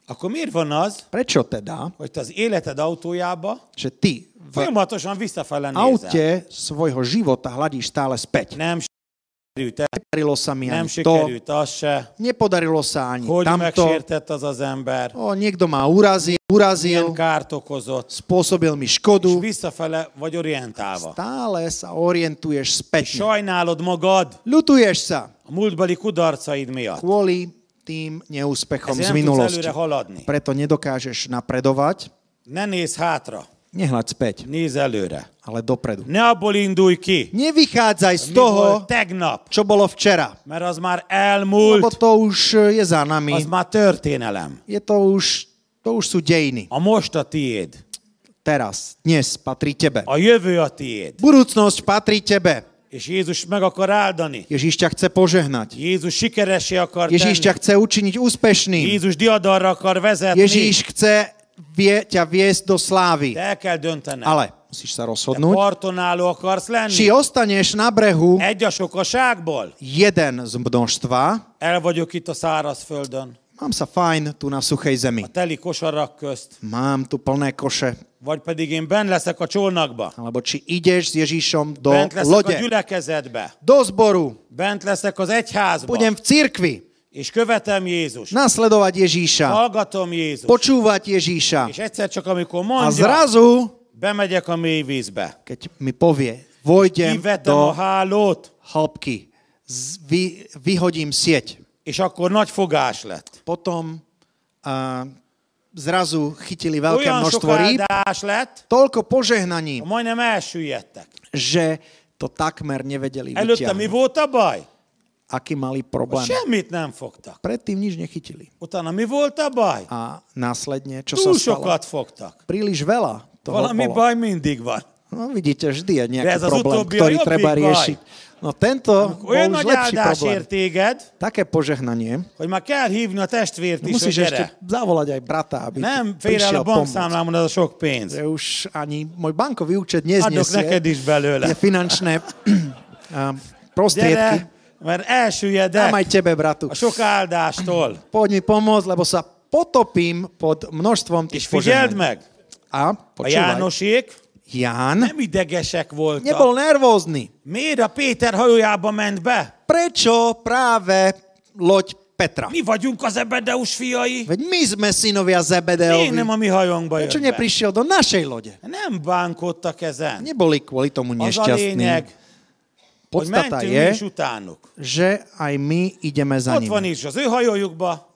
Speaker 2: Akkor miért van az,
Speaker 3: Prečo teda,
Speaker 2: hogy te az életed autójába
Speaker 3: že ty v
Speaker 2: folyamatosan visszafele nézel?
Speaker 3: aute svojho života hľadíš stále späť?
Speaker 2: Nem sikerült ez,
Speaker 3: Nepodarilo sa mi
Speaker 2: nem
Speaker 3: ani to,
Speaker 2: sikerült az se,
Speaker 3: nepodarilo sa ani
Speaker 2: hogy
Speaker 3: tamto.
Speaker 2: megsértett az az ember,
Speaker 3: O, niekto ma urazil, urazil,
Speaker 2: milyen kárt okozott,
Speaker 3: spôsobil mi
Speaker 2: és
Speaker 3: škodu.
Speaker 2: visszafele vagy orientálva.
Speaker 3: Stále sa orientuješ späť.
Speaker 2: Sajnálod magad
Speaker 3: Ľutuješ sa
Speaker 2: a múltbeli kudarcaid miatt.
Speaker 3: kvôli tým neúspechom
Speaker 2: Ezért nem
Speaker 3: z
Speaker 2: tudsz
Speaker 3: minulosti.
Speaker 2: előre haladni.
Speaker 3: Preto nedokážeš napredovať.
Speaker 2: Ne nézz hátra,
Speaker 3: Nehľad späť,
Speaker 2: nézz előre.
Speaker 3: ale dopredu.
Speaker 2: Ne abból indulj ki,
Speaker 3: Nevychádzaj z
Speaker 2: mi
Speaker 3: toho,
Speaker 2: volt tegnap,
Speaker 3: čo bolo včera.
Speaker 2: mert az már
Speaker 3: Lebo
Speaker 2: elmúlt,
Speaker 3: to už e, je
Speaker 2: az
Speaker 3: za nami.
Speaker 2: már történelem.
Speaker 3: Je to už, to už sú dejiny.
Speaker 2: A most a tiéd,
Speaker 3: Teraz, dnes patrí tebe.
Speaker 2: a jövő a tiéd.
Speaker 3: Budúcnosť patrí tebe.
Speaker 2: És Jézus meg akar áldani.
Speaker 3: Ježíš ťa chce požehnať.
Speaker 2: Jézus sikeresé akar
Speaker 3: Ježíš
Speaker 2: tenni.
Speaker 3: ťa chce učiniť úspešným.
Speaker 2: Jézus diadarra akar vezetni.
Speaker 3: Ježíš chce vie, ťa viesť do slávy.
Speaker 2: De el kell döntened.
Speaker 3: Ale musíš
Speaker 2: Te
Speaker 3: sa rozhodnúť,
Speaker 2: parton álló akarsz lenni.
Speaker 3: či ostaneš na brehu
Speaker 2: Egy a sokaságból.
Speaker 3: jeden z množstva,
Speaker 2: El vagyok itt a szárazföldön,
Speaker 3: mám sa fajn tu na suchej zemi,
Speaker 2: a teli kosarak közt.
Speaker 3: mám tu plné koše,
Speaker 2: Vagy pedig én ben leszek a csónakba.
Speaker 3: alebo či ideš s Ježíšom do
Speaker 2: Bent leszek a
Speaker 3: lode,
Speaker 2: gyülekezetbe.
Speaker 3: do zboru,
Speaker 2: Bent leszek az egyházba.
Speaker 3: budem v cirkvi,
Speaker 2: És követem Jézus.
Speaker 3: nasledovať Ježíša,
Speaker 2: Hallgatom Jézus.
Speaker 3: počúvať Ježíša
Speaker 2: És egyszer csak, amikor
Speaker 3: a
Speaker 2: mondja,
Speaker 3: zrazu,
Speaker 2: bemegyek a mély vízbe.
Speaker 3: keď mi povie, vojdem
Speaker 2: Kivetem a
Speaker 3: do
Speaker 2: hálót,
Speaker 3: hĺbky, z- vy, vyhodím sieť.
Speaker 2: és akkor nagy fogás lett.
Speaker 3: Potom a, zrazu chytili veľké
Speaker 2: Olyan sok
Speaker 3: množstvo rýb,
Speaker 2: áldás lett,
Speaker 3: toľko požehnaní,
Speaker 2: majdnem elsüllyedtek.
Speaker 3: že to takmer nevedeli
Speaker 2: Előtte mi
Speaker 3: vyťahnuť.
Speaker 2: volt a baj?
Speaker 3: Aký mali problém.
Speaker 2: Semmit nem fogtak.
Speaker 3: Predtým nič nechytili.
Speaker 2: Utána mi volt a baj?
Speaker 3: A následne, čo sa
Speaker 2: Túl
Speaker 3: stalo?
Speaker 2: sokat fogtak.
Speaker 3: Príliš veľa toho
Speaker 2: Valami
Speaker 3: bolo.
Speaker 2: baj mindig van.
Speaker 3: No vidíte, vždy je nejaký
Speaker 2: Viac az
Speaker 3: problém,
Speaker 2: utóbbi a
Speaker 3: ktorý
Speaker 2: jobbik
Speaker 3: treba
Speaker 2: baj.
Speaker 3: riešiť. No tento bol
Speaker 2: Olyan
Speaker 3: už
Speaker 2: nagy
Speaker 3: lepší
Speaker 2: áldás
Speaker 3: problém.
Speaker 2: ér téged,
Speaker 3: Také požehnanie.
Speaker 2: hogy már kell hívni a testvért is, hogy
Speaker 3: Musíš ešte
Speaker 2: gyere.
Speaker 3: zavolať aj brata, aby
Speaker 2: Nem
Speaker 3: ti
Speaker 2: fér el
Speaker 3: prišiel
Speaker 2: a
Speaker 3: pomôcť.
Speaker 2: bankszámlámon az a sok pénz.
Speaker 3: Že už ani môj bankový účet
Speaker 2: Adok
Speaker 3: neznesie
Speaker 2: neked is belőle.
Speaker 3: tie finančné a, prostriedky.
Speaker 2: Gyere, mert elsüllyedek.
Speaker 3: Dám aj tebe, bratu.
Speaker 2: a sok áldástól.
Speaker 3: Poď mi pomôcť, lebo sa potopím pod množstvom
Speaker 2: És
Speaker 3: tých
Speaker 2: figyeld
Speaker 3: požehnaní.
Speaker 2: meg,
Speaker 3: A
Speaker 2: a
Speaker 3: počúvaj,
Speaker 2: Jánosék
Speaker 3: Ján
Speaker 2: nem idegesek voltak.
Speaker 3: nebol nervózny.
Speaker 2: Miért a Péter hajójába ment be?
Speaker 3: Prečo práve loď Petra?
Speaker 2: Mi vagyunk az Ebedeus fiai.
Speaker 3: Veď my sme synovia
Speaker 2: Miért nem
Speaker 3: Zebedeovi.
Speaker 2: a mi hajónkba
Speaker 3: Prečo
Speaker 2: jön be?
Speaker 3: neprišiel do našej lode?
Speaker 2: Nem bánkodtak ezen.
Speaker 3: Neboli kvôli tomu
Speaker 2: Az a
Speaker 3: nešťastní.
Speaker 2: lényeg, hogy
Speaker 3: Podstata
Speaker 2: mentünk mi is
Speaker 3: je,
Speaker 2: utánuk.
Speaker 3: že aj my ideme za
Speaker 2: Ott van
Speaker 3: ním.
Speaker 2: is az ő hajójukba,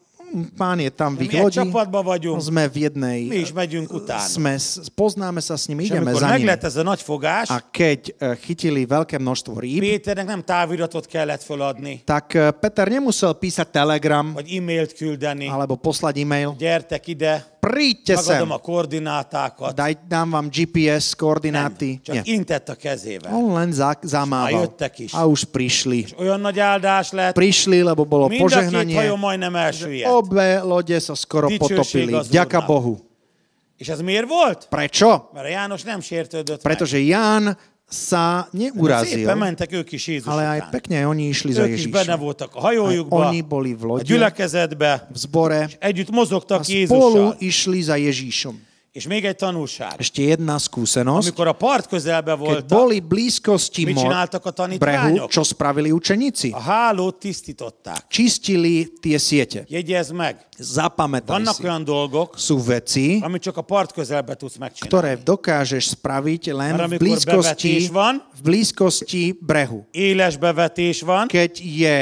Speaker 3: Pán je tam
Speaker 2: mi
Speaker 3: v ich
Speaker 2: egy
Speaker 3: lodi,
Speaker 2: csapatba vagyunk,
Speaker 3: sme v jednej,
Speaker 2: mi is megyünk utána.
Speaker 3: sme, s- poznáme sa s
Speaker 2: És
Speaker 3: ním, ideme
Speaker 2: amikor
Speaker 3: za
Speaker 2: meg
Speaker 3: ním.
Speaker 2: lett ez a nagy fogás,
Speaker 3: A keď eh, chytili veľké množstvo rýb,
Speaker 2: Péternek nem táviratot kellett föladni,
Speaker 3: tak eh, Peter nemusel písať telegram
Speaker 2: vagy e-mailt küldeni.
Speaker 3: alebo poslať e-mail.
Speaker 2: Gyertek ide,
Speaker 3: Príďte sem,
Speaker 2: megadom a koordinátákat.
Speaker 3: daj, dám vám GPS, koordináty.
Speaker 2: Csak
Speaker 3: Nie.
Speaker 2: intett a kezével.
Speaker 3: On len za,
Speaker 2: A
Speaker 3: zamával.
Speaker 2: jöttek is.
Speaker 3: A už prišli.
Speaker 2: Olyan nagy áldás lett,
Speaker 3: Prišli, lebo bolo
Speaker 2: mind a két hajó
Speaker 3: požehnanie.
Speaker 2: majdnem elsüllyedt.
Speaker 3: Obe lode sa skoro
Speaker 2: Dicsőség
Speaker 3: potopili.
Speaker 2: az
Speaker 3: Ďaká
Speaker 2: Úrnak.
Speaker 3: Bohu.
Speaker 2: És ez miért volt?
Speaker 3: Prečo?
Speaker 2: Mert a János nem sértődött meg.
Speaker 3: Pretože Ján sa neurazil,
Speaker 2: Szépen mentek ők is Jézus
Speaker 3: ale aj
Speaker 2: után.
Speaker 3: pekne aj oni išli za
Speaker 2: Ők is benne
Speaker 3: Ježíšom.
Speaker 2: voltak a
Speaker 3: Aj
Speaker 2: hajójukba,
Speaker 3: oni boli v
Speaker 2: a
Speaker 3: lodi.
Speaker 2: gyülekezetbe,
Speaker 3: V zbore
Speaker 2: együtt
Speaker 3: a
Speaker 2: mozogtak Jézussal.
Speaker 3: spolu išli za Ježíšom.
Speaker 2: És még egy tanulság.
Speaker 3: Ešte jedna skúsenosť.
Speaker 2: Amikor a part közelbe voltak,
Speaker 3: Keď boli blízkosti
Speaker 2: mit
Speaker 3: mo-
Speaker 2: csináltak a
Speaker 3: brehu,
Speaker 2: tanítványok?
Speaker 3: čo spravili učeníci?
Speaker 2: A hálót tisztították.
Speaker 3: Čistili tie siete.
Speaker 2: Jegyezd meg,
Speaker 3: Zapamätali
Speaker 2: vannak
Speaker 3: si.
Speaker 2: olyan dolgok,
Speaker 3: Sú veci,
Speaker 2: amit csak a part közelbe tudsz megcsinálni.
Speaker 3: ktoré dokážeš spraviť len
Speaker 2: Mert
Speaker 3: v
Speaker 2: amikor bevetés
Speaker 3: blízkosti,
Speaker 2: van,
Speaker 3: v blízkosti brehu.
Speaker 2: éles bevetés van,
Speaker 3: Keď je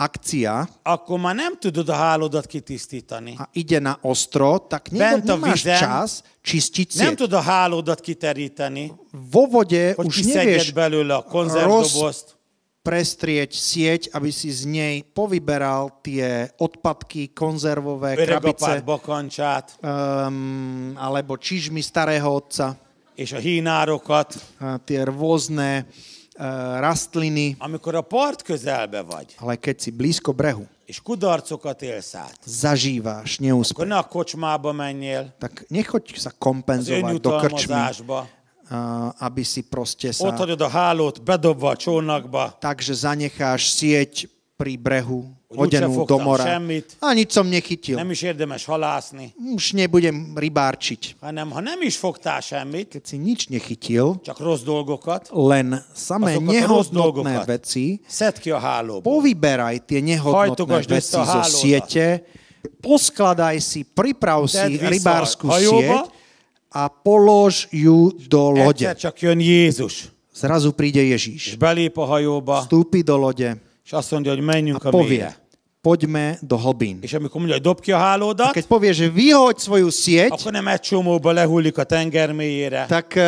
Speaker 3: akcia
Speaker 2: akkor már nem tudod a hálódat kitisztítani.
Speaker 3: a ide na ostro, tak nie,
Speaker 2: Bent a
Speaker 3: nemáš
Speaker 2: vízem.
Speaker 3: čas čistiť
Speaker 2: Nem
Speaker 3: sieť.
Speaker 2: tudod a hálódat kiteríteni,
Speaker 3: Vo vode
Speaker 2: hogy
Speaker 3: už
Speaker 2: kiszedjed
Speaker 3: nevieš
Speaker 2: belőle a konzervdobozt.
Speaker 3: prestrieť sieť, aby si z nej povyberal tie odpadky, konzervové krabice,
Speaker 2: öregapát bakancsát
Speaker 3: um, alebo čižmy starého otca,
Speaker 2: és a hínárokat.
Speaker 3: a tie rôzne uh, rastliny.
Speaker 2: Amikor a part közelbe vagy,
Speaker 3: Ale keď si blízko brehu,
Speaker 2: és kudarcokat élsz át, akkor
Speaker 3: zažíváš neúspech,
Speaker 2: ne a kocsmába menjél,
Speaker 3: tak nechoď sa
Speaker 2: az
Speaker 3: kompenzovať do krčmy,
Speaker 2: önjutalmazásba,
Speaker 3: uh, aby si proste
Speaker 2: ott
Speaker 3: sa...
Speaker 2: hagyod a hálót bedobva a csónakba,
Speaker 3: Takže zanecháš sieť pri brehu,
Speaker 2: Už
Speaker 3: hodenú
Speaker 2: nefogtam
Speaker 3: do mora.
Speaker 2: semmit.
Speaker 3: A nič som nechytil.
Speaker 2: nem is érdemes halászni,
Speaker 3: Už nebudem rybárčiť.
Speaker 2: hanem ha nem is fogtál semmit,
Speaker 3: Keď si nič nechytil,
Speaker 2: csak rossz dolgokat,
Speaker 3: len samé
Speaker 2: Azokat a rossz
Speaker 3: nehodnotné
Speaker 2: dolgokat.
Speaker 3: veci,
Speaker 2: szedd ki a hálóból.
Speaker 3: povyberaj tie nehodnotné
Speaker 2: Hajtogasd
Speaker 3: veci
Speaker 2: össze a
Speaker 3: zo
Speaker 2: hálódat.
Speaker 3: siete, poskladaj si, priprav si
Speaker 2: Tedd vissza
Speaker 3: rybárskú
Speaker 2: a
Speaker 3: sieť
Speaker 2: hajóba.
Speaker 3: a polož ju do lode.
Speaker 2: Egyszer csak jön Jézus,
Speaker 3: Zrazu príde
Speaker 2: és
Speaker 3: Ježíš,
Speaker 2: belép a hajóba,
Speaker 3: vstúpi do lode
Speaker 2: és azt mondja, hogy
Speaker 3: a
Speaker 2: menjünk a
Speaker 3: povie,
Speaker 2: mélyre.
Speaker 3: poďme do hlbín.
Speaker 2: És amikor mondja, hogy dob ki a hálódat,
Speaker 3: Keď povie, že vyhoď svoju sieť,
Speaker 2: akkor nem egy csomóba lehullik a tenger mélyére,
Speaker 3: tak eh,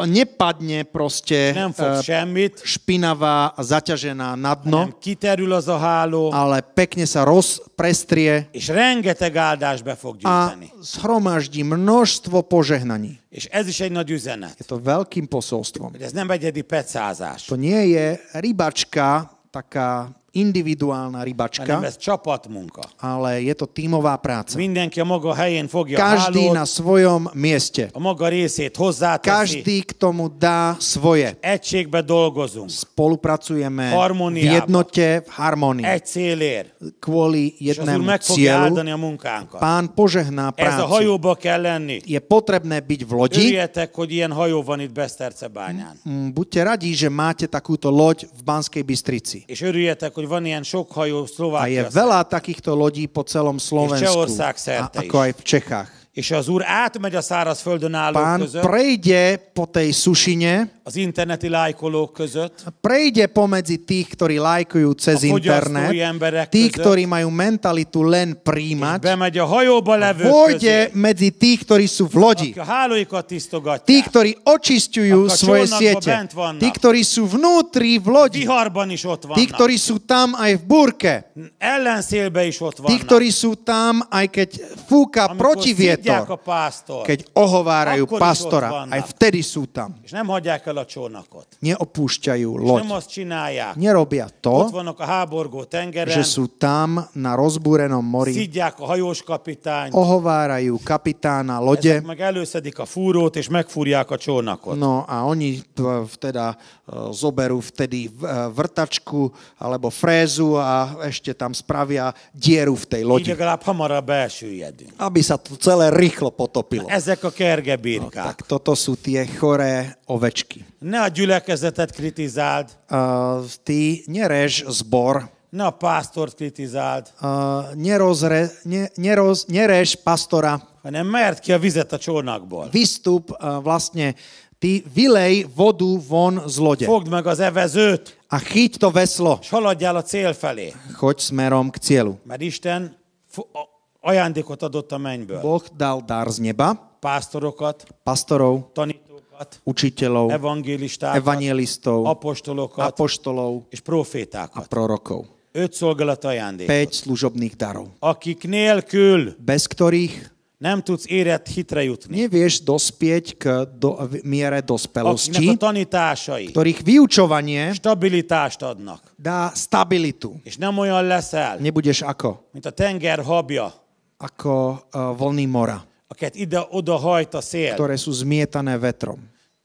Speaker 3: nepadne proste
Speaker 2: nem fog
Speaker 3: eh,
Speaker 2: semmit,
Speaker 3: špinavá a zaťažená na dno,
Speaker 2: nem kiterül az a háló,
Speaker 3: ale pekne sa rozprestrie
Speaker 2: és rengeteg áldást be fog
Speaker 3: a
Speaker 2: gyűjteni.
Speaker 3: zhromaždí množstvo požehnaní.
Speaker 2: És ez is egy nagy üzenet,
Speaker 3: Je to veľkým posolstvom.
Speaker 2: hogy ez nem egyedi pecázás,
Speaker 3: To nie je rybačka, taká individuálna
Speaker 2: hanem
Speaker 3: rybačka,
Speaker 2: ez csapatmunka.
Speaker 3: ale je to tímová práca.
Speaker 2: Mindenki a maga helyén fogja a
Speaker 3: Každý na
Speaker 2: hálót,
Speaker 3: svojom mieste.
Speaker 2: a maga részét hozzáteszi,
Speaker 3: Každý k tomu dá svoje.
Speaker 2: egységbe dolgozunk,
Speaker 3: Spolupracujeme v
Speaker 2: Harmóniába.
Speaker 3: jednote, v harmonii.
Speaker 2: egy célért,
Speaker 3: Kvôli
Speaker 2: és az úr
Speaker 3: jednému
Speaker 2: meg fogja
Speaker 3: cieľu
Speaker 2: áldani a munkánkat.
Speaker 3: pán požehná
Speaker 2: Ez a
Speaker 3: prácu.
Speaker 2: hajóba kell lenni.
Speaker 3: Je potrebné byť v lodi.
Speaker 2: Örüljetek, hogy ilyen hajó van itt Besztercebányán.
Speaker 3: Mm, Buďte radí, že máte takúto loď v Banskej Bystrici.
Speaker 2: És örüljetek, hogy van ilyen sok hajó
Speaker 3: A je
Speaker 2: Szlovákia szerint.
Speaker 3: veľa takýchto lodí po celom Slovensku.
Speaker 2: Čehosák
Speaker 3: A
Speaker 2: szerte
Speaker 3: ako
Speaker 2: is.
Speaker 3: aj v Čechách.
Speaker 2: És az úr átmegy a szárazföldön állók
Speaker 3: Pán
Speaker 2: között,
Speaker 3: prejde po tej sušine,
Speaker 2: az interneti lájkolók között,
Speaker 3: prejde pomedzi tých, ktorí lajkujú cez
Speaker 2: A fogyasztói
Speaker 3: internet,
Speaker 2: emberek
Speaker 3: tí,
Speaker 2: között.
Speaker 3: ktorí majú mentalitu len príjmať,
Speaker 2: bemegy a hajóba levők
Speaker 3: pôjde
Speaker 2: közé,
Speaker 3: medzi tých, ktorí sú v lodi.
Speaker 2: akik a hálóikat
Speaker 3: Tí,
Speaker 2: tisztogatják.
Speaker 3: ktorí očistujú
Speaker 2: Ako
Speaker 3: svoje
Speaker 2: čolnokba
Speaker 3: siete.
Speaker 2: bent vannak.
Speaker 3: Tí, ktorí sú vnútri v lodi.
Speaker 2: Viharban is ott
Speaker 3: Tí,
Speaker 2: vannak.
Speaker 3: ktorí sú tam aj v búrke.
Speaker 2: Ellenszélbe is ott
Speaker 3: Tí,
Speaker 2: vannak.
Speaker 3: ktorí sú tam, aj keď fúka
Speaker 2: Amikor szidják
Speaker 3: protivietor.
Speaker 2: a pásztor,
Speaker 3: keď ohovárajú
Speaker 2: Akkor is ott
Speaker 3: pastora,
Speaker 2: vannak.
Speaker 3: aj vtedy sú tam.
Speaker 2: és nem hagyják el a csónakot.
Speaker 3: Neopúšťajú
Speaker 2: És nem
Speaker 3: loď.
Speaker 2: azt csinálják.
Speaker 3: Nerobia
Speaker 2: Ott
Speaker 3: to,
Speaker 2: vannak a háborgó
Speaker 3: že
Speaker 2: tengeren,
Speaker 3: sú tam na rozbúrenom mori,
Speaker 2: szidják a hajós kapitányt,
Speaker 3: ohovárajú kapitána lode,
Speaker 2: ezek meg előszedik a fúrót, és megfúrják a csónakot.
Speaker 3: no a oni t- teda e, zoberú vtedy v- e, vrtačku alebo frézu a ešte tam spravia dieru v tej
Speaker 2: Így
Speaker 3: lodi,
Speaker 2: legalább hamarabb elsüllyedünk.
Speaker 3: aby sa to celé rýchlo potopilo.
Speaker 2: Ezek a kerge birkák.
Speaker 3: Tak toto sú tie choré ovečky.
Speaker 2: Ne a gyülekezetet kritizáld,
Speaker 3: Uh, ty nerež zbor, e,
Speaker 2: ne a pásztort kritizáld,
Speaker 3: Uh, nerozre, ne, neroz, nereš pastora,
Speaker 2: hanem merd ki a vizet a csónakból.
Speaker 3: vystup uh, vlastne, ty vylej vodu von z lode
Speaker 2: Fogd meg az evezőt,
Speaker 3: a chyť to veslo,
Speaker 2: és haladjál a cél felé.
Speaker 3: choď smerom k cieľu.
Speaker 2: Mert Isten fo- a- ajándékot adott a mennyből.
Speaker 3: Boh dal dar z neba,
Speaker 2: Pásztorokat,
Speaker 3: pastorov,
Speaker 2: tanítókat,
Speaker 3: učiteľov,
Speaker 2: evangelistákat,
Speaker 3: evangelistov,
Speaker 2: apostolokat
Speaker 3: apoštolov
Speaker 2: és
Speaker 3: a
Speaker 2: profétákat.
Speaker 3: prorokov.
Speaker 2: Öt szolgálat ajándék.
Speaker 3: 5 služobných darov,
Speaker 2: Akik nélkül
Speaker 3: bez ktorých
Speaker 2: nem tudsz érett hitre jutni.
Speaker 3: nevieš dospieť k do, v- miere
Speaker 2: Akinek a
Speaker 3: dospelosti,
Speaker 2: tanításai
Speaker 3: ktorých vyučovanie
Speaker 2: stabilitást adnak.
Speaker 3: dá stabilitu.
Speaker 2: És nem olyan leszel,
Speaker 3: Nebudeš ako?
Speaker 2: mint a tenger habja,
Speaker 3: ako uh, vlny mora,
Speaker 2: akiket ide-oda hajt a szél,
Speaker 3: ktoré sú zmietané vetrom.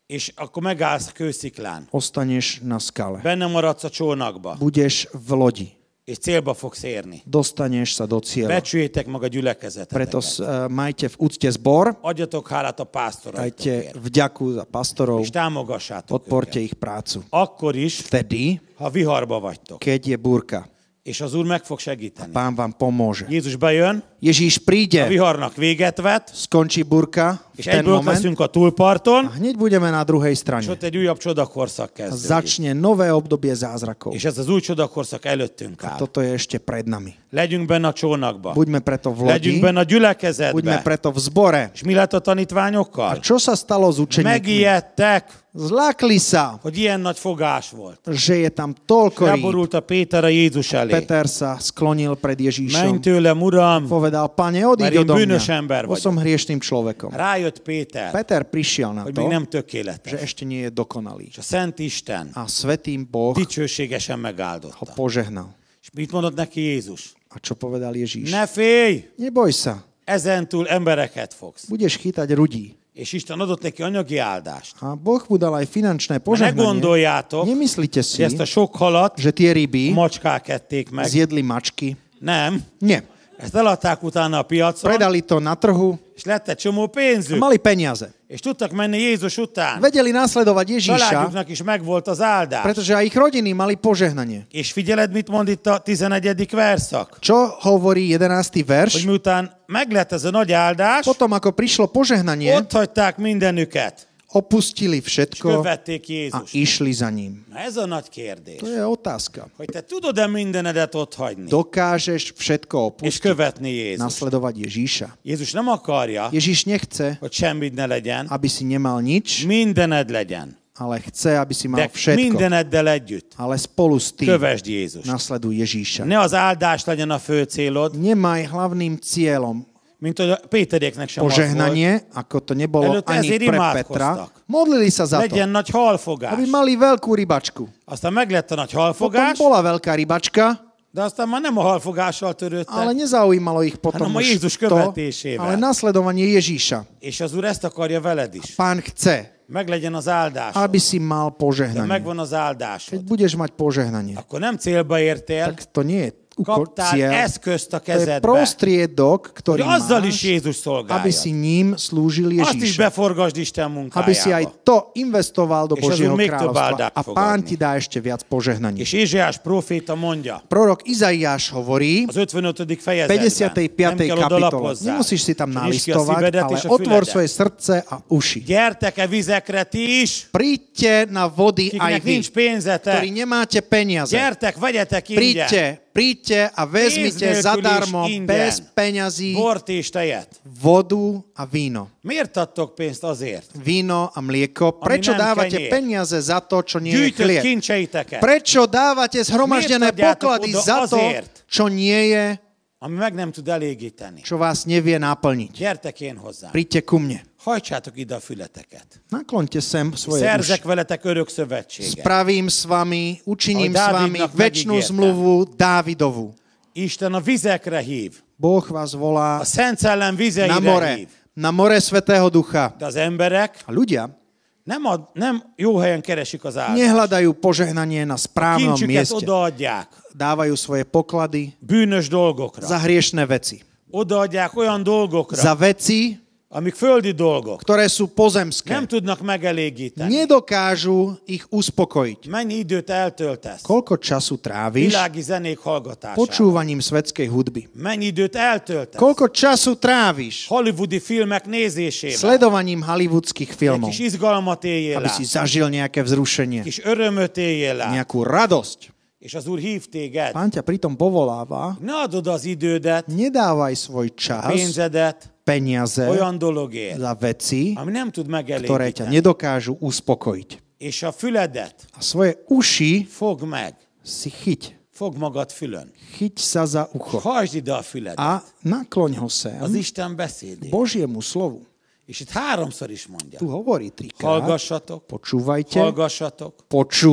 Speaker 2: és akkor megállsz a kősziklán.
Speaker 3: Ostaneš na skale.
Speaker 2: Benne maradsz a csónakba,
Speaker 3: Budeš v lodi.
Speaker 2: és célba fogsz érni.
Speaker 3: Dostaneš sa do cieľa.
Speaker 2: Becsüljétek meg a
Speaker 3: Preto
Speaker 2: gyülekezeteteket.
Speaker 3: s- eh, majte v úcte zbor,
Speaker 2: Adjatok hálát a pásztoraitokért,
Speaker 3: dajte vďaku za pastorov,
Speaker 2: és támogassátok
Speaker 3: podporte
Speaker 2: őket.
Speaker 3: ich prácu.
Speaker 2: Akkor is,
Speaker 3: Vtedy,
Speaker 2: ha viharba vagytok,
Speaker 3: keď je búrka,
Speaker 2: és az Úr meg fog segíteni.
Speaker 3: Pán vám pomôže.
Speaker 2: Jézus bejön,
Speaker 3: Ježíš
Speaker 2: a
Speaker 3: príde,
Speaker 2: viharnak véget vet,
Speaker 3: skončí burka v
Speaker 2: és
Speaker 3: ten
Speaker 2: egyből
Speaker 3: moment
Speaker 2: leszünk a túlparton,
Speaker 3: a hneď budeme na druhej
Speaker 2: és
Speaker 3: strane.
Speaker 2: ott egy újabb csodakorszak
Speaker 3: A
Speaker 2: kezdődik.
Speaker 3: Začne nové obdobie zázrakov.
Speaker 2: És ez az új csodakorszak előttünk áll.
Speaker 3: Toto je ešte pred nami.
Speaker 2: Legyünk benne a csónakba.
Speaker 3: Buďme preto v lodi,
Speaker 2: Legyünk benne a
Speaker 3: buďme
Speaker 2: gyülekezetbe.
Speaker 3: preto v zbore.
Speaker 2: És mi lett a
Speaker 3: A
Speaker 2: tanítványokkal?
Speaker 3: čo sa stalo s učeníkmi?
Speaker 2: Megijedtek,
Speaker 3: Zlákli sa,
Speaker 2: hogy ilyen nagy fogás volt.
Speaker 3: že je tam toľko rýb.
Speaker 2: Leborult a Péter a Jézus elé.
Speaker 3: Peter sa sklonil pred
Speaker 2: Menj
Speaker 3: Ježíšom.
Speaker 2: tőlem, Uram!
Speaker 3: Povedal, pane, odíď
Speaker 2: Mert én
Speaker 3: odo
Speaker 2: bűnös ember
Speaker 3: mňa. Bo
Speaker 2: vagyok.
Speaker 3: som hriešným človekom.
Speaker 2: Rájött Péter,
Speaker 3: Peter prišiel na
Speaker 2: hogy
Speaker 3: to,
Speaker 2: még nem
Speaker 3: že
Speaker 2: tökéletes.
Speaker 3: ešte nie je dokonalý.
Speaker 2: És a Szent Isten
Speaker 3: A svetým Boh
Speaker 2: dicsőségesen
Speaker 3: ho
Speaker 2: megáldotta.
Speaker 3: požehnal.
Speaker 2: És mit mondott neki Jézus?
Speaker 3: A čo povedal Ježíš?
Speaker 2: Ne félj!
Speaker 3: Neboj sa,
Speaker 2: Ezentúl embereket fogsz.
Speaker 3: budeš chytať ľudí.
Speaker 2: És Isten adott neki anyagi áldást.
Speaker 3: A Boh mu dal aj
Speaker 2: Ne
Speaker 3: finančné požehnanie.
Speaker 2: gondoljátok,
Speaker 3: Nemyslíte
Speaker 2: hogy
Speaker 3: si,
Speaker 2: ezt a sok halat
Speaker 3: že tie ryby
Speaker 2: macskák ették meg.
Speaker 3: zjedli mačky.
Speaker 2: Nem.
Speaker 3: Nie.
Speaker 2: Ezt eladták utána a piacon,
Speaker 3: Predali to na trhu,
Speaker 2: és lett egy csomó pénzük.
Speaker 3: mali peniaze.
Speaker 2: És tudtak menni Jézus után.
Speaker 3: Vedeli následovať Ježíša,
Speaker 2: Családjuknak is megvolt az áldás.
Speaker 3: pretože aj ich rodiny mali požehnanie.
Speaker 2: És figyeled, mit mond itt a 11. verszak?
Speaker 3: Čo hovorí 11. verš?
Speaker 2: Hogy miután meglett ez a nagy áldás,
Speaker 3: Potom, ako prišlo požehnanie,
Speaker 2: ott hagyták mindenüket,
Speaker 3: opustili
Speaker 2: és
Speaker 3: všetko
Speaker 2: követték
Speaker 3: a
Speaker 2: Jézus.
Speaker 3: išli za ním.
Speaker 2: Na ez a nagy kérdés,
Speaker 3: To je otázka.
Speaker 2: hogy te tudod-e mindenedet ott hagyni,
Speaker 3: Dokážeš všetko
Speaker 2: és
Speaker 3: opustiť,
Speaker 2: követni Jézus.
Speaker 3: nasledovať Ježíša.
Speaker 2: Jézus nem akarja,
Speaker 3: Ježíš nechce,
Speaker 2: hogy semmid ne legyen,
Speaker 3: aby si nemal nič,
Speaker 2: mindened legyen,
Speaker 3: ale chce, aby si mal
Speaker 2: de
Speaker 3: všetko.
Speaker 2: mindeneddel együtt
Speaker 3: Ale spolu s tým
Speaker 2: kövesd Jézus.
Speaker 3: nasleduj Ježíša.
Speaker 2: Ne az áldás legyen a fő célod,
Speaker 3: Nemaj hlavným cieľom
Speaker 2: mint hogy a Péteréknek sem az volt.
Speaker 3: požehnanie, ako to nebolo
Speaker 2: Előtte
Speaker 3: ani
Speaker 2: ezért
Speaker 3: pre
Speaker 2: imádkoztak.
Speaker 3: Petra. Modlili sa za to,
Speaker 2: Legyen nagy halfogás.
Speaker 3: aby mali veľkú rybačku.
Speaker 2: Aztán meglett a nagy
Speaker 3: Potom
Speaker 2: halfogás,
Speaker 3: bola veľká rybačka,
Speaker 2: de aztán már nem a halfogással
Speaker 3: ale
Speaker 2: törődtek,
Speaker 3: nezaujímalo ich potom
Speaker 2: Hanem a
Speaker 3: už
Speaker 2: Jézus
Speaker 3: to,
Speaker 2: követésével.
Speaker 3: ale nasledovanie Ježíša.
Speaker 2: és az Úr ezt akarja veled is.
Speaker 3: Pán chce,
Speaker 2: Meglegyen az
Speaker 3: aby
Speaker 2: áldás.
Speaker 3: si mal
Speaker 2: De
Speaker 3: požehnanie.
Speaker 2: megvan az
Speaker 3: Keď
Speaker 2: áldásod.
Speaker 3: budeš mať požehnanie,
Speaker 2: Akkor nem célba értél,
Speaker 3: tak to nie je uko-
Speaker 2: kaptál
Speaker 3: cieľ,
Speaker 2: eszközt a
Speaker 3: to je
Speaker 2: kezedbe,
Speaker 3: prostriedok,
Speaker 2: hogy
Speaker 3: ktorý
Speaker 2: azzal is
Speaker 3: máš,
Speaker 2: Jézus
Speaker 3: aby
Speaker 2: szolgálja.
Speaker 3: si ním slúžil
Speaker 2: Azt is
Speaker 3: Ježíša.
Speaker 2: beforgasd Isten
Speaker 3: Aby si aj
Speaker 2: munkájába.
Speaker 3: to investoval do
Speaker 2: És az
Speaker 3: Božieho
Speaker 2: Úr még több
Speaker 3: kráľovstva.
Speaker 2: áldást
Speaker 3: A
Speaker 2: fog
Speaker 3: pán
Speaker 2: adni.
Speaker 3: ti dá ešte viac požehnaní.
Speaker 2: És Ézsaiás proféta mondja,
Speaker 3: Prorok Izaiáš hovorí
Speaker 2: az 55. fejezetben, nem
Speaker 3: 55.
Speaker 2: kell
Speaker 3: kapitole.
Speaker 2: odalapozzál.
Speaker 3: Nemusíš si tam
Speaker 2: Nyisd ki a
Speaker 3: nalistovať,
Speaker 2: szívedet
Speaker 3: ale
Speaker 2: és a
Speaker 3: otvor svoje
Speaker 2: füledet.
Speaker 3: srdce a uši.
Speaker 2: Gyertek-e vizekre ti is,
Speaker 3: Príďte na vody aj
Speaker 2: kiknek
Speaker 3: vy,
Speaker 2: nincs
Speaker 3: ktorí
Speaker 2: pénzetek.
Speaker 3: nemáte peniaze.
Speaker 2: Gyertek, vegyetek ingyen
Speaker 3: Príďte, príďte a vezmite
Speaker 2: Pénz nélkül
Speaker 3: zadarmo,
Speaker 2: is ingyen.
Speaker 3: bez peňazí,
Speaker 2: bort és tejet.
Speaker 3: vodu a víno.
Speaker 2: Miért adtok pénzt azért?
Speaker 3: Víno a mlieko. Prečo
Speaker 2: nám
Speaker 3: dávate
Speaker 2: kenier.
Speaker 3: peniaze za to, čo nie je
Speaker 2: Gyűjtött
Speaker 3: chlieb?
Speaker 2: kincseiteket,
Speaker 3: Prečo dávate zhromaždené
Speaker 2: Miért adjátok
Speaker 3: poklady
Speaker 2: oda
Speaker 3: za to,
Speaker 2: azért?
Speaker 3: čo nie je,
Speaker 2: ami meg nem tud elégíteni.
Speaker 3: čo vás nevie naplniť?
Speaker 2: Gyertek én hozzám.
Speaker 3: Príďte ku mne.
Speaker 2: Hajtsátok ide a fületeket.
Speaker 3: Nakloňte sem svoje uši.
Speaker 2: Szerzek veletek örök szövetséget.
Speaker 3: Spravím s vami, učiním
Speaker 2: Ale
Speaker 3: s
Speaker 2: Dávid
Speaker 3: vami
Speaker 2: nám
Speaker 3: väčšinu
Speaker 2: megígérte.
Speaker 3: zmluvu Dávidovu.
Speaker 2: Isten a vizekre hív.
Speaker 3: Boh vás
Speaker 2: A
Speaker 3: volá
Speaker 2: Szent Szellem
Speaker 3: na
Speaker 2: vizeire
Speaker 3: more,
Speaker 2: hív.
Speaker 3: na more Svetého Ducha.
Speaker 2: De az emberek
Speaker 3: A ľudia
Speaker 2: nem, ad, nem jó helyen keresik az áldást.
Speaker 3: nehľadajú požehnanie na správnom
Speaker 2: Kincsüket
Speaker 3: mieste.
Speaker 2: odaadják
Speaker 3: Dávajú svoje poklady
Speaker 2: bűnös dolgokra.
Speaker 3: za hriešne veci.
Speaker 2: Odaadják olyan dolgokra,
Speaker 3: Za veci,
Speaker 2: amik földi dolgok.
Speaker 3: ktoré sú pozemské.
Speaker 2: Nem tudnak megelégíteni.
Speaker 3: Nedokážu ich uspokojiť.
Speaker 2: Mennyi időt eltöltesz
Speaker 3: Koľko času tráviš
Speaker 2: világi zenék hallgatásával?
Speaker 3: počúvaním svetskej hudby?
Speaker 2: Mennyi időt eltöltesz
Speaker 3: Koľko času tráviš
Speaker 2: hollywoodi filmek nézésével?
Speaker 3: sledovaním hollywoodských
Speaker 2: Egy
Speaker 3: filmov?
Speaker 2: kis izgalmat éljél
Speaker 3: Aby
Speaker 2: át,
Speaker 3: si zažil nejaké vzrušenie,
Speaker 2: kis örömöt éljél át,
Speaker 3: nejakú radosť.
Speaker 2: és az Úr hív téged.
Speaker 3: Pán ťa pritom povoláva,
Speaker 2: Ne adod az idődet,
Speaker 3: nedávaj svoj čas,
Speaker 2: pénzedet
Speaker 3: peniaze
Speaker 2: olyan dologért,
Speaker 3: za veci,
Speaker 2: ami nem tud
Speaker 3: ktoré
Speaker 2: megelégíteni.
Speaker 3: ťa nedokážu uspokojiť.
Speaker 2: És a füledet
Speaker 3: A svoje uši
Speaker 2: fog meg,
Speaker 3: si chyť.
Speaker 2: fog magad fülön.
Speaker 3: Chyť sa za ucho
Speaker 2: Hajtsd ide a füledet,
Speaker 3: a nakloň ho sem
Speaker 2: az Isten beszédét.
Speaker 3: Božiemu slovu.
Speaker 2: És itt háromszor is mondja.
Speaker 3: Tu hovorí trikrát.
Speaker 2: Hallgassatok,
Speaker 3: Počúvajte,
Speaker 2: hallgassatok,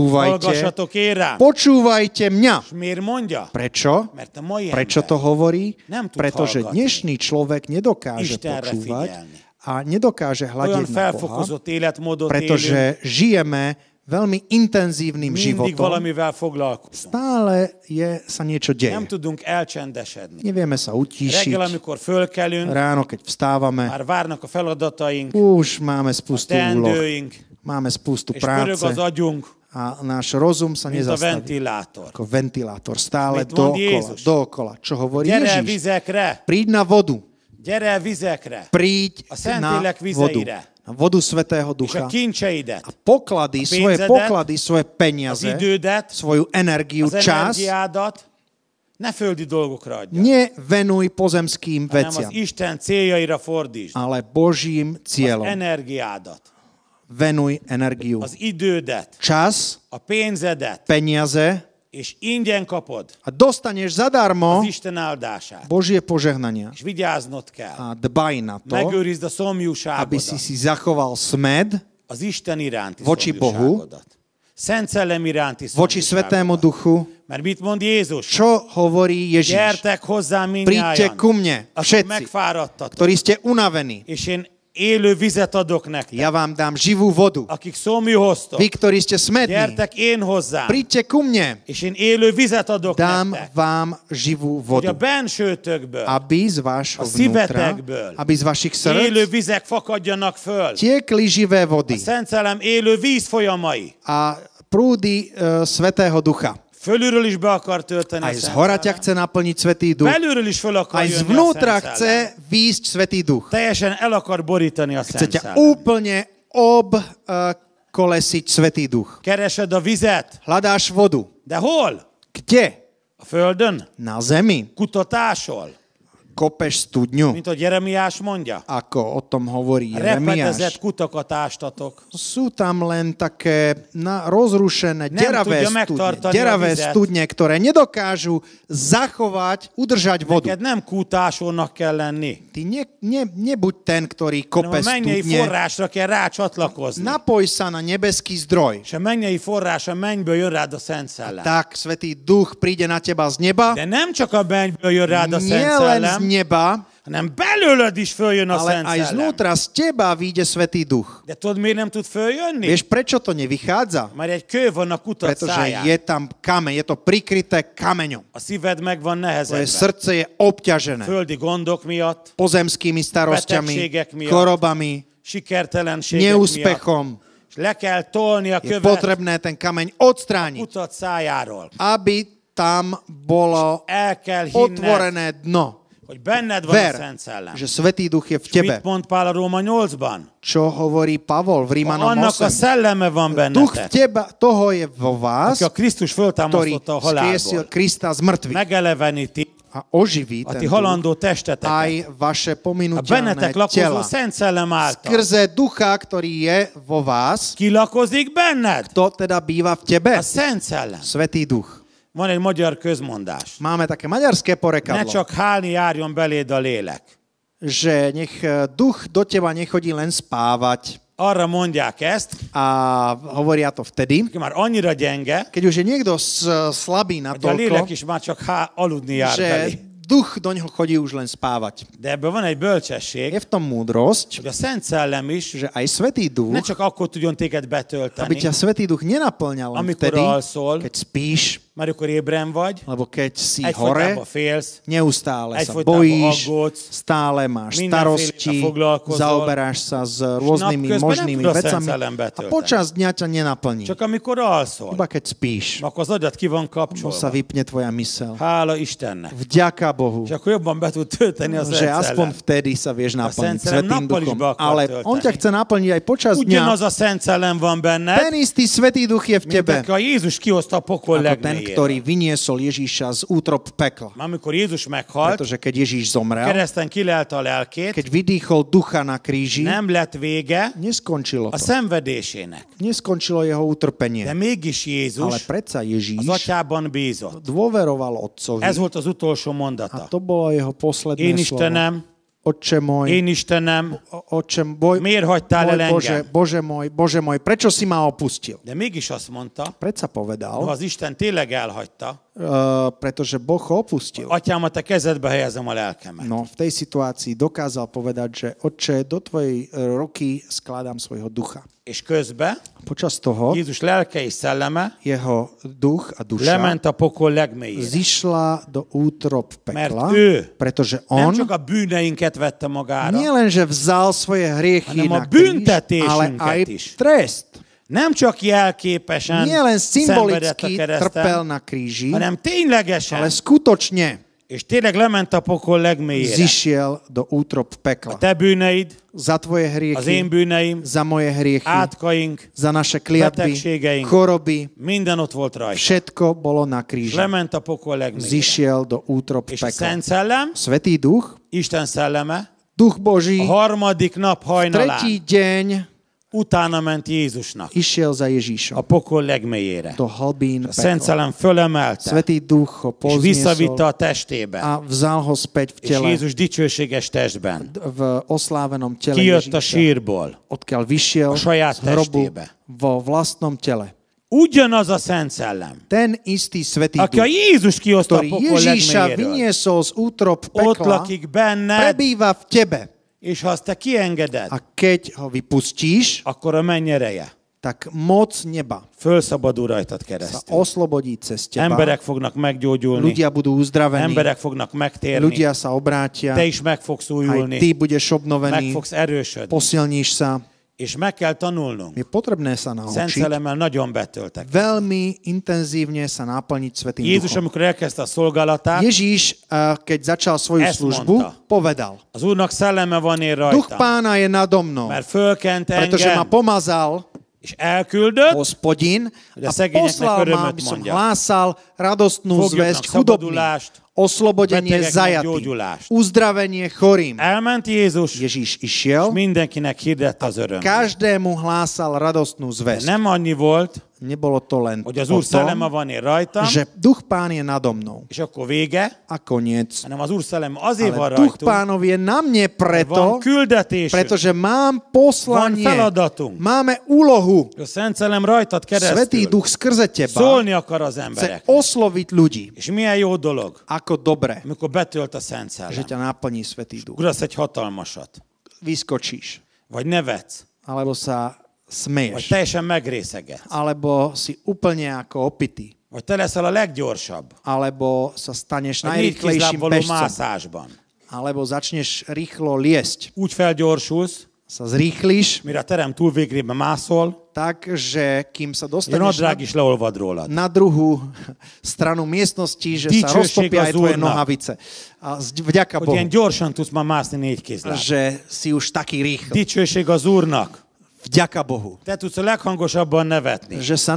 Speaker 3: počúvajte,
Speaker 2: hallgassatok én rám.
Speaker 3: počúvajte mňa.
Speaker 2: És miért mondja?
Speaker 3: Prečo?
Speaker 2: Mert a mai
Speaker 3: Prečo to
Speaker 2: ember
Speaker 3: hovorí?
Speaker 2: Nem tud
Speaker 3: Pretože
Speaker 2: hallgatni.
Speaker 3: dnešný človek nedokáže
Speaker 2: Istenre
Speaker 3: počúvať
Speaker 2: figyelni.
Speaker 3: a nedokáže
Speaker 2: olyan
Speaker 3: hľadiť na Boha,
Speaker 2: felfokozott életmódot élünk,
Speaker 3: pretože žijeme veľmi intenzívnym
Speaker 2: mindig
Speaker 3: životom.
Speaker 2: valamivel foglalkozunk.
Speaker 3: Stále je, sa niečo
Speaker 2: Nem
Speaker 3: deje.
Speaker 2: tudunk elcsendesedni.
Speaker 3: Nevieme sa
Speaker 2: Reggel,
Speaker 3: utíšiť.
Speaker 2: amikor fölkelünk,
Speaker 3: Ráno, keď vstávame,
Speaker 2: már várnak a feladataink,
Speaker 3: už máme spustu úloh,
Speaker 2: teendőink,
Speaker 3: máme spustu
Speaker 2: és pörög
Speaker 3: práce
Speaker 2: az agyunk,
Speaker 3: a náš rozum sa
Speaker 2: mint a
Speaker 3: nezastaví.
Speaker 2: ventilátor.
Speaker 3: Ako ventilátor, stále
Speaker 2: Mit mond
Speaker 3: dookola,
Speaker 2: Jézus?
Speaker 3: dookola. Čo hovorí
Speaker 2: Gyere
Speaker 3: Ježiš?
Speaker 2: vizekre!
Speaker 3: Príď na vodu.
Speaker 2: Gyere vizekre!
Speaker 3: Príď
Speaker 2: A Szent
Speaker 3: na
Speaker 2: Lélek
Speaker 3: vodu.
Speaker 2: vizeire.
Speaker 3: Na vodu Svetého
Speaker 2: És a
Speaker 3: Ducha.
Speaker 2: kincseidet,
Speaker 3: A poklady,
Speaker 2: pénzedet,
Speaker 3: svoje poklady, svoje
Speaker 2: az
Speaker 3: peniaze,
Speaker 2: idődet,
Speaker 3: svoju energiu,
Speaker 2: az
Speaker 3: čas,
Speaker 2: energiádat ne földi dolgokra adja,
Speaker 3: nevenuj pozemským
Speaker 2: hanem az
Speaker 3: veciam,
Speaker 2: Isten céljaira fordítsd.
Speaker 3: ale Božím
Speaker 2: Az
Speaker 3: cieľom.
Speaker 2: energiádat,
Speaker 3: Venuj energiu.
Speaker 2: az idődet,
Speaker 3: Čas,
Speaker 2: a pénzedet,
Speaker 3: peniaze
Speaker 2: és ingyen kapod
Speaker 3: a dostaneš
Speaker 2: az
Speaker 3: zadarmo
Speaker 2: Isten áldását.
Speaker 3: Božie požehnania.
Speaker 2: És vigyáznod kell.
Speaker 3: A dbaj na to,
Speaker 2: Megőrizd a
Speaker 3: aby si
Speaker 2: szomjúságodat,
Speaker 3: si zachoval smed
Speaker 2: az Isten iránti
Speaker 3: Vocsi Bohu.
Speaker 2: szomjúságodat. Szent Szellem iránti
Speaker 3: voči Svetému
Speaker 2: szomjúságodat.
Speaker 3: Duchu.
Speaker 2: Mert mit mond Jézus?
Speaker 3: Čo hovorí Ježiš?
Speaker 2: Gyertek hozzám mindnyájan,
Speaker 3: Príďte ku mne,
Speaker 2: akik
Speaker 3: všetci,
Speaker 2: megfáradtatok,
Speaker 3: ktorí ste unavení.
Speaker 2: és én élő vizet adok nektek,
Speaker 3: Ja vám dám živú vodu.
Speaker 2: akik szomjúhoztok.
Speaker 3: Vy, ktorí ste smední,
Speaker 2: Gyertek én hozzám,
Speaker 3: príďte ku mne.
Speaker 2: és én élő vizet adok
Speaker 3: Dám
Speaker 2: nektek,
Speaker 3: vám živú
Speaker 2: hogy a
Speaker 3: vodu.
Speaker 2: bensőtökből
Speaker 3: Aby z
Speaker 2: A
Speaker 3: vášho vnútra,
Speaker 2: szívetekből
Speaker 3: aby z vašich
Speaker 2: élő
Speaker 3: srdc
Speaker 2: vizek fakadjanak föl.
Speaker 3: tiekli živé vody
Speaker 2: Szent Szellem élő víz folyamai.
Speaker 3: a prúdy e, Svetého Ducha.
Speaker 2: Fölülről is be akar tölteni a
Speaker 3: Aj z
Speaker 2: Szent
Speaker 3: hora ťa
Speaker 2: Szellem.
Speaker 3: chce naplniť Svetý Duch.
Speaker 2: Belülről is föl akar
Speaker 3: Aj
Speaker 2: jönni a
Speaker 3: zvnútra
Speaker 2: Szent Szellem.
Speaker 3: chce výjsť Svetý Duch.
Speaker 2: Teljesen el akar borítani a Szent
Speaker 3: Chce ťa
Speaker 2: Szellem.
Speaker 3: úplne obkolesiť Svetý Duch.
Speaker 2: Keresed a vizet,
Speaker 3: Hľadáš vodu.
Speaker 2: de hol?
Speaker 3: Kde?
Speaker 2: A földön?
Speaker 3: Na zemi.
Speaker 2: Kutatásol,
Speaker 3: Kopeš studňu.
Speaker 2: mint a Jeremiás mondja.
Speaker 3: Ako o tom hovorí
Speaker 2: Repedezett
Speaker 3: Jeremiáš.
Speaker 2: kutakat ástatok.
Speaker 3: Sú tam len také na rozrušené,
Speaker 2: Nem tudja
Speaker 3: deravé studne,
Speaker 2: megtartani a
Speaker 3: deravé
Speaker 2: vizet.
Speaker 3: studne, ktoré nedokážu zachovať, udržať vodu.
Speaker 2: Neked nem kutásónak kell lenni,
Speaker 3: Ty ne, ne, nebuď ten, ktorý kope
Speaker 2: hanem a mennyei
Speaker 3: studne.
Speaker 2: forrásra kell rácsatlakozni.
Speaker 3: Napoj sa na nebeský zdroj.
Speaker 2: És a mennyei forrás a mennyből jön rád a Szent Szellem.
Speaker 3: Tak Svetý Duch príde na teba z neba.
Speaker 2: De nem csak a mennyből jön rád a
Speaker 3: Nie
Speaker 2: Szent
Speaker 3: len z
Speaker 2: Szellem,
Speaker 3: neba,
Speaker 2: hanem belőled is följön a
Speaker 3: ale
Speaker 2: Szent
Speaker 3: aj
Speaker 2: Szellem.
Speaker 3: znútra z teba vyjde Svetý Duch.
Speaker 2: De tudod, miért nem tud följönni?
Speaker 3: Vieš, prečo to nevychádza?
Speaker 2: Mert egy kő van a kutat
Speaker 3: Pretože
Speaker 2: száján.
Speaker 3: je tam kameň, je to prikryté kameňom.
Speaker 2: A szíved meg van
Speaker 3: Tvoje
Speaker 2: nehezen.
Speaker 3: srdce je obťažené
Speaker 2: Földi gondok miatt,
Speaker 3: pozemskými starostiami,
Speaker 2: Betegségek miatt.
Speaker 3: chorobami,
Speaker 2: sikertelenségek miatt.
Speaker 3: neúspechom.
Speaker 2: És le kell tolni a
Speaker 3: Je
Speaker 2: követ a
Speaker 3: potrebné ten kameň odstrániť,
Speaker 2: kutat szájáról.
Speaker 3: aby tam bolo
Speaker 2: El kell hinned,
Speaker 3: otvorené dno.
Speaker 2: hogy benned van a
Speaker 3: Ver,
Speaker 2: Szent Szellem.
Speaker 3: že Svetý Duch je v tebe.
Speaker 2: Mit mond Pál a Róma 8-ban?
Speaker 3: Čo hovorí Pavol
Speaker 2: Ha
Speaker 3: v Rímanom
Speaker 2: Annak a
Speaker 3: 8?
Speaker 2: szelleme van
Speaker 3: Duch v
Speaker 2: bennetek.
Speaker 3: teba, toho je vo vás,
Speaker 2: Aki a Krisztus
Speaker 3: ktorý
Speaker 2: föltámasztotta a
Speaker 3: skriesil
Speaker 2: halálból,
Speaker 3: Krista z mŕtvych
Speaker 2: megeleveníti
Speaker 3: a oživí
Speaker 2: a
Speaker 3: ten
Speaker 2: ti
Speaker 3: duch
Speaker 2: halandó testeteket.
Speaker 3: aj
Speaker 2: A
Speaker 3: vaše pominuteľné
Speaker 2: bennetek lakozó
Speaker 3: tela.
Speaker 2: Szent Szellem által.
Speaker 3: Skrze ducha, ktorý je vo vás,
Speaker 2: Ki lakozik benned?
Speaker 3: to teda býva v tebe.
Speaker 2: A Szent Szellem.
Speaker 3: Svetý duch.
Speaker 2: Van egy magyar közmondás.
Speaker 3: Máme také maďarské
Speaker 2: Ne
Speaker 3: porekadlo,
Speaker 2: csak hálni járjon beléd a lélek.
Speaker 3: že nech eh, duch do teba nechodí len spávať.
Speaker 2: Arra mondják ezt,
Speaker 3: A hovoria to vtedy,
Speaker 2: aki már annyira gyenge,
Speaker 3: keď už je niekto s, slabý
Speaker 2: hogy a lélek
Speaker 3: natoľko,
Speaker 2: is már csak há, aludni jár
Speaker 3: že
Speaker 2: belé.
Speaker 3: duch do neho chodí už len spávať.
Speaker 2: De ebben van egy bölcsesség,
Speaker 3: Je v tom múdrosť,
Speaker 2: hogy a Szent Szellem is
Speaker 3: že aj Svetý
Speaker 2: ne
Speaker 3: duch,
Speaker 2: csak akkor tudjon téged
Speaker 3: aby
Speaker 2: betölteni,
Speaker 3: ťa Svetý duch nenaplňal len
Speaker 2: Amikor
Speaker 3: vtedy,
Speaker 2: alszol,
Speaker 3: keď spíš,
Speaker 2: már akkor ébren vagy,
Speaker 3: lebo keď si hore,
Speaker 2: egyfolytában félsz,
Speaker 3: neustále
Speaker 2: Aj
Speaker 3: sa
Speaker 2: tvoj
Speaker 3: bojíš,
Speaker 2: tábo aggódz,
Speaker 3: stále máš
Speaker 2: mindenféle
Speaker 3: starosti,
Speaker 2: foglalkozol,
Speaker 3: zaoberáš sa s rôznymi
Speaker 2: napközben
Speaker 3: možnými
Speaker 2: nepudosem
Speaker 3: vecami
Speaker 2: sa len
Speaker 3: a
Speaker 2: betölteni.
Speaker 3: počas dňa ťa nenaplní.
Speaker 2: csak amikor alszol,
Speaker 3: Iba keď spíš,
Speaker 2: akkor az agyad ki van
Speaker 3: to sa
Speaker 2: kapcsolva.
Speaker 3: vypne tvoja mysel.
Speaker 2: Hála Istennek.
Speaker 3: Vďaka Bohu,
Speaker 2: És akkor jobban be tud tölteni az
Speaker 3: že
Speaker 2: Szent
Speaker 3: aspoň
Speaker 2: Szellem.
Speaker 3: vtedy sa vieš naplniť
Speaker 2: Szent Szellem
Speaker 3: Svetým
Speaker 2: nappal is
Speaker 3: duchom.
Speaker 2: be akar
Speaker 3: Ale on ťa
Speaker 2: tölteni.
Speaker 3: chce naplniť aj počas
Speaker 2: Ugyanaz
Speaker 3: dňa.
Speaker 2: a Szent Szellem van benned,
Speaker 3: Ten istý Svetý duch je v
Speaker 2: mint
Speaker 3: tebe.
Speaker 2: aki a Jézus kihozta a pokol
Speaker 3: ako
Speaker 2: legmélyére.
Speaker 3: ten, ktorý vyniesol Ježíša z útrop pekla.
Speaker 2: Már Amikor Jézus meghalt,
Speaker 3: Pretože keď Ježíš zomrel,
Speaker 2: kereszten kilelte a lelkét,
Speaker 3: keď vydýchol ducha na kríži,
Speaker 2: nem lett vége
Speaker 3: neskončilo
Speaker 2: a
Speaker 3: to.
Speaker 2: szenvedésének.
Speaker 3: Neskončilo jeho
Speaker 2: De
Speaker 3: utrpenie.
Speaker 2: mégis
Speaker 3: Ale
Speaker 2: Jézus
Speaker 3: predsa
Speaker 2: az
Speaker 3: Ježíš
Speaker 2: atyában bízott.
Speaker 3: dôveroval
Speaker 2: Ez
Speaker 3: otcovi
Speaker 2: volt az utolsó
Speaker 3: a
Speaker 2: mondata.
Speaker 3: to bolo jeho
Speaker 2: Én
Speaker 3: posledné slovo.
Speaker 2: Istenem,
Speaker 3: Oče môj,
Speaker 2: én Istenem,
Speaker 3: o- oče môj,
Speaker 2: miért hagytál
Speaker 3: môj
Speaker 2: el
Speaker 3: Bože,
Speaker 2: engem?
Speaker 3: Bože môj, Bože môj, prečo si ma opustil?
Speaker 2: De mégis azt mondta, ha
Speaker 3: Predsa povedal,
Speaker 2: az Isten tényleg elhagyta,
Speaker 3: eh, pretože Boh ho opustil.
Speaker 2: atyám, a te kezedbe helyezem a lelkemet.
Speaker 3: No, v tej situácii dokázal povedať, že oče, do tvojej eh, ruky skladám svojho ducha.
Speaker 2: És közben
Speaker 3: Počas toho
Speaker 2: Jézus lelke és szelleme
Speaker 3: jeho duch a duša
Speaker 2: lement a pokol legmélyére.
Speaker 3: zišla do útrop pekla,
Speaker 2: Mert ő
Speaker 3: pretože
Speaker 2: Nem
Speaker 3: on
Speaker 2: csak a bűneinket vette magára,
Speaker 3: nielenže vzal svoje hriechy
Speaker 2: Hanem a
Speaker 3: na kríž,
Speaker 2: büntetésünket
Speaker 3: ale aj
Speaker 2: is.
Speaker 3: trest.
Speaker 2: nem csak jelképesen
Speaker 3: Nie len
Speaker 2: szenvedett a
Speaker 3: symbolicky trpel
Speaker 2: kereszten,
Speaker 3: na kríži,
Speaker 2: hanem
Speaker 3: ale
Speaker 2: ténylegesen,
Speaker 3: skutočne
Speaker 2: és tényleg lement a pokol legmélyére.
Speaker 3: zišiel do útrop
Speaker 2: A
Speaker 3: pekla.
Speaker 2: te bűneid,
Speaker 3: Za tvoje
Speaker 2: az
Speaker 3: hriechy,
Speaker 2: én bűneim,
Speaker 3: za moje hriechy,
Speaker 2: átkaink,
Speaker 3: za naše kliatby,
Speaker 2: Betegségeink.
Speaker 3: choroby,
Speaker 2: minden ott volt rajta.
Speaker 3: všetko bolo na kríži.
Speaker 2: Lement a pokol legmélyére.
Speaker 3: Zišiel do útrop
Speaker 2: És a
Speaker 3: pekla.
Speaker 2: Szent Szellem,
Speaker 3: Svetý duch,
Speaker 2: Isten szelleme,
Speaker 3: duch
Speaker 2: a
Speaker 3: Boží,
Speaker 2: harmadik nap hajnalán
Speaker 3: tretí deň
Speaker 2: utána ment Jézusnak
Speaker 3: išiel za
Speaker 2: a
Speaker 3: Ježíšom
Speaker 2: pokol legmélyére.
Speaker 3: do hlbín
Speaker 2: A Szent
Speaker 3: pekla.
Speaker 2: Szellem fölemelte,
Speaker 3: Svetý duch ho
Speaker 2: és visszavitte
Speaker 3: pozniesol
Speaker 2: a testébe,
Speaker 3: a vzal ho späť v
Speaker 2: és
Speaker 3: tele,
Speaker 2: Jézus dicsőséges testben.
Speaker 3: v oslávenom tele
Speaker 2: Kijött a
Speaker 3: Ježíša,
Speaker 2: sírból.
Speaker 3: odkiaľ vyšiel
Speaker 2: A saját
Speaker 3: z hrobu
Speaker 2: testébe.
Speaker 3: vo vlastnom tele.
Speaker 2: Ugyanaz a Szent Szellem,
Speaker 3: Ten istý Svetý
Speaker 2: aki a
Speaker 3: duch,
Speaker 2: Jézus kihozta a
Speaker 3: ktorý
Speaker 2: pokol
Speaker 3: Ježíša
Speaker 2: legmélyéről.
Speaker 3: vyniesol z útrop
Speaker 2: Ott
Speaker 3: pekla,
Speaker 2: lakik benned,
Speaker 3: prebýva v tebe.
Speaker 2: és ha azt te kiengeded,
Speaker 3: A keď ho vypustíš,
Speaker 2: akkor a mennyereje
Speaker 3: tak moc neba
Speaker 2: fölszabadul rajtad
Speaker 3: sa
Speaker 2: keresztül.
Speaker 3: oslobodí cez teba.
Speaker 2: Emberek fognak meggyógyulni,
Speaker 3: Ľudia budú uzdravení,
Speaker 2: emberek fognak megtérni,
Speaker 3: ľudia sa obrátia,
Speaker 2: te is meg fogsz
Speaker 3: aj ty
Speaker 2: újulni,
Speaker 3: budeš
Speaker 2: meg
Speaker 3: obnovený,
Speaker 2: fogsz erősödni.
Speaker 3: posilníš sa.
Speaker 2: És meg kell tanulnunk.
Speaker 3: Je potrebné sa
Speaker 2: Szent
Speaker 3: naučiť
Speaker 2: Szellemmel nagyon betöltek.
Speaker 3: veľmi intenzívne sa naplniť Svetým
Speaker 2: Jézus,
Speaker 3: Duchom.
Speaker 2: amikor elkezdte a szolgálatát,
Speaker 3: Ježíš, eh, keď začal svoju
Speaker 2: Ezt mondta.
Speaker 3: službu, povedal,
Speaker 2: az Úrnak szelleme van én
Speaker 3: Duch
Speaker 2: rajtam,
Speaker 3: pána je nado mnou,
Speaker 2: mert fölkent
Speaker 3: pretože ma
Speaker 2: engem,
Speaker 3: pomazal
Speaker 2: és elküldött,
Speaker 3: hospodin
Speaker 2: Hogy a
Speaker 3: a
Speaker 2: szegényeknek
Speaker 3: poslal
Speaker 2: örömöt
Speaker 3: ma, aby som
Speaker 2: mondja.
Speaker 3: hlásal radostnú
Speaker 2: Fogjuk
Speaker 3: zväzť
Speaker 2: meg
Speaker 3: chudobným,
Speaker 2: szabadulást,
Speaker 3: oslobodenie
Speaker 2: betegeknek
Speaker 3: zajatým,
Speaker 2: gyógyulást.
Speaker 3: uzdravenie chorým.
Speaker 2: elment Jézus, és
Speaker 3: Ježíš išiel,
Speaker 2: mindenkinek hirdette az öröm.
Speaker 3: každému hlásal radostnú zväzť.
Speaker 2: Nem annyi volt,
Speaker 3: Nebolo to len o
Speaker 2: hogy az Úr szelleme
Speaker 3: tom,
Speaker 2: van én rajtam,
Speaker 3: že duch pán je nado mnou.
Speaker 2: és akkor vége,
Speaker 3: A koniec.
Speaker 2: hanem az Úr szelleme azért van
Speaker 3: Ale duch
Speaker 2: rajtunk,
Speaker 3: pánov je na mne
Speaker 2: mert van
Speaker 3: preto,
Speaker 2: küldetésünk.
Speaker 3: pretože mám poslanie.
Speaker 2: Van feladatunk.
Speaker 3: Máme úlohu.
Speaker 2: A Szent Szellem rajtad
Speaker 3: Svetý
Speaker 2: keresztül
Speaker 3: duch skrze teba
Speaker 2: szólni akar az
Speaker 3: chce
Speaker 2: emberek.
Speaker 3: osloviť ľudí.
Speaker 2: És milyen jó dolog,
Speaker 3: Ako dobre,
Speaker 2: amikor betölt a Szent Szellem.
Speaker 3: že ťa naplní Svetý duch.
Speaker 2: Ugrasz egy hatalmasat,
Speaker 3: Vyskočíš.
Speaker 2: vagy nevetsz,
Speaker 3: Alebo sa
Speaker 2: vagy
Speaker 3: smeješ.
Speaker 2: teljesen megrészeged,
Speaker 3: Alebo si úplne ako opitý.
Speaker 2: vagy te leszel a leggyorsabb,
Speaker 3: Alebo sa staneš
Speaker 2: a négy
Speaker 3: najrýchlejším
Speaker 2: kézlábvaló
Speaker 3: bežcom.
Speaker 2: mászásban.
Speaker 3: Alebo začneš rýchlo liesť.
Speaker 2: Úgy felgyorsulsz,
Speaker 3: Sa zrýchliš
Speaker 2: mire a terem túlvégrében mászol,
Speaker 3: tak, že kým
Speaker 2: hogy
Speaker 3: sa
Speaker 2: a
Speaker 3: dostaneš na,
Speaker 2: nadrág is leolvad rólad.
Speaker 3: na druhú stranu miestnosti, že sa
Speaker 2: Dicsőség
Speaker 3: roztopia
Speaker 2: az
Speaker 3: aj tvoje
Speaker 2: Úrnak.
Speaker 3: nohavice. A zd- vďaka
Speaker 2: Hogy ilyen
Speaker 3: Bohu,
Speaker 2: gyorsan tudsz már mászni négy kézláb.
Speaker 3: že si už taký rýchly.
Speaker 2: Dicsőség az Úrnak.
Speaker 3: Vďaka Bohu,
Speaker 2: Te tudsz a leghangosabban nevetni,
Speaker 3: že sa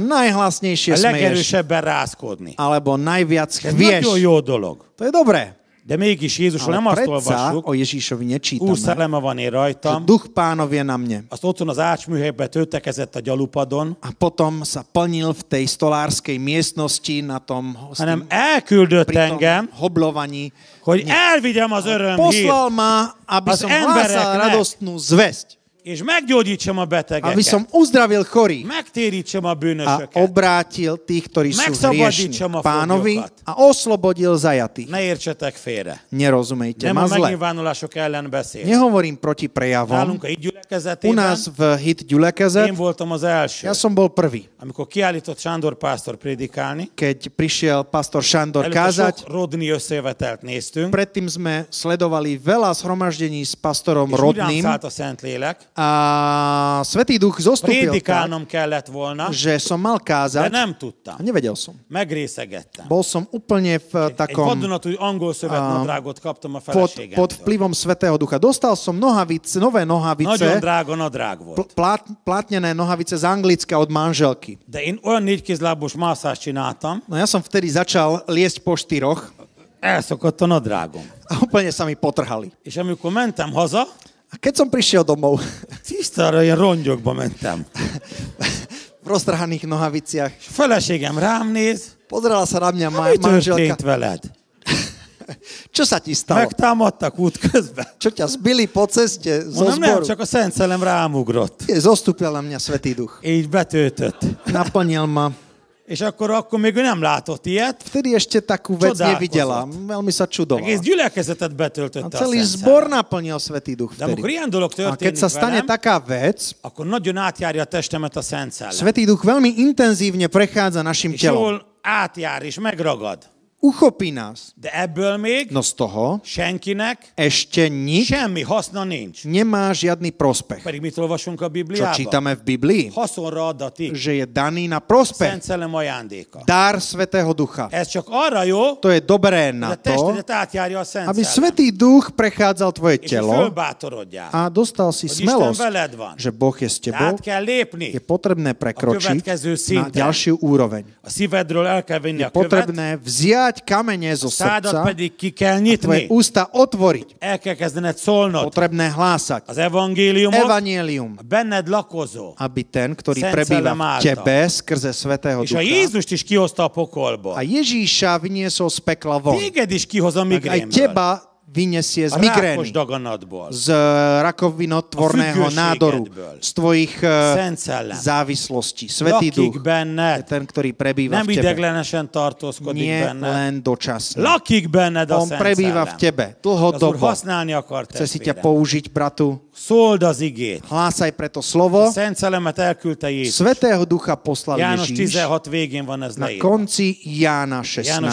Speaker 2: a
Speaker 3: najhlasnejšie smeješ,
Speaker 2: legerősebben rázkódni.
Speaker 3: alebo najviac
Speaker 2: Ez nagyon
Speaker 3: chvieš.
Speaker 2: jó dolog.
Speaker 3: To je dobré.
Speaker 2: De mégis Jézusról
Speaker 3: Ale
Speaker 2: nem azt
Speaker 3: predsa
Speaker 2: olvassuk,
Speaker 3: o Ježíšovi
Speaker 2: úr
Speaker 3: nečítame,
Speaker 2: szelleme van én
Speaker 3: že
Speaker 2: rajtam,
Speaker 3: duch pánov je na mne.
Speaker 2: azt otthon az ácsműhelybe töltekezett a gyalupadon,
Speaker 3: A potom sa plnil v tej stolárskej miestnosti na tom s tým-
Speaker 2: hanem elküldött
Speaker 3: pri tom
Speaker 2: engem,
Speaker 3: hoblovaní.
Speaker 2: hogy elvigyem az öröm hírt,
Speaker 3: Poslal ma, aby
Speaker 2: Az
Speaker 3: som hlásal
Speaker 2: embereknek.
Speaker 3: radostnú zväzť.
Speaker 2: és meggyógyítsam a
Speaker 3: Aby
Speaker 2: betegeket,
Speaker 3: som uzdravil chorých
Speaker 2: megtérítsem a
Speaker 3: a
Speaker 2: bűnösöket.
Speaker 3: obrátil tých, ktorí sú hriešni
Speaker 2: Megszabadítsam a
Speaker 3: k pánovi
Speaker 2: foglyokat.
Speaker 3: a oslobodil zajatých.
Speaker 2: Ne értsetek félre.
Speaker 3: Nerozumejte
Speaker 2: Nem a
Speaker 3: ma zle.
Speaker 2: megnyilvánulások ellen beszél.
Speaker 3: Nehovorím proti prejavom.
Speaker 2: Nálunk a így
Speaker 3: U
Speaker 2: gyülekezetében
Speaker 3: nás v Hit Ďulekezet
Speaker 2: én voltam az első.
Speaker 3: ja som bol prvý.
Speaker 2: Amikor kiállított Sándor pásztor prédikálni,
Speaker 3: Keď prišiel pastor Šandor
Speaker 2: előtte
Speaker 3: kázať,
Speaker 2: sok Rodni összejövetelt néztünk,
Speaker 3: predtým sme sledovali veľa zhromaždení s pastorom
Speaker 2: és úgy rám
Speaker 3: Rodným
Speaker 2: szállt a Szentlélek,
Speaker 3: a Svetý duch zostúpil tak,
Speaker 2: prédikálnom kellett volna,
Speaker 3: že som mal
Speaker 2: de
Speaker 3: kázať
Speaker 2: nem
Speaker 3: a
Speaker 2: tudtam.
Speaker 3: nevedel som.
Speaker 2: Megrészegettem.
Speaker 3: Bol som úplne v
Speaker 2: Egy
Speaker 3: takom
Speaker 2: vadonatúj angol szövetnadrágot kaptam a
Speaker 3: pod, pod
Speaker 2: feleségemtől.
Speaker 3: vplyvom Svetého Ducha. Dostal som nohavice, nové
Speaker 2: Nagyon
Speaker 3: nohavice,
Speaker 2: drága nadrág
Speaker 3: pl-
Speaker 2: volt.
Speaker 3: plát, plátnené nohavice z Anglicka od manželky.
Speaker 2: De én olyan négykézlábos mászást csináltam,
Speaker 3: No ja som vtedy začal liesť po štyroch
Speaker 2: elszakadt a nadrágom.
Speaker 3: a úplne sa mi potrhali.
Speaker 2: És amikor mentem haza,
Speaker 3: A keď som prišiel domov
Speaker 2: tisztára ilyen rongyokba mentem.
Speaker 3: v roztrhaných nohaviciach,
Speaker 2: És a feleségem rám néz,
Speaker 3: pozerala sa na mňa ma-
Speaker 2: mi
Speaker 3: manželka.
Speaker 2: történt veled?
Speaker 3: Čo sa ti stalo?
Speaker 2: Megtámadtak út közben.
Speaker 3: Čo ťa zbili po ceste zo
Speaker 2: Mondom, nem,
Speaker 3: zboru?
Speaker 2: csak a Szent Szellem rám ugrott.
Speaker 3: Je, Zostúpil na mňa Svetý Duch.
Speaker 2: Így betöltött.
Speaker 3: Naplnil ma.
Speaker 2: És akkor, akkor még ő nem látott ilyet.
Speaker 3: Vtedy ešte takú vec
Speaker 2: Čudák
Speaker 3: nevidela. Veľmi sa
Speaker 2: Egész
Speaker 3: čudovala.
Speaker 2: gyülekezetet
Speaker 3: A
Speaker 2: betöltötte a
Speaker 3: celý
Speaker 2: Szent
Speaker 3: zbor
Speaker 2: Szellem.
Speaker 3: naplnil Svetý Duch
Speaker 2: De amikor
Speaker 3: vtedy.
Speaker 2: ilyen dolog
Speaker 3: A keď
Speaker 2: történik
Speaker 3: sa stane
Speaker 2: velem,
Speaker 3: taká vec,
Speaker 2: akkor nagyon átjárja a testemet a Szent Szellem.
Speaker 3: Svetý Duch veľmi intenzívne prechádza našim
Speaker 2: És
Speaker 3: telom.
Speaker 2: jól átjár és megragad.
Speaker 3: uchopí nás.
Speaker 2: De ebből még
Speaker 3: No z toho
Speaker 2: senkinek
Speaker 3: ešte nič
Speaker 2: semmi haszna nincs.
Speaker 3: nemá žiadny prospech.
Speaker 2: Pedig mit olvasunk a
Speaker 3: Čo
Speaker 2: Bibliában?
Speaker 3: čítame v Biblii,
Speaker 2: Haszonra adatik,
Speaker 3: že je daný na
Speaker 2: Szent
Speaker 3: prospech.
Speaker 2: Szellem ajándéka.
Speaker 3: Dár Svetého Ducha.
Speaker 2: Ez csak arra jó, hogy
Speaker 3: To je dobré
Speaker 2: a
Speaker 3: na to,
Speaker 2: testedet átjárja a Szent
Speaker 3: aby
Speaker 2: Szellem.
Speaker 3: Svetý Duch prechádzal tvoje
Speaker 2: És hogy
Speaker 3: telo
Speaker 2: fölbátorodjál.
Speaker 3: a dostal si
Speaker 2: Hogy Isten
Speaker 3: smelosť,
Speaker 2: veled van.
Speaker 3: že Boh je s
Speaker 2: De át
Speaker 3: tebou,
Speaker 2: kell
Speaker 3: je
Speaker 2: lépni.
Speaker 3: potrebné prekročiť na ďalšiu úroveň.
Speaker 2: A szívedről el kell vinni a követ,
Speaker 3: Potrebné vziať kamene zo
Speaker 2: szádat
Speaker 3: srdca,
Speaker 2: pedig ki kell
Speaker 3: tvoje
Speaker 2: nyitni.
Speaker 3: ústa otvoriť,
Speaker 2: El kell kezdened szólnod
Speaker 3: potrebné hlásať
Speaker 2: az evangéliumot,
Speaker 3: evanielium,
Speaker 2: a benned lakozó.
Speaker 3: aby ten, ktorý
Speaker 2: Sen celá
Speaker 3: prebýva v
Speaker 2: Málta.
Speaker 3: tebe skrze Svetého
Speaker 2: És a
Speaker 3: Ducha
Speaker 2: Jézust is kihozta a
Speaker 3: a Hát,
Speaker 2: pokolból.
Speaker 3: Ježíša vyniesol z pekla von,
Speaker 2: Téged is kihoz a
Speaker 3: tak aj
Speaker 2: migrénből.
Speaker 3: teba vyniesie z
Speaker 2: A rákos
Speaker 3: migrény.
Speaker 2: daganatból.
Speaker 3: z rakovinotvorného
Speaker 2: A függőségedből.
Speaker 3: nádoru, z tvojich eh,
Speaker 2: Szent szellem.
Speaker 3: závislostí. Svetý duch
Speaker 2: Lakik
Speaker 3: je
Speaker 2: benned.
Speaker 3: ten, ktorý prebýva
Speaker 2: Nem
Speaker 3: v tebe.
Speaker 2: ideglenesen tartózkodik
Speaker 3: Nie
Speaker 2: benned.
Speaker 3: len dočasne.
Speaker 2: Lakik benned a
Speaker 3: On
Speaker 2: Szent
Speaker 3: prebýva v
Speaker 2: Szellem.
Speaker 3: tebe
Speaker 2: Az Úr
Speaker 3: dlhodobo.
Speaker 2: használni akar
Speaker 3: Chce si ťa
Speaker 2: testvérem.
Speaker 3: použiť, bratu.
Speaker 2: Szóld az igét.
Speaker 3: Hlásaj preto
Speaker 2: A
Speaker 3: slovo.
Speaker 2: Szent Szellemet elküldte Jézus.
Speaker 3: Svetého ducha poslal
Speaker 2: János
Speaker 3: Ježíš
Speaker 2: 16 végén van ez
Speaker 3: na
Speaker 2: leírva.
Speaker 3: konci Jána
Speaker 2: János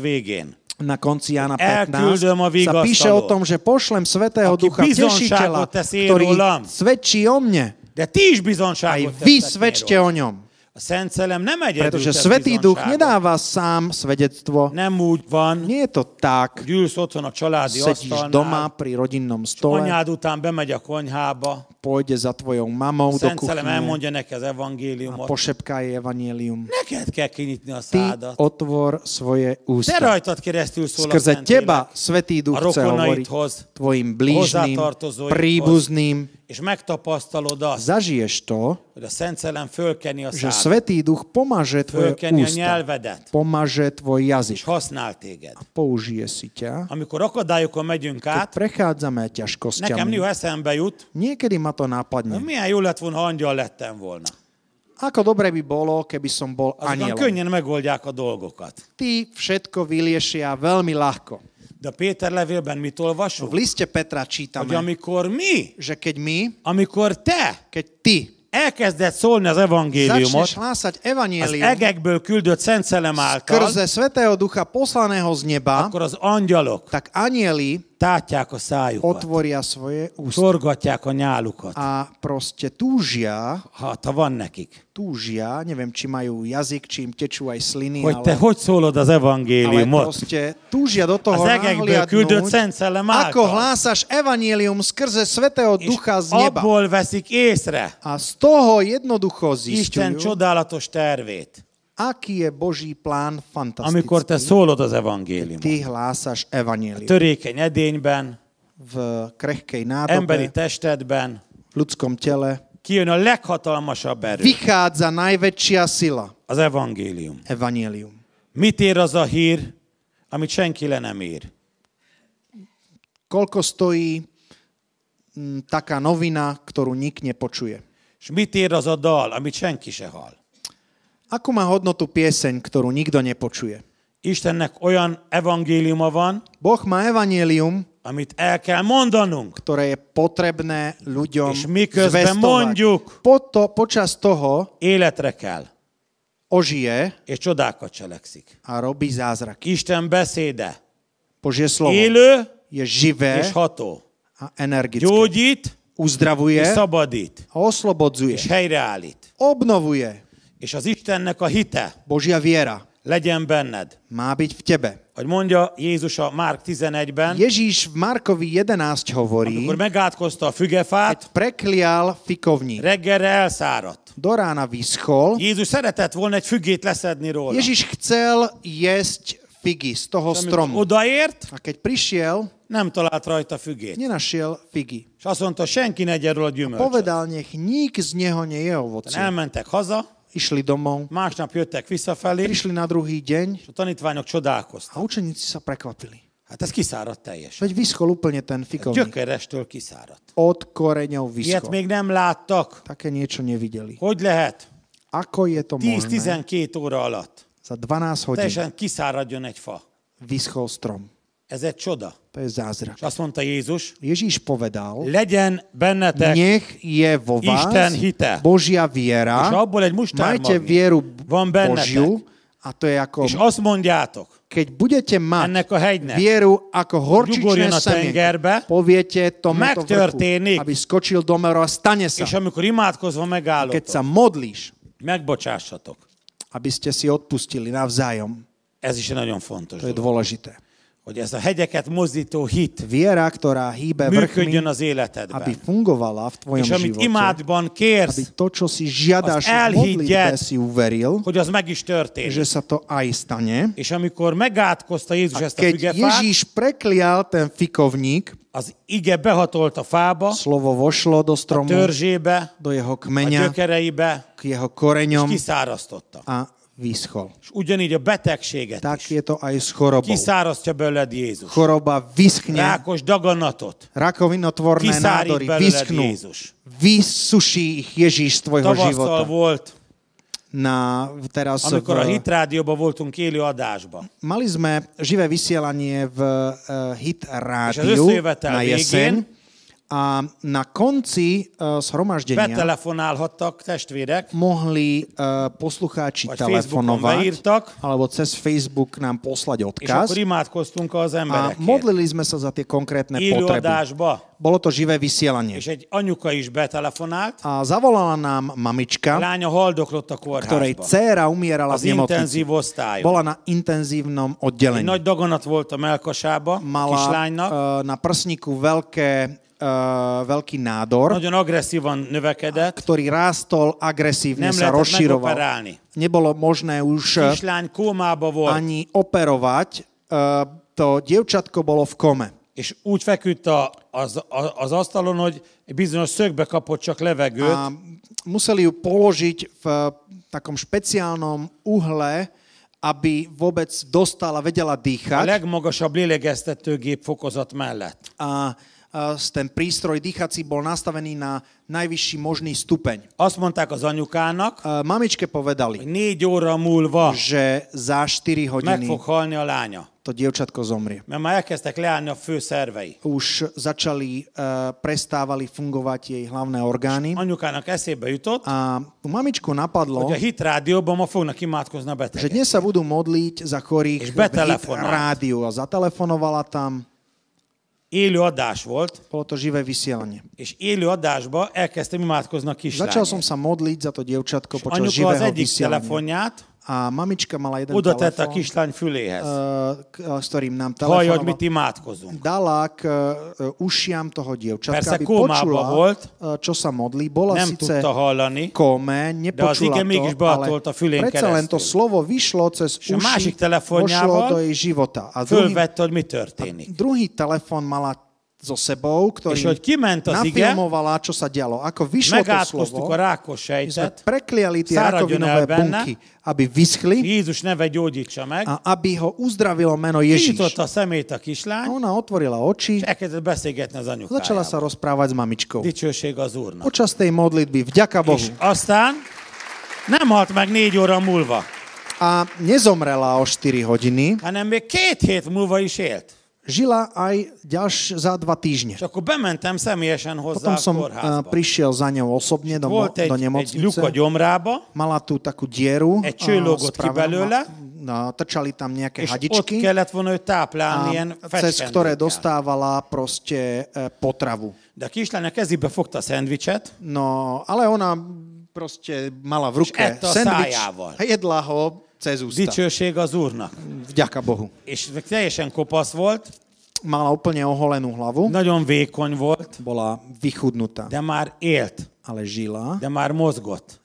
Speaker 2: 15 végén.
Speaker 3: na konci Jána
Speaker 2: Elküldöm a
Speaker 3: 15 sa
Speaker 2: vigasztalót,
Speaker 3: píše o tom, že pošlem Svetého
Speaker 2: aki
Speaker 3: ducha tešiteľa,
Speaker 2: bizonságot teszi
Speaker 3: ktorý
Speaker 2: rólam.
Speaker 3: svedčí o mne.
Speaker 2: De ti is
Speaker 3: Aj
Speaker 2: bizonságot
Speaker 3: vy
Speaker 2: tesztek
Speaker 3: svedčte
Speaker 2: miről.
Speaker 3: o ňom.
Speaker 2: A Szent Szellem nem egyedül
Speaker 3: Pretože
Speaker 2: tesz
Speaker 3: Svetý duch
Speaker 2: bizonságot.
Speaker 3: nedáva sám svedectvo.
Speaker 2: Nem úgy van,
Speaker 3: Nie je to tak,
Speaker 2: hogy ülsz otthon a családi
Speaker 3: sedíš
Speaker 2: asztalnál,
Speaker 3: doma pri rodinnom stole,
Speaker 2: anyád után bemegy a konyhába,
Speaker 3: pôjde za tvojou mamou do
Speaker 2: Szent Szellem
Speaker 3: kuchyne
Speaker 2: elmondja neki az
Speaker 3: a
Speaker 2: evangéliumot.
Speaker 3: pošepká jej evanielium.
Speaker 2: Neked kell kinyitni a
Speaker 3: Ty
Speaker 2: szádat.
Speaker 3: otvor svoje
Speaker 2: Te
Speaker 3: ústa.
Speaker 2: rajtad keresztül szól a Szent
Speaker 3: Skrze teba
Speaker 2: Lélek,
Speaker 3: Svetý duch
Speaker 2: a
Speaker 3: chce hovoriť
Speaker 2: rokonaidhoz,
Speaker 3: tvojim blížným,
Speaker 2: hozzátartozóidhoz.
Speaker 3: príbuzným.
Speaker 2: és megtapasztalod azt,
Speaker 3: Zažiješ to,
Speaker 2: hogy a Szent Szellem fölkeni a
Speaker 3: že
Speaker 2: szádat,
Speaker 3: Svetý duch pomaže tvoje
Speaker 2: fölkeni a
Speaker 3: ústa,
Speaker 2: nyelvedet,
Speaker 3: pomaže tvoj
Speaker 2: és
Speaker 3: jazyk,
Speaker 2: használ téged.
Speaker 3: použije si ťa.
Speaker 2: Amikor akadályokon megyünk
Speaker 3: Keď
Speaker 2: át,
Speaker 3: prechádzame
Speaker 2: nekem No
Speaker 3: ťažkosťami,
Speaker 2: néha eszembe jut,
Speaker 3: Niekedy ma to napadne.
Speaker 2: hogy milyen jó lett volna, ha angyal lettem volna.
Speaker 3: Ako dobre by bolo, keby som bol
Speaker 2: Azokon
Speaker 3: anielom.
Speaker 2: könnyen megoldják a dolgokat.
Speaker 3: Tí všetko vyliešia veľmi ľahko.
Speaker 2: De a Péter levélben mit
Speaker 3: V
Speaker 2: olvasunk?
Speaker 3: liste Petra
Speaker 2: Hogy
Speaker 3: čítame,
Speaker 2: amikor mi,
Speaker 3: že keď my,
Speaker 2: amikor te
Speaker 3: keď ty
Speaker 2: elkezded szólni az
Speaker 3: začneš
Speaker 2: evangéliumot,
Speaker 3: hlásať
Speaker 2: az
Speaker 3: evanielium
Speaker 2: egekből küldött Szent Szellem által,
Speaker 3: skrze Svetého Ducha poslaného z neba,
Speaker 2: akkor az angyalok
Speaker 3: tak anieli
Speaker 2: tátják a szájukat,
Speaker 3: otvoria svoje ústa
Speaker 2: sorgatják a nyálukat,
Speaker 3: a proste túžia,
Speaker 2: hát ha van nekik.
Speaker 3: túžia, neviem, či majú jazyk, či im tečú aj sliny,
Speaker 2: Hogy te
Speaker 3: ale,
Speaker 2: hogy szólod az
Speaker 3: ale
Speaker 2: evangéliumot.
Speaker 3: proste túžia do toho
Speaker 2: Az egekből küldött
Speaker 3: nahliadnúť
Speaker 2: Szent Szellem
Speaker 3: Ako
Speaker 2: által.
Speaker 3: hlásaš evanielium skrze Svetého
Speaker 2: És
Speaker 3: Ducha z neba.
Speaker 2: abból veszik észre
Speaker 3: A z toho jednoducho
Speaker 2: Isten
Speaker 3: zistujú,
Speaker 2: csodálatos tervét,
Speaker 3: aký je Boží plán fantastický.
Speaker 2: amikor te szólod az
Speaker 3: Ty
Speaker 2: evangéliumot.
Speaker 3: hlásaš evanielium.
Speaker 2: Törékeny edényben,
Speaker 3: V krehkej nádobe,
Speaker 2: emberi testedben
Speaker 3: v ľudskom tele,
Speaker 2: kijön a leghatalmasabb erő,
Speaker 3: vychádza najväčšia sila,
Speaker 2: az evangélium.
Speaker 3: evanielium.
Speaker 2: Mit ér az a hír, amit senki le nem ír?
Speaker 3: Koľko stojí m, taká novina, ktorú nik nepočuje?
Speaker 2: És mit ér az a dal, amit senki se hall?
Speaker 3: Akú má hodnotu pieseň, ktorú nikto nepočuje?
Speaker 2: Istennek olyan evangéliuma van,
Speaker 3: Boh má evanielium,
Speaker 2: amit el kell mondanunk.
Speaker 3: ktoré je potrebné ľuďom
Speaker 2: Iš my közben mondjuk.
Speaker 3: zvestovať. Poto, počas toho
Speaker 2: Életre kell,
Speaker 3: ožije
Speaker 2: és csodákat cselekszik.
Speaker 3: a robí zázraky.
Speaker 2: Isten beszéde
Speaker 3: Božie slovo
Speaker 2: élő
Speaker 3: je živé
Speaker 2: és ható.
Speaker 3: a energické.
Speaker 2: Gyógyít
Speaker 3: Uzdravuje
Speaker 2: és
Speaker 3: a
Speaker 2: szabadít, és
Speaker 3: oslobodzuje.
Speaker 2: helyreállít.
Speaker 3: Obnovuje.
Speaker 2: És az Istennek a hite
Speaker 3: Božia viera
Speaker 2: legyen benned.
Speaker 3: má byť v tebe.
Speaker 2: Hogy mondja Jézus a Márk 11-ben,
Speaker 3: Ježíš v Markovi 11 hovorí,
Speaker 2: amikor megátkozta a fügefát,
Speaker 3: preklial fikovník.
Speaker 2: reggelre elszáradt.
Speaker 3: Do rána vyschol.
Speaker 2: Jézus szeretett volna egy fügét leszedni róla.
Speaker 3: Ježíš chcel jesť figy z toho
Speaker 2: Amikor
Speaker 3: stromu.
Speaker 2: Odaért,
Speaker 3: A keď prišiel,
Speaker 2: nem talált rajta fügét.
Speaker 3: nenašiel figy.
Speaker 2: És azt mondta, senki ne egye róla a gyümölcsöt.
Speaker 3: Povedal, nech nik z neho neje ovocie.
Speaker 2: Elmentek haza,
Speaker 3: Išli domov,
Speaker 2: másnap jöttek visszafelé,
Speaker 3: prišli na druhý deň
Speaker 2: és a tanítványok csodálkoztak.
Speaker 3: a učeníci sa prekvapili.
Speaker 2: Hát ez kiszáradt teljesen.
Speaker 3: Veď vyschol úplne ten fikovník.
Speaker 2: Gyökerestől kiszáradt.
Speaker 3: Od koreňov
Speaker 2: Ilyet
Speaker 3: vyschol.
Speaker 2: még nem láttak.
Speaker 3: Také niečo nevideli.
Speaker 2: Hogy lehet?
Speaker 3: Ako je to možné?
Speaker 2: 10-12 óra alatt
Speaker 3: Za 12 hodín
Speaker 2: teljesen kiszáradjon egy fa.
Speaker 3: vyschol strom.
Speaker 2: Ez egy csoda.
Speaker 3: To je zázrak.
Speaker 2: És azt mondta Jézus,
Speaker 3: Ježíš povedal,
Speaker 2: legyen bennetek, és
Speaker 3: nech je vo vás
Speaker 2: Isten hite.
Speaker 3: Božia viera.
Speaker 2: abból egy
Speaker 3: Majte
Speaker 2: mustármagni
Speaker 3: vieru
Speaker 2: van bennetek,
Speaker 3: Božiu a A to je
Speaker 2: És
Speaker 3: ako,
Speaker 2: azt mondjátok,
Speaker 3: keď budete mať
Speaker 2: ennek a hegynek,
Speaker 3: vieru ako horčičné
Speaker 2: Gyugorjon a tengerbe,
Speaker 3: semienko, poviete tomuto vrchu,
Speaker 2: megtörténik.
Speaker 3: aby skočil do mora a stane sa.
Speaker 2: és amikor imádkozva
Speaker 3: Keď
Speaker 2: megállok,
Speaker 3: sa modlíš,
Speaker 2: megbocsássatok.
Speaker 3: aby ste si odpustili navzájom,
Speaker 2: Ez is nagyon fontos,
Speaker 3: to je
Speaker 2: dolog,
Speaker 3: dôležité.
Speaker 2: hogy ez a hegyeket mozdító hit
Speaker 3: Viera, ktorá hýbe
Speaker 2: működjön
Speaker 3: vrchmi,
Speaker 2: az
Speaker 3: aby
Speaker 2: életedben.
Speaker 3: fungovala v tvojom
Speaker 2: És amit
Speaker 3: živote,
Speaker 2: imádban
Speaker 3: aby
Speaker 2: kérsz,
Speaker 3: to, čo si
Speaker 2: Az
Speaker 3: žiadaš v modlitbe,
Speaker 2: elhiggyed,
Speaker 3: si uveril,
Speaker 2: hogy az meg is történik.
Speaker 3: že sa to aj stane.
Speaker 2: És amikor megátkozta Jézus
Speaker 3: A
Speaker 2: ezt a
Speaker 3: keď
Speaker 2: fügefát,
Speaker 3: Ježíš preklial ten fikovník,
Speaker 2: az ige behatolt a fába,
Speaker 3: slovo vošlo do
Speaker 2: a
Speaker 3: stromu,
Speaker 2: törzsébe,
Speaker 3: do jeho
Speaker 2: a
Speaker 3: kmeňa,
Speaker 2: gyökereibe,
Speaker 3: k jeho
Speaker 2: és
Speaker 3: koreňom
Speaker 2: kiszárasztotta.
Speaker 3: a vyschol.
Speaker 2: És ugyanígy a betegséget
Speaker 3: Tak
Speaker 2: is.
Speaker 3: je to aj s chorobou.
Speaker 2: Kiszárasztja belőled Jézus.
Speaker 3: Choroba vyschne,
Speaker 2: Rákos daganatot
Speaker 3: rakovinotvorné
Speaker 2: kiszárít
Speaker 3: nádory
Speaker 2: belőled
Speaker 3: vyschnú.
Speaker 2: Jézus.
Speaker 3: Vysuší ich Ježíš z tvojho
Speaker 2: Tavasszal
Speaker 3: života.
Speaker 2: volt,
Speaker 3: Na, teraz
Speaker 2: amikor a
Speaker 3: v,
Speaker 2: Hitrádióban voltunk élő adásban.
Speaker 3: mali sme živé vysielanie v uh,
Speaker 2: És
Speaker 3: Hit
Speaker 2: az
Speaker 3: rádiu
Speaker 2: összejövetel
Speaker 3: na
Speaker 2: végén-
Speaker 3: jeseň a na konci uh, zhromaždenia
Speaker 2: Betelefonálhattak testvérek,
Speaker 3: mohli uh, poslucháči
Speaker 2: vagy Facebookon
Speaker 3: telefonovať
Speaker 2: beírtak,
Speaker 3: alebo cez Facebook nám poslať
Speaker 2: és akkor
Speaker 3: odkaz
Speaker 2: imádkoztunk az
Speaker 3: a
Speaker 2: emberekért.
Speaker 3: modlili sme sa za tie konkrétne
Speaker 2: Élő
Speaker 3: potreby.
Speaker 2: adásba.
Speaker 3: Bolo to živé vysielanie.
Speaker 2: És egy anyuka is betelefonált,
Speaker 3: A zavolala nám
Speaker 2: a
Speaker 3: mamička,
Speaker 2: lánya haldoklott a
Speaker 3: ktorej
Speaker 2: kórházban.
Speaker 3: dcéra umierala
Speaker 2: Az
Speaker 3: v nemocnici.
Speaker 2: intenzív osztályon.
Speaker 3: Bola na intenzívnom
Speaker 2: Egy
Speaker 3: oddelení.
Speaker 2: nagy daganat volt a melkasába
Speaker 3: Mala
Speaker 2: kislánynak.
Speaker 3: eh, na prsníku veľké, eh, veľký nádor,
Speaker 2: Nagyon agresszívan növekedett,
Speaker 3: ktorý rástol
Speaker 2: nem
Speaker 3: agresívne, sa
Speaker 2: lehetett
Speaker 3: rozširoval.
Speaker 2: megoperálni.
Speaker 3: Nebolo možné už eh,
Speaker 2: Kislány kómába volt,
Speaker 3: ani operovať. Eh, To dievčatko bolo v kome.
Speaker 2: és úgy feküdt a, az, a, az asztalon, hogy egy bizonyos szögbe kapott csak levegőt,
Speaker 3: A museli ju položiť v e, takom špeciálnom uhle, aby vôbec dostala, vedela
Speaker 2: a
Speaker 3: dýchať.
Speaker 2: legmagasabb lélegeztetőgép fokozat mellett.
Speaker 3: A, a s- ten prístroj dýchací bol nastavený na najvyšší možný stupeň.
Speaker 2: Azt mondták az anyukának,
Speaker 3: A mamičke
Speaker 2: hogy
Speaker 3: povedali,
Speaker 2: négy óra múlva
Speaker 3: že za 4
Speaker 2: meg fog
Speaker 3: hodiny
Speaker 2: halni a lánya,
Speaker 3: to dievčatko zomrie.
Speaker 2: mert már elkezdtek leállni a főszervei.
Speaker 3: Už začali, uh, prestávali fungovať jej hlavné orgány.
Speaker 2: Anyukának eszébe jutott,
Speaker 3: A tú mamičku
Speaker 2: hogy
Speaker 3: napadlo,
Speaker 2: a hit rádióban ma fognak imádkozni a
Speaker 3: že
Speaker 2: betegek.
Speaker 3: dnes sa budú modliť za chorých
Speaker 2: Ešte
Speaker 3: v hit
Speaker 2: betelefonált.
Speaker 3: rádiu. A zatelefonovala tam,
Speaker 2: Élő adás volt,
Speaker 3: bolo to živé vysielanie.
Speaker 2: és élő adásba elkezdtem imádkozni a kislányért.
Speaker 3: Začal som sa modliť za to dievčatko počas
Speaker 2: Anyuka az
Speaker 3: živého
Speaker 2: egyik
Speaker 3: vysielania.
Speaker 2: telefonját
Speaker 3: A mamička mala jeden
Speaker 2: oda tette a
Speaker 3: telefón,
Speaker 2: kislány füléhez.
Speaker 3: eh, k- s ktorým nám
Speaker 2: Hallja, hogy mit
Speaker 3: telefonoval.
Speaker 2: imádkozunk.
Speaker 3: Dala k eh, ušiam toho dievčatka,
Speaker 2: Persze
Speaker 3: aby
Speaker 2: kómába
Speaker 3: počula,
Speaker 2: volt.
Speaker 3: eh, čo sa modlí. Bola
Speaker 2: Nem
Speaker 3: síce
Speaker 2: tudta hallani,
Speaker 3: v kóme,
Speaker 2: ige
Speaker 3: nepočula
Speaker 2: mégis
Speaker 3: to, ale
Speaker 2: behatolt a fülén
Speaker 3: predsa len to
Speaker 2: keresztül.
Speaker 3: slovo vyšlo cez
Speaker 2: a másik
Speaker 3: uši,
Speaker 2: telefonjával
Speaker 3: vošlo do jej života. A druhý,
Speaker 2: fölvette, hogy mi történik.
Speaker 3: druhý telefon mala so sebou,
Speaker 2: És hogy
Speaker 3: ktorý
Speaker 2: kiment az ige,
Speaker 3: nafilmovala, čo sa dialo. Ako vyšlo to
Speaker 2: megátkoztuk
Speaker 3: slovo,
Speaker 2: a rákos
Speaker 3: my sme
Speaker 2: sejtet,
Speaker 3: prekliali tie
Speaker 2: Száradjon el
Speaker 3: rakovinové
Speaker 2: benne.
Speaker 3: bunky, aby vyschli
Speaker 2: Jézus neve gyógyítsa meg,
Speaker 3: a aby ho uzdravilo meno Ježíš.
Speaker 2: kinyitotta a szemét a
Speaker 3: A
Speaker 2: kislány,
Speaker 3: ona otvorila oči
Speaker 2: és elkezdett beszélgetni az
Speaker 3: a začala sa
Speaker 2: anyukájával.
Speaker 3: rozprávať s mamičkou.
Speaker 2: Dicsőség az Úrnak.
Speaker 3: Počas tej modlitby, vďaka Bohu.
Speaker 2: És aztán nem halt meg négy óra múlva,
Speaker 3: A nezomrela o 4 hodiny,
Speaker 2: hanem még két hét múlva is élt.
Speaker 3: žila aj ďalš za dva týždne.
Speaker 2: És akkor bementem személyesen hozzá a
Speaker 3: Potom som eh,
Speaker 2: kórházba.
Speaker 3: prišiel za ňou osobne do, mo-
Speaker 2: Volt egy,
Speaker 3: do
Speaker 2: egy luk a
Speaker 3: nemocnice.
Speaker 2: gyomrába,
Speaker 3: Mala tu takú dieru,
Speaker 2: Egy
Speaker 3: eh,
Speaker 2: cső lógott ki
Speaker 3: spravenú.
Speaker 2: belőle.
Speaker 3: no, trčali tam nejaké
Speaker 2: és ott
Speaker 3: hadičky,
Speaker 2: kellett volna őt táplálni
Speaker 3: a-
Speaker 2: ilyen
Speaker 3: cez ktoré
Speaker 2: fecskendőkkel.
Speaker 3: dostávala proste eh, potravu.
Speaker 2: De a kislány a kezébe fogta a szendvicset,
Speaker 3: No, ale ona proste mala v ruke
Speaker 2: Eto
Speaker 3: sendvič
Speaker 2: sájával.
Speaker 3: a jedla ho cez ústa.
Speaker 2: dicsőség az Úrnak.
Speaker 3: Vďaka Bohu.
Speaker 2: És teljesen kopasz volt,
Speaker 3: Mala úplne oholenú hlavu,
Speaker 2: nagyon vékony volt,
Speaker 3: bola vychudnutá,
Speaker 2: de már élt,
Speaker 3: ale žila,
Speaker 2: de már mozgott,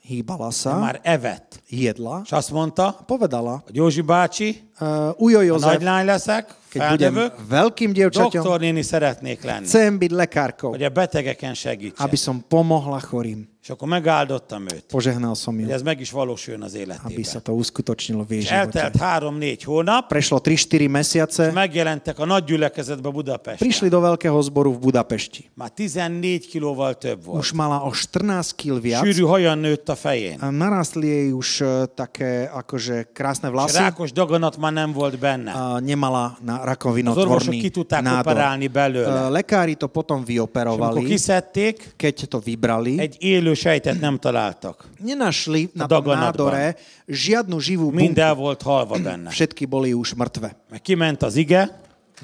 Speaker 2: de
Speaker 3: hýbala sa,
Speaker 2: már evett.
Speaker 3: jedla
Speaker 2: És azt mondta,
Speaker 3: povedala,
Speaker 2: hogy Józsi bácsi,
Speaker 3: uh, Ujo
Speaker 2: a
Speaker 3: Jozef,
Speaker 2: nagylány leszek,
Speaker 3: keď budem
Speaker 2: felnövök,
Speaker 3: veľkým dievčaťom,
Speaker 2: doktornéni szeretnék lenni,
Speaker 3: chcem byť lekárkou,
Speaker 2: hogy a betegeken segítsen.
Speaker 3: aby som pomohla chorým.
Speaker 2: És akkor megáldottam őt,
Speaker 3: Požehnal som ju,
Speaker 2: hogy ez meg is valósuljon az
Speaker 3: aby
Speaker 2: életében.
Speaker 3: sa to uskutočnilo v
Speaker 2: És
Speaker 3: jej
Speaker 2: eltelt
Speaker 3: živote.
Speaker 2: három-négy hónap,
Speaker 3: Prešlo 3-4 mesiace,
Speaker 2: megjelentek a nagy gyülekezetbe Budapesten.
Speaker 3: prišli do veľkého zboru v Budapešti.
Speaker 2: Már 14 kilóval több volt.
Speaker 3: Už mala o 14 kg viac.
Speaker 2: Sűrű hajan nőtt a fején.
Speaker 3: A narastli jej už e, také akože krásne
Speaker 2: És
Speaker 3: vlasy.
Speaker 2: rákos daganat már nem volt benne.
Speaker 3: A nemala na
Speaker 2: Az orvosok
Speaker 3: rakovinotvorný
Speaker 2: ki tudták
Speaker 3: nádor.
Speaker 2: operálni
Speaker 3: E,
Speaker 2: belőle.
Speaker 3: Lekári to potom
Speaker 2: És amikor
Speaker 3: vyoperovali,
Speaker 2: kiszedték,
Speaker 3: keď to vybrali.
Speaker 2: egy élő élő sejtet nem találtak.
Speaker 3: Nenašli
Speaker 2: A
Speaker 3: na tom
Speaker 2: Daganatban.
Speaker 3: nádore žiadnu živú bunku.
Speaker 2: Minden volt halva benne.
Speaker 3: Všetky boli už mŕtve.
Speaker 2: Meg kiment az ige,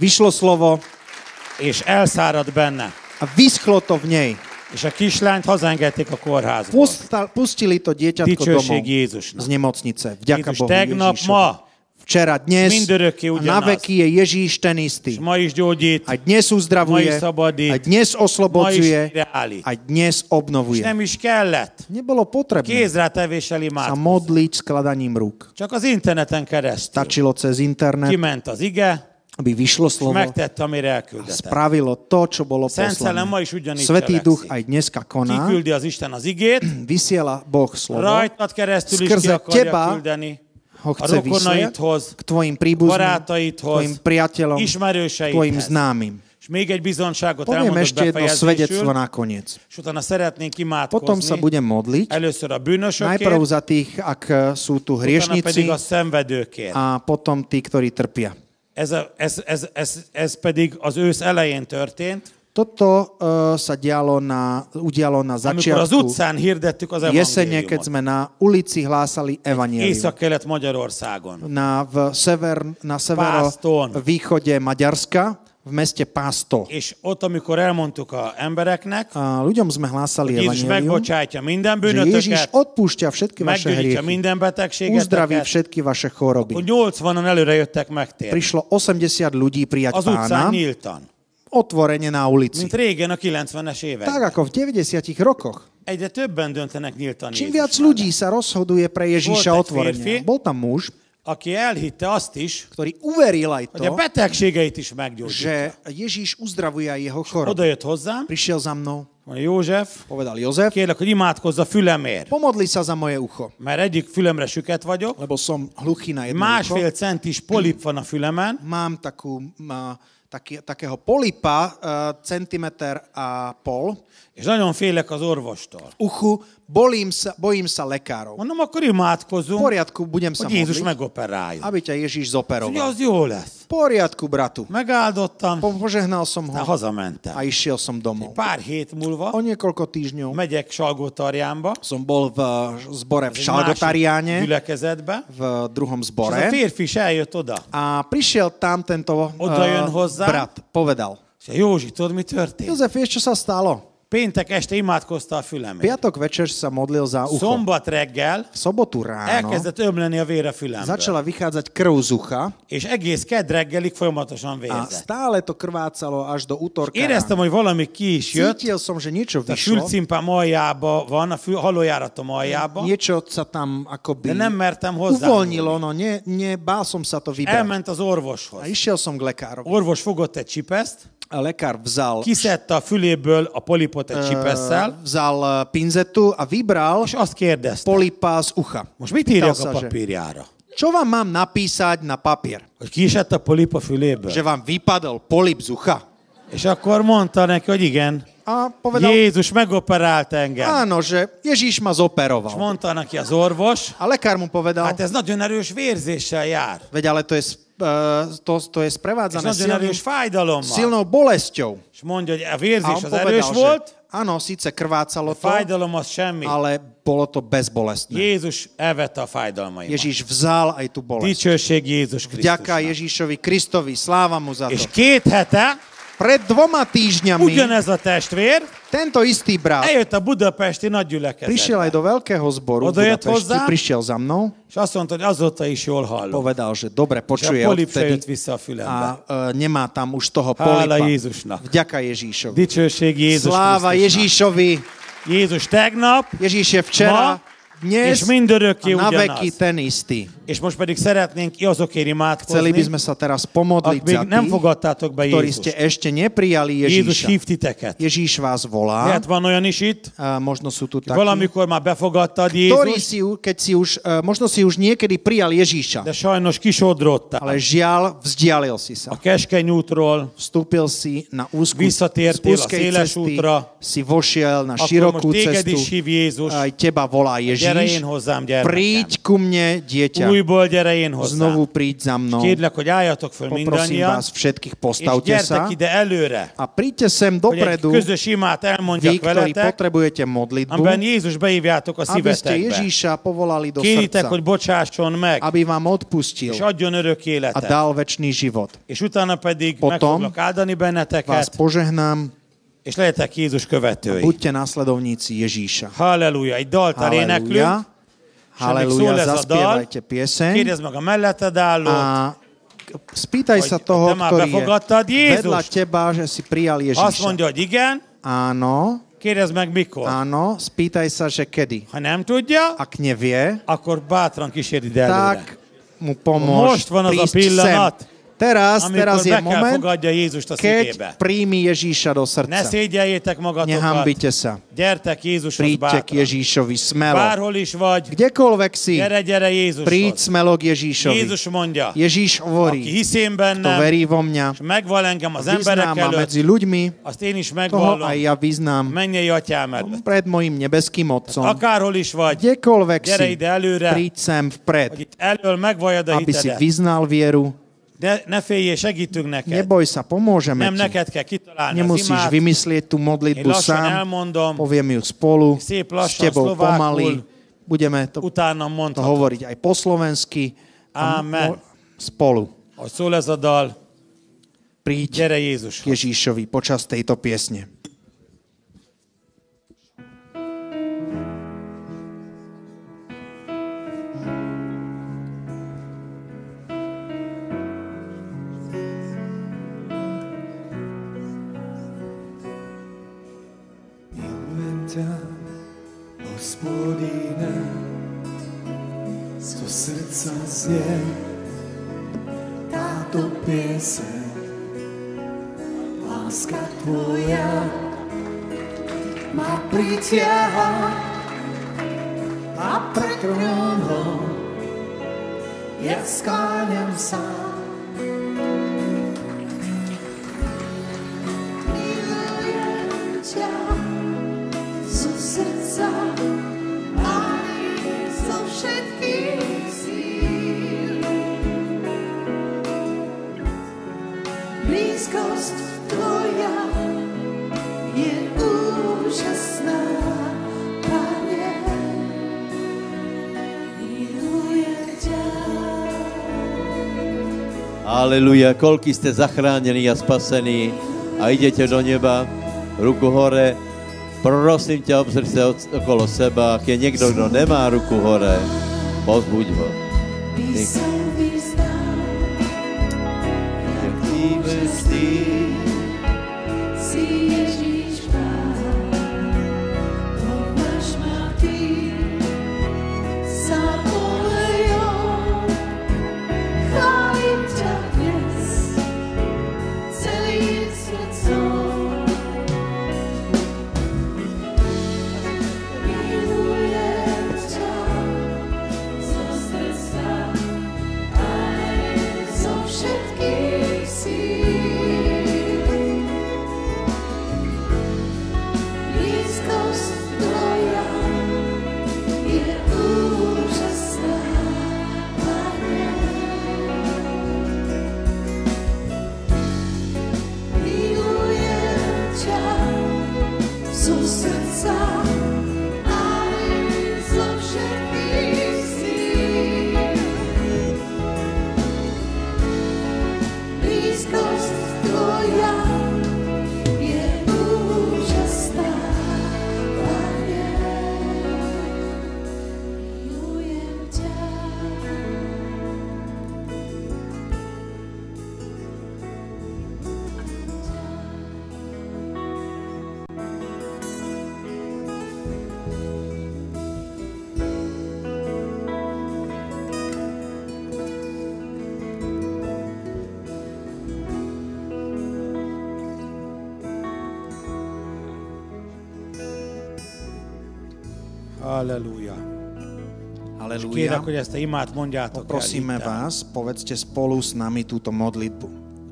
Speaker 3: Vyšlo slovo
Speaker 2: és elszáradt benne.
Speaker 3: a vyschlo to v nej.
Speaker 2: És a kislányt hazengedték a kórházba.
Speaker 3: Postal, pustili to dieťatko domov
Speaker 2: Dicsőség Jézusnak.
Speaker 3: z nemocnice. Vďaka
Speaker 2: Jézus
Speaker 3: Bohu
Speaker 2: tegnap,
Speaker 3: Ježišovi.
Speaker 2: ma.
Speaker 3: Včera, dnes
Speaker 2: Mindörökké
Speaker 3: a na
Speaker 2: ugyanaz.
Speaker 3: veky je Ježíš ten istý.
Speaker 2: És ma is gyógyít,
Speaker 3: A dnes
Speaker 2: Ma
Speaker 3: uzdravuje,
Speaker 2: i szabadít.
Speaker 3: a dnes
Speaker 2: ma is
Speaker 3: oslobocuje,
Speaker 2: reállít.
Speaker 3: a dnes
Speaker 2: És
Speaker 3: obnovuje.
Speaker 2: nem is kellett.
Speaker 3: Nebolo potrebné
Speaker 2: Kézrátevéssel
Speaker 3: sa
Speaker 2: imád.
Speaker 3: modliť skladaním rúk.
Speaker 2: Csak az interneten keresztül.
Speaker 3: Stačilo cez internet,
Speaker 2: Kiment az ige,
Speaker 3: aby vyšlo
Speaker 2: és
Speaker 3: slovo,
Speaker 2: megtette, amire elküldetett.
Speaker 3: spravilo to, čo bolo
Speaker 2: Szent Szellem ma
Speaker 3: poslané.
Speaker 2: is ugyanígy
Speaker 3: Svetý duch
Speaker 2: cselekszik.
Speaker 3: aj dneska koná,
Speaker 2: Kiküldi az Isten az igét,
Speaker 3: vysiela Boh slovo,
Speaker 2: rajtad keresztül is ki
Speaker 3: Skrze
Speaker 2: akarja
Speaker 3: teba
Speaker 2: küldeni.
Speaker 3: ho
Speaker 2: A
Speaker 3: chce vysielať
Speaker 2: rokonaidhoz,
Speaker 3: k tvojim príbuzným, k
Speaker 2: barátaidhoz,
Speaker 3: tvojim priateľom, k tvojim
Speaker 2: ismerőseidhez.
Speaker 3: známym.
Speaker 2: És még egy bizonságot
Speaker 3: Poviem
Speaker 2: elmondok
Speaker 3: ešte jedno svedectvo
Speaker 2: befejezésül,
Speaker 3: nakoniec.
Speaker 2: és utána szeretnénk imádkozni.
Speaker 3: Potom sa budem modliť,
Speaker 2: Először a
Speaker 3: najprv
Speaker 2: bűnösökért,
Speaker 3: za tých, ak eh, sú tu
Speaker 2: utána pedig
Speaker 3: hriešnici
Speaker 2: a szenvedőkért.
Speaker 3: a potom tí, ktorí trpia.
Speaker 2: Ez, a, ez, ez, ez, ez pedig az ősz elején történt,
Speaker 3: Toto uh, sa dialo na, udialo na
Speaker 2: amikor az
Speaker 3: začiatku
Speaker 2: utcán hirdettük az
Speaker 3: jesene, keď
Speaker 2: evangéliumot.
Speaker 3: sme na ulici hlásali evanielium.
Speaker 2: Észak-kelet Magyarországon.
Speaker 3: Na, v sever, na severo
Speaker 2: Páston.
Speaker 3: východe Maďarska, v meste Pásto.
Speaker 2: És ott, amikor elmondtuk a embereknek,
Speaker 3: A ľuďom sme hlásali
Speaker 2: Jézus
Speaker 3: evanielium,
Speaker 2: megbocsátja minden
Speaker 3: že Ježiš
Speaker 2: bűnötöket,
Speaker 3: odpúšťa všetky vaše
Speaker 2: meggyógyítja
Speaker 3: hriechy,
Speaker 2: minden
Speaker 3: uzdraví
Speaker 2: betegségeteket,
Speaker 3: všetky vaše
Speaker 2: akkor
Speaker 3: choroby.
Speaker 2: 80-an előre jöttek megtérni.
Speaker 3: Prišlo 80 ľudí prijať
Speaker 2: Az utcán
Speaker 3: pána
Speaker 2: nyíltan.
Speaker 3: otvorene na ulici.
Speaker 2: Mint régen a 90-es években.
Speaker 3: Tak ako v 90 rokoch.
Speaker 2: Egyre többen döntenek nyíltan
Speaker 3: Čím
Speaker 2: Jézus
Speaker 3: viac ľudí sa rozhoduje pre Ježíša
Speaker 2: Bol tak
Speaker 3: otvorene.
Speaker 2: férfi.
Speaker 3: Bol tam muž,
Speaker 2: mellett. Aki elhitte azt is,
Speaker 3: ktorý uveril aj
Speaker 2: hogy a
Speaker 3: to,
Speaker 2: betegségeit is meggyógyít.
Speaker 3: že Ježíš uzdravuje aj jeho chorobu.
Speaker 2: Oda jött hozzám,
Speaker 3: Prišiel za mnou,
Speaker 2: mondja József,
Speaker 3: povedal Jozef,
Speaker 2: kérlek, hogy imádkozz a fülemért.
Speaker 3: pomodli sa za moje ucho,
Speaker 2: Mert egyik fülemre süket vagyok,
Speaker 3: lebo som hluchý na jedno ucho.
Speaker 2: másfél centis polip van a fülemen,
Speaker 3: Mám takú, má, taký, takého polipa, uh, centimeter a pol
Speaker 2: és nagyon félek az orvostól.
Speaker 3: v uchu, bolím sa, bojím sa lekárov.
Speaker 2: Mondom, akkor
Speaker 3: V
Speaker 2: imádkozunk,
Speaker 3: poriadku, budem sa
Speaker 2: hogy Jézus
Speaker 3: modliť,
Speaker 2: megoperáljon.
Speaker 3: aby ťa Ježíš
Speaker 2: Ugye
Speaker 3: zoperoval.
Speaker 2: az jó lesz.
Speaker 3: V poriadku, bratu.
Speaker 2: Megáldottam,
Speaker 3: Po- Požehnal som
Speaker 2: Na,
Speaker 3: ho a
Speaker 2: hazamentem.
Speaker 3: išiel som domov.
Speaker 2: Pár hét
Speaker 3: O
Speaker 2: múlva
Speaker 3: niekoľko týždňov
Speaker 2: megyek Salgótarjánba,
Speaker 3: som bol v zbore v
Speaker 2: egy másik
Speaker 3: Šalgotariáne,
Speaker 2: gyülekezetbe,
Speaker 3: v druhom
Speaker 2: és az a
Speaker 3: zbore.
Speaker 2: férfi is eljött oda.
Speaker 3: A prišiel tam tento
Speaker 2: Oddajen
Speaker 3: eh,
Speaker 2: hozzám.
Speaker 3: brat, povedal.
Speaker 2: És Józsi, tudod, mi történt?
Speaker 3: Jozef, vieš, čo sa stalo?
Speaker 2: Péntek este imádkozta a fülemért.
Speaker 3: Piatok večer sa modlil za ucho.
Speaker 2: Szombat reggel
Speaker 3: V sobotu ráno
Speaker 2: elkezdett ömleni a vér a fülemből.
Speaker 3: začala vychádzať krv z ucha
Speaker 2: És egész kedd reggelig folyamatosan
Speaker 3: a
Speaker 2: vérzett.
Speaker 3: stále to krvácalo až do útorka
Speaker 2: Éreztem,
Speaker 3: rána.
Speaker 2: hogy valami ki is jött,
Speaker 3: Cítil som, že
Speaker 2: a
Speaker 3: niečo vyšlo,
Speaker 2: fülcimpám aljába van, a fül, halójáratom aljába,
Speaker 3: niečo sa tam akoby
Speaker 2: de nem mertem hozzá.
Speaker 3: uvoľnilo, no ne, ne, bál som sa to vybrať.
Speaker 2: Elment az
Speaker 3: A
Speaker 2: orvoshoz.
Speaker 3: išiel som k lekárovi.
Speaker 2: Orvos fogott egy csipeszt,
Speaker 3: A lekár vzal
Speaker 2: kiszedte a füléből a polipot egy
Speaker 3: Eh,
Speaker 2: csipesszel,
Speaker 3: vzal eh, pinzetu a vybral
Speaker 2: és azt kérdezte,
Speaker 3: polipa z ucha.
Speaker 2: most mit
Speaker 3: Pýtal
Speaker 2: írjak
Speaker 3: sa,
Speaker 2: a
Speaker 3: že
Speaker 2: papírjára?
Speaker 3: čo vám mám napísať na papier?
Speaker 2: Hogy kiesett a polip a füléből?
Speaker 3: Že vám vypadol polip z ucha.
Speaker 2: És akkor mondta neki, hogy igen,
Speaker 3: A povedal,
Speaker 2: Jézus megoperált engem.
Speaker 3: áno, že Ježíš ma
Speaker 2: És
Speaker 3: zoperoval.
Speaker 2: mondta neki az orvos,
Speaker 3: A lekár mu povedal,
Speaker 2: hát ez nagyon erős vérzéssel jár,
Speaker 3: veď ale to je, s- eh, to, to je
Speaker 2: és
Speaker 3: sprevádzané
Speaker 2: nagyon
Speaker 3: silným,
Speaker 2: erős fájdalommal.
Speaker 3: silnou bolesťou.
Speaker 2: És mondja, hogy a
Speaker 3: A
Speaker 2: vérzés az
Speaker 3: on povedal,
Speaker 2: erős
Speaker 3: že
Speaker 2: volt,
Speaker 3: áno, síce krvácalo to,
Speaker 2: fájdalom az semmi.
Speaker 3: ale bolo to bezbolestné.
Speaker 2: Jézus elvette a fájdalmaimat.
Speaker 3: Ježíš vzal aj tú bolesť.
Speaker 2: Dicsőség Jézus Krisztusnak.
Speaker 3: Ďaká Ježíšovi Kristovi, sláva mu za to.
Speaker 2: És két hete
Speaker 3: Pred dvoma týždňami
Speaker 2: ugyanez a testvér
Speaker 3: tento istý brat
Speaker 2: eljött a budapesti
Speaker 3: prišiel aj
Speaker 2: nagygyülekezetbe.
Speaker 3: do veľkého zboru v
Speaker 2: Odojed
Speaker 3: Budapešti,
Speaker 2: hozzá?
Speaker 3: prišiel za mnou,
Speaker 2: És azt mondta, hogy azóta is jól hallom.
Speaker 3: povedal, že dobre
Speaker 2: És a
Speaker 3: počuje
Speaker 2: polip se jött
Speaker 3: odtedy
Speaker 2: vissza a
Speaker 3: a
Speaker 2: fülembe.
Speaker 3: e, nemá tam už toho
Speaker 2: Hála
Speaker 3: polipa.
Speaker 2: Jézusnak.
Speaker 3: Vďaka Ježíšovi.
Speaker 2: Dicsőség Jézus
Speaker 3: Sláva
Speaker 2: Krisztusnak.
Speaker 3: Ježíšovi.
Speaker 2: Jézus tegnap,
Speaker 3: Ježíš je včera,
Speaker 2: Ma No,
Speaker 3: dnes
Speaker 2: és mindörökké
Speaker 3: a na
Speaker 2: ugyanaz.
Speaker 3: veky ten istý.
Speaker 2: és most pedig szeretnénk ki azokért
Speaker 3: Chceli by
Speaker 2: imádkozni,
Speaker 3: sme sa teraz pomodliť
Speaker 2: akik még
Speaker 3: za
Speaker 2: nem
Speaker 3: tých,
Speaker 2: fogadtátok be
Speaker 3: ktorí ste
Speaker 2: Jézust.
Speaker 3: ešte neprijali
Speaker 2: Jézus
Speaker 3: Ježíša.
Speaker 2: hív titeket.
Speaker 3: Ježíš vás volá,
Speaker 2: Lehet van olyan is itt,
Speaker 3: a možno sú tu takí,
Speaker 2: valamikor már befogadtad
Speaker 3: ktorý
Speaker 2: Jézust,
Speaker 3: si, u- keď si už, e, možno si už niekedy prijal Ježíša,
Speaker 2: de sajnos kisodrottál.
Speaker 3: ale žiaľ, vzdialil si sa.
Speaker 2: A keskeny útról,
Speaker 3: Vstúpil si na úzku, z
Speaker 2: Visszatértél a
Speaker 3: úzkej
Speaker 2: széles
Speaker 3: cesty,
Speaker 2: útra.
Speaker 3: si vošiel na
Speaker 2: Akkor
Speaker 3: širokú
Speaker 2: most téged
Speaker 3: cestu,
Speaker 2: is hív Jézus.
Speaker 3: aj teba volá
Speaker 2: gyere én
Speaker 3: Ježíš.
Speaker 2: hozzám, gyermekem.
Speaker 3: Príď ku mne, dieťa.
Speaker 2: újból gyere én hozzám.
Speaker 3: Znovu príď za mnou.
Speaker 2: Kérlek, hogy álljatok föl
Speaker 3: Poprosím
Speaker 2: mindannyian,
Speaker 3: vás všetkých,
Speaker 2: és
Speaker 3: postavte sa
Speaker 2: gyertek ide előre,
Speaker 3: a príďte sem
Speaker 2: hogy egy
Speaker 3: dopredu,
Speaker 2: közös imát
Speaker 3: vy,
Speaker 2: elmondjak
Speaker 3: ktorí
Speaker 2: veletek,
Speaker 3: potrebujete modlitbu,
Speaker 2: amiben Jézus beívjátok a
Speaker 3: aby ste
Speaker 2: szívetekbe.
Speaker 3: Ježíša povolali do
Speaker 2: Kéritek,
Speaker 3: srdca,
Speaker 2: hogy bocsásson meg,
Speaker 3: aby vám
Speaker 2: és
Speaker 3: odpustil
Speaker 2: adjon örök
Speaker 3: a
Speaker 2: életet.
Speaker 3: dal väčší život.
Speaker 2: És utána pedig meg
Speaker 3: Potom
Speaker 2: foglak áldani
Speaker 3: Vás
Speaker 2: benneteket,
Speaker 3: požehnám,
Speaker 2: és legyetek Jézus követői.
Speaker 3: buďte následovníci Ježíša.
Speaker 2: Halleluja, egy dalt
Speaker 3: Haleluja.
Speaker 2: eléneklünk,
Speaker 3: Haleluja,
Speaker 2: szól ez a dal.
Speaker 3: zaspievajte pieseň.
Speaker 2: kérdezd meg a melletted állót,
Speaker 3: A spýtaj
Speaker 2: Hogy
Speaker 3: sa toho,
Speaker 2: te ma
Speaker 3: ktorý je
Speaker 2: befogadtad Jézust.
Speaker 3: vedľa teba, že si prijal
Speaker 2: azt
Speaker 3: Ježíša.
Speaker 2: mondja, hogy igen,
Speaker 3: Áno,
Speaker 2: kérdezd meg mikor.
Speaker 3: áno, spýtaj sa, že kedy.
Speaker 2: Ha nem tudja,
Speaker 3: Ak nevie,
Speaker 2: akkor bátran kísérd ide előre.
Speaker 3: tak mu pomôž
Speaker 2: Most van az a
Speaker 3: prísť sem.
Speaker 2: pillanat,
Speaker 3: Teraz,
Speaker 2: Amikor
Speaker 3: teraz
Speaker 2: be
Speaker 3: je
Speaker 2: kell
Speaker 3: moment,
Speaker 2: fogadja Jézust a szívébe.
Speaker 3: keď príjmi Ježíša do
Speaker 2: Ne
Speaker 3: srdca.
Speaker 2: szégyeljétek magatokat,
Speaker 3: Nehambite sa.
Speaker 2: gyertek Jézushoz
Speaker 3: Príďte k
Speaker 2: bátran.
Speaker 3: Ježíšovi smelo.
Speaker 2: Bárhol is vagy,
Speaker 3: Kdekoľvek si,
Speaker 2: gyere, gyere
Speaker 3: príď
Speaker 2: Jézushoz.
Speaker 3: smelo k Ježíšovi.
Speaker 2: Jézus mondja,
Speaker 3: Ježíš
Speaker 2: aki
Speaker 3: hovorí,
Speaker 2: hiszén
Speaker 3: kto
Speaker 2: bennem,
Speaker 3: verí vo mňa,
Speaker 2: és megval engem az emberek
Speaker 3: vyzná ma
Speaker 2: előtt,
Speaker 3: medzi ľuďmi,
Speaker 2: azt én is
Speaker 3: toho aj
Speaker 2: megvallom,
Speaker 3: ja vyznám
Speaker 2: mennyei atyám előtt.
Speaker 3: pred mojim nebeským Otcom.
Speaker 2: Akárhol is vagy,
Speaker 3: Kdekoľvek si,
Speaker 2: gyere ide előre,
Speaker 3: príď sem
Speaker 2: hogy
Speaker 3: vpred,
Speaker 2: itt elől megvalljad a
Speaker 3: aby si
Speaker 2: hitedet.
Speaker 3: vyznal vieru.
Speaker 2: Ne, ne félj, segítünk neked.
Speaker 3: Neboj sa, pomôžeme
Speaker 2: Nem
Speaker 3: ti.
Speaker 2: neked kell kitalálni az
Speaker 3: Nemusíš
Speaker 2: imát.
Speaker 3: vymyslieť tú
Speaker 2: Én
Speaker 3: modlitbu
Speaker 2: lassan
Speaker 3: sám,
Speaker 2: elmondom,
Speaker 3: poviem ju spolu,
Speaker 2: Szép
Speaker 3: s
Speaker 2: lassan,
Speaker 3: tebou
Speaker 2: szlovákul.
Speaker 3: pomaly, budeme to,
Speaker 2: utána
Speaker 3: to
Speaker 2: mondhatom,
Speaker 3: hovoriť aj po slovensky, a
Speaker 2: Amen.
Speaker 3: mo- spolu.
Speaker 2: hogy szól ez a dal,
Speaker 3: Príď
Speaker 2: gyere
Speaker 3: k
Speaker 2: Jézus.
Speaker 3: Ježíšovi počas tejto piesne.
Speaker 4: Milujem hospodine, zo srdca znie táto pieseň. Láska tvoja ma pritiaha a pred ňou je skáňam sa. Milujem ťa, zo srdca a zo všetkých síl. Blízkosť Tvoja je úžasná, Pane. Milujem ťa.
Speaker 1: Aleluja, koľký ste zachránení a spasení a idete do neba, ruku hore, prosím ťa, obzri sa od- okolo seba, ak je niekto, kto nemá ruku hore, pozbuď ho.
Speaker 4: Písem vyznám, jak úžasný si Ježíš Pán. Pomáš ma Ty sa polejou. Chválim ťa dnes celým srdcom. Milujem ťa, zo srdca, aj zo všetkých síl. Blízkosť tvoja je úžasná, Pane. Milujem ťa zo srdca, zo všetkých síl. Blízkosť Tvoja je úžasná, Pane. Milujem ťa.
Speaker 2: Halleluja. És kérlek,
Speaker 3: Halelúja.
Speaker 2: hogy ezt a imát mondjátok
Speaker 3: Prosíme
Speaker 2: el. itten.
Speaker 3: vás, povedzte spolu s nami túto modlitbu.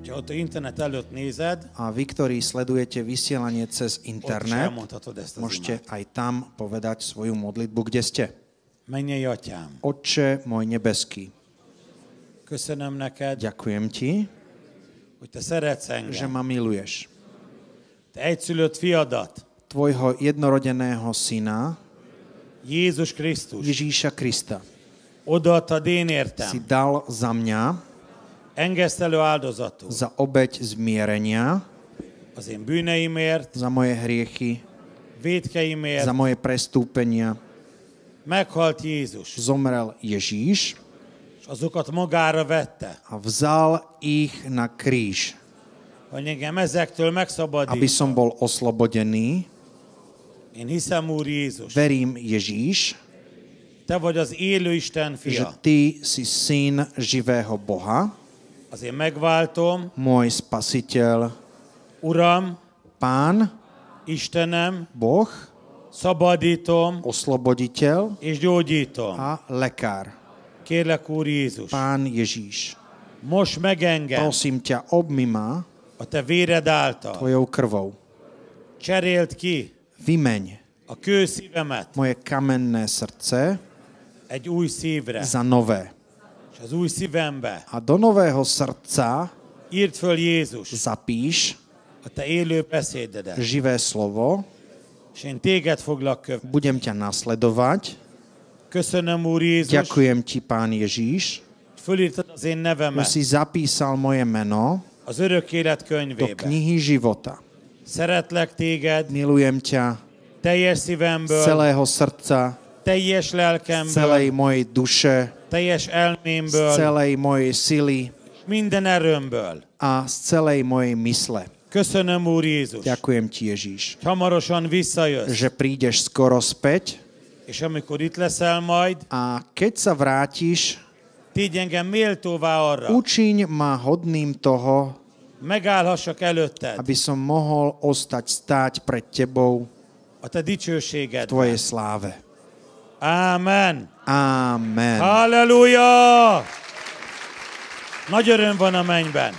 Speaker 2: Ha ott a internet előtt nézed,
Speaker 3: A vy, ktorí sledujete vysielanie cez
Speaker 2: ott is
Speaker 3: internet,
Speaker 2: elmondhatod ezt az
Speaker 3: môžete
Speaker 2: imát.
Speaker 3: aj tam povedať svoju modlitbu, kde ste.
Speaker 2: Menjél atyám,
Speaker 3: Otče môj nebeský,
Speaker 2: Köszönöm neked,
Speaker 3: Ďakujem ti,
Speaker 2: hogy te szeretsz
Speaker 3: že
Speaker 2: engem.
Speaker 3: ma miluješ.
Speaker 2: Te egyszülött fiadat,
Speaker 3: Tvojho jednorodeného syna,
Speaker 2: Jézus Krisztus,
Speaker 3: Ježíša Krista,
Speaker 2: odaadtad én
Speaker 3: si
Speaker 2: értem.
Speaker 3: dal za mňa,
Speaker 2: Engesztelő áldozatul
Speaker 3: za obeď zmierenia,
Speaker 2: az én bűneimért,
Speaker 3: za moje hriechy,
Speaker 2: védkeimért.
Speaker 3: za moje prestúpenia.
Speaker 2: Meghalt Jézus,
Speaker 3: Zomrel Ježíš
Speaker 2: és azokat magára vette,
Speaker 3: a vzal ich na kríž,
Speaker 2: hogy engem ezektől
Speaker 3: aby
Speaker 2: megszabadít.
Speaker 3: som bol oslobodený.
Speaker 2: Én hiszem, Úr Jézus,
Speaker 3: Verím, Ježíš,
Speaker 2: te vagy az élő Isten
Speaker 3: že
Speaker 2: fia,
Speaker 3: ty si syn živého Boha,
Speaker 2: az én megváltom,
Speaker 3: môj spasiteľ,
Speaker 2: Uram,
Speaker 3: pán,
Speaker 2: Istenem,
Speaker 3: Boh,
Speaker 2: szabadítom
Speaker 3: osloboditeľ
Speaker 2: és gyógyítom.
Speaker 3: a lekár,
Speaker 2: Kérlek, Úr Jézus,
Speaker 3: pán Ježíš.
Speaker 2: most meg engem
Speaker 3: Prosím ťa, obmy ma
Speaker 2: a te véred által.
Speaker 3: tvojou krvou.
Speaker 2: Cserélt ki
Speaker 3: Vymeň
Speaker 2: a kőszívemet
Speaker 3: moje kamenné srdce
Speaker 2: egy új szívre,
Speaker 3: za nové.
Speaker 2: és az új szívembe
Speaker 3: A do nového srdca
Speaker 2: írd föl Jézus
Speaker 3: zapíš
Speaker 2: a te élő beszédedet,
Speaker 3: živé slovo,
Speaker 2: és én téged foglak követni.
Speaker 3: budem ťa nasledovať.
Speaker 2: Köszönöm, Úr Jézus, hogy
Speaker 3: Ďakujem ti, pán Ježíš,
Speaker 2: fölírtad az én
Speaker 3: že
Speaker 2: nevemet
Speaker 3: si zapísal moje meno
Speaker 2: az örök élet
Speaker 3: do
Speaker 2: könyvébe.
Speaker 3: knihy života.
Speaker 2: Szeretlek téged
Speaker 3: Milujem ťa
Speaker 2: teljes
Speaker 3: z
Speaker 2: szívemből,
Speaker 3: celého srdca,
Speaker 2: teljes
Speaker 3: z
Speaker 2: lelkemből,
Speaker 3: celej mojej duše,
Speaker 2: teljes
Speaker 3: z
Speaker 2: elmémből,
Speaker 3: celej mojej sily
Speaker 2: minden erőmből.
Speaker 3: a z celej mojej mysle.
Speaker 2: Köszönöm, Úr Jézus, hogy
Speaker 3: Ďakujem ti, Ježíš,
Speaker 2: hamarosan visszajössz,
Speaker 3: že prídeš skoro späť
Speaker 2: és amikor itt leszel majd,
Speaker 3: a keď sa vrátiš,
Speaker 2: tégy engem méltóvá arra,
Speaker 3: učiň ma hodným toho,
Speaker 2: megállhassak előtted
Speaker 3: aby som mohol ostať stáť pred tebou
Speaker 2: a te dicsőséged.
Speaker 3: v tvojej sláve.
Speaker 2: Ámen.
Speaker 3: Amen.
Speaker 2: Halleluja! Nagy öröm van a mennyben.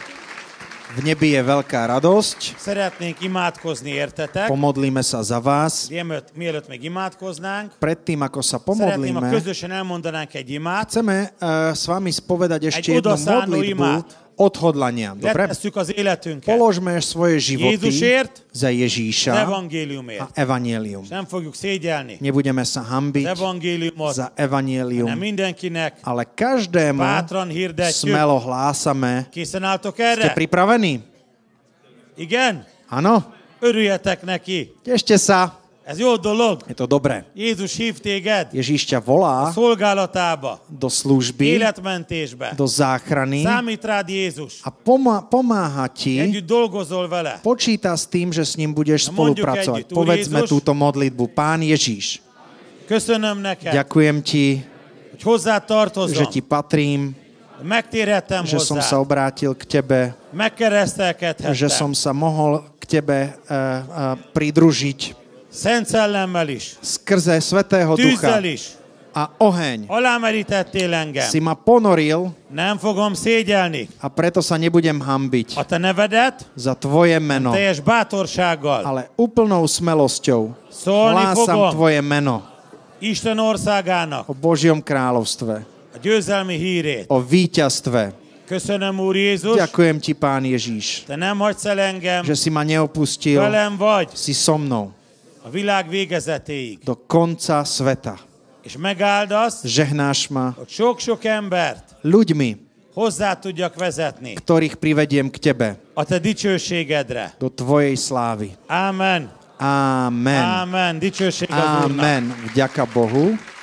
Speaker 3: V nebi je veľká radosť.
Speaker 2: Szeretnénk imádkozni, értetek?
Speaker 3: Pomodlíme sa za vás.
Speaker 2: Mielőtt, mielőtt még imádkoznánk,
Speaker 3: Predtým, ako sa
Speaker 2: szeretném, ha
Speaker 3: pomodlíme,
Speaker 2: közösen elmondanánk egy imát,
Speaker 3: chceme eh, s vami spovedať ešte
Speaker 2: Aj
Speaker 3: jednu
Speaker 2: odosánú
Speaker 3: modlitbu
Speaker 2: imát.
Speaker 3: odhodlania. Dobre?
Speaker 2: letesszük az életünket
Speaker 3: Položme svoje životy
Speaker 2: Jézusért,
Speaker 3: za
Speaker 2: az
Speaker 3: Ježíša a
Speaker 2: evangéliumért.
Speaker 3: evanielium.
Speaker 2: És nem fogjuk szégyelni
Speaker 3: Nebudeme
Speaker 2: az
Speaker 3: sa hambiť
Speaker 2: evangéliumot,
Speaker 3: za
Speaker 2: hanem
Speaker 3: evanielium,
Speaker 2: mindenkinek
Speaker 3: ale každému
Speaker 2: bátran hirdetjük.
Speaker 3: smelo hlásame.
Speaker 2: Készen álltok
Speaker 3: Ste
Speaker 2: erre?
Speaker 3: pripravení?
Speaker 2: Igen?
Speaker 3: Áno?
Speaker 2: Örüljetek neki.
Speaker 3: Tešte sa.
Speaker 2: Ez jó dolog.
Speaker 3: Je to dobré.
Speaker 2: Jézus hív téged
Speaker 3: Ježíš ťa volá
Speaker 2: szolgálatába,
Speaker 3: do služby,
Speaker 2: életmentésbe.
Speaker 3: do záchrany
Speaker 2: Számít rád Jézus.
Speaker 3: a pomá- pomáha ti,
Speaker 2: Együtt dolgozol vele.
Speaker 3: počíta s tým, že s ním budeš
Speaker 2: No, mondjuk
Speaker 3: spolupracovať.
Speaker 2: együtt, Úr
Speaker 3: Povedzme
Speaker 2: Jézus.
Speaker 3: túto modlitbu. Pán Ježíš,
Speaker 2: Köszönöm neked,
Speaker 3: ďakujem ti,
Speaker 2: hogy hozzá
Speaker 3: že
Speaker 2: tartozom.
Speaker 3: ti patrím,
Speaker 2: Megtérhettem
Speaker 3: že som
Speaker 2: hozzá.
Speaker 3: sa obrátil k tebe, že
Speaker 2: Megkeresztelkedhettem.
Speaker 3: som sa mohol k tebe eh, eh, pridružiť
Speaker 2: Szent szellemmel is.
Speaker 3: skrze Svetého Ducha
Speaker 2: Tűzzel is.
Speaker 3: a oheň.
Speaker 2: Alámerítettél engem.
Speaker 3: Si ma ponoril
Speaker 2: Nem fogom szégyelni.
Speaker 3: a preto sa nebudem hambiť
Speaker 2: A te nevedet
Speaker 3: za tvoje meno.
Speaker 2: teljes bátorsággal
Speaker 3: ale úplnou smelosťou
Speaker 2: szólni
Speaker 3: hlásam
Speaker 2: fogom
Speaker 3: Tvoje meno
Speaker 2: Isten országának
Speaker 3: o Božiom kráľovstve,
Speaker 2: a győzelmi hírét.
Speaker 3: o víťazstve.
Speaker 2: Köszönöm, Úr Jézus,
Speaker 3: Ďakujem Ti, Pán Ježíš,
Speaker 2: te nem hagysz el engem,
Speaker 3: že si ma neopustil,
Speaker 2: velem vagy
Speaker 3: si so mnou
Speaker 2: a világ végezetéig.
Speaker 3: do konca sveta.
Speaker 2: És megáldasz,
Speaker 3: Žehnáš ma
Speaker 2: hogy sok-sok embert
Speaker 3: ľuďmi,
Speaker 2: hozzá tudjak vezetni
Speaker 3: ktorých privediem k Tebe,
Speaker 2: a te dicsőségedre.
Speaker 3: do Tvojej slávy.
Speaker 2: Ámen.
Speaker 3: Amen.
Speaker 2: Ámen. Dicsőség az Úrnak.
Speaker 3: Amen. Vďaka Bohu.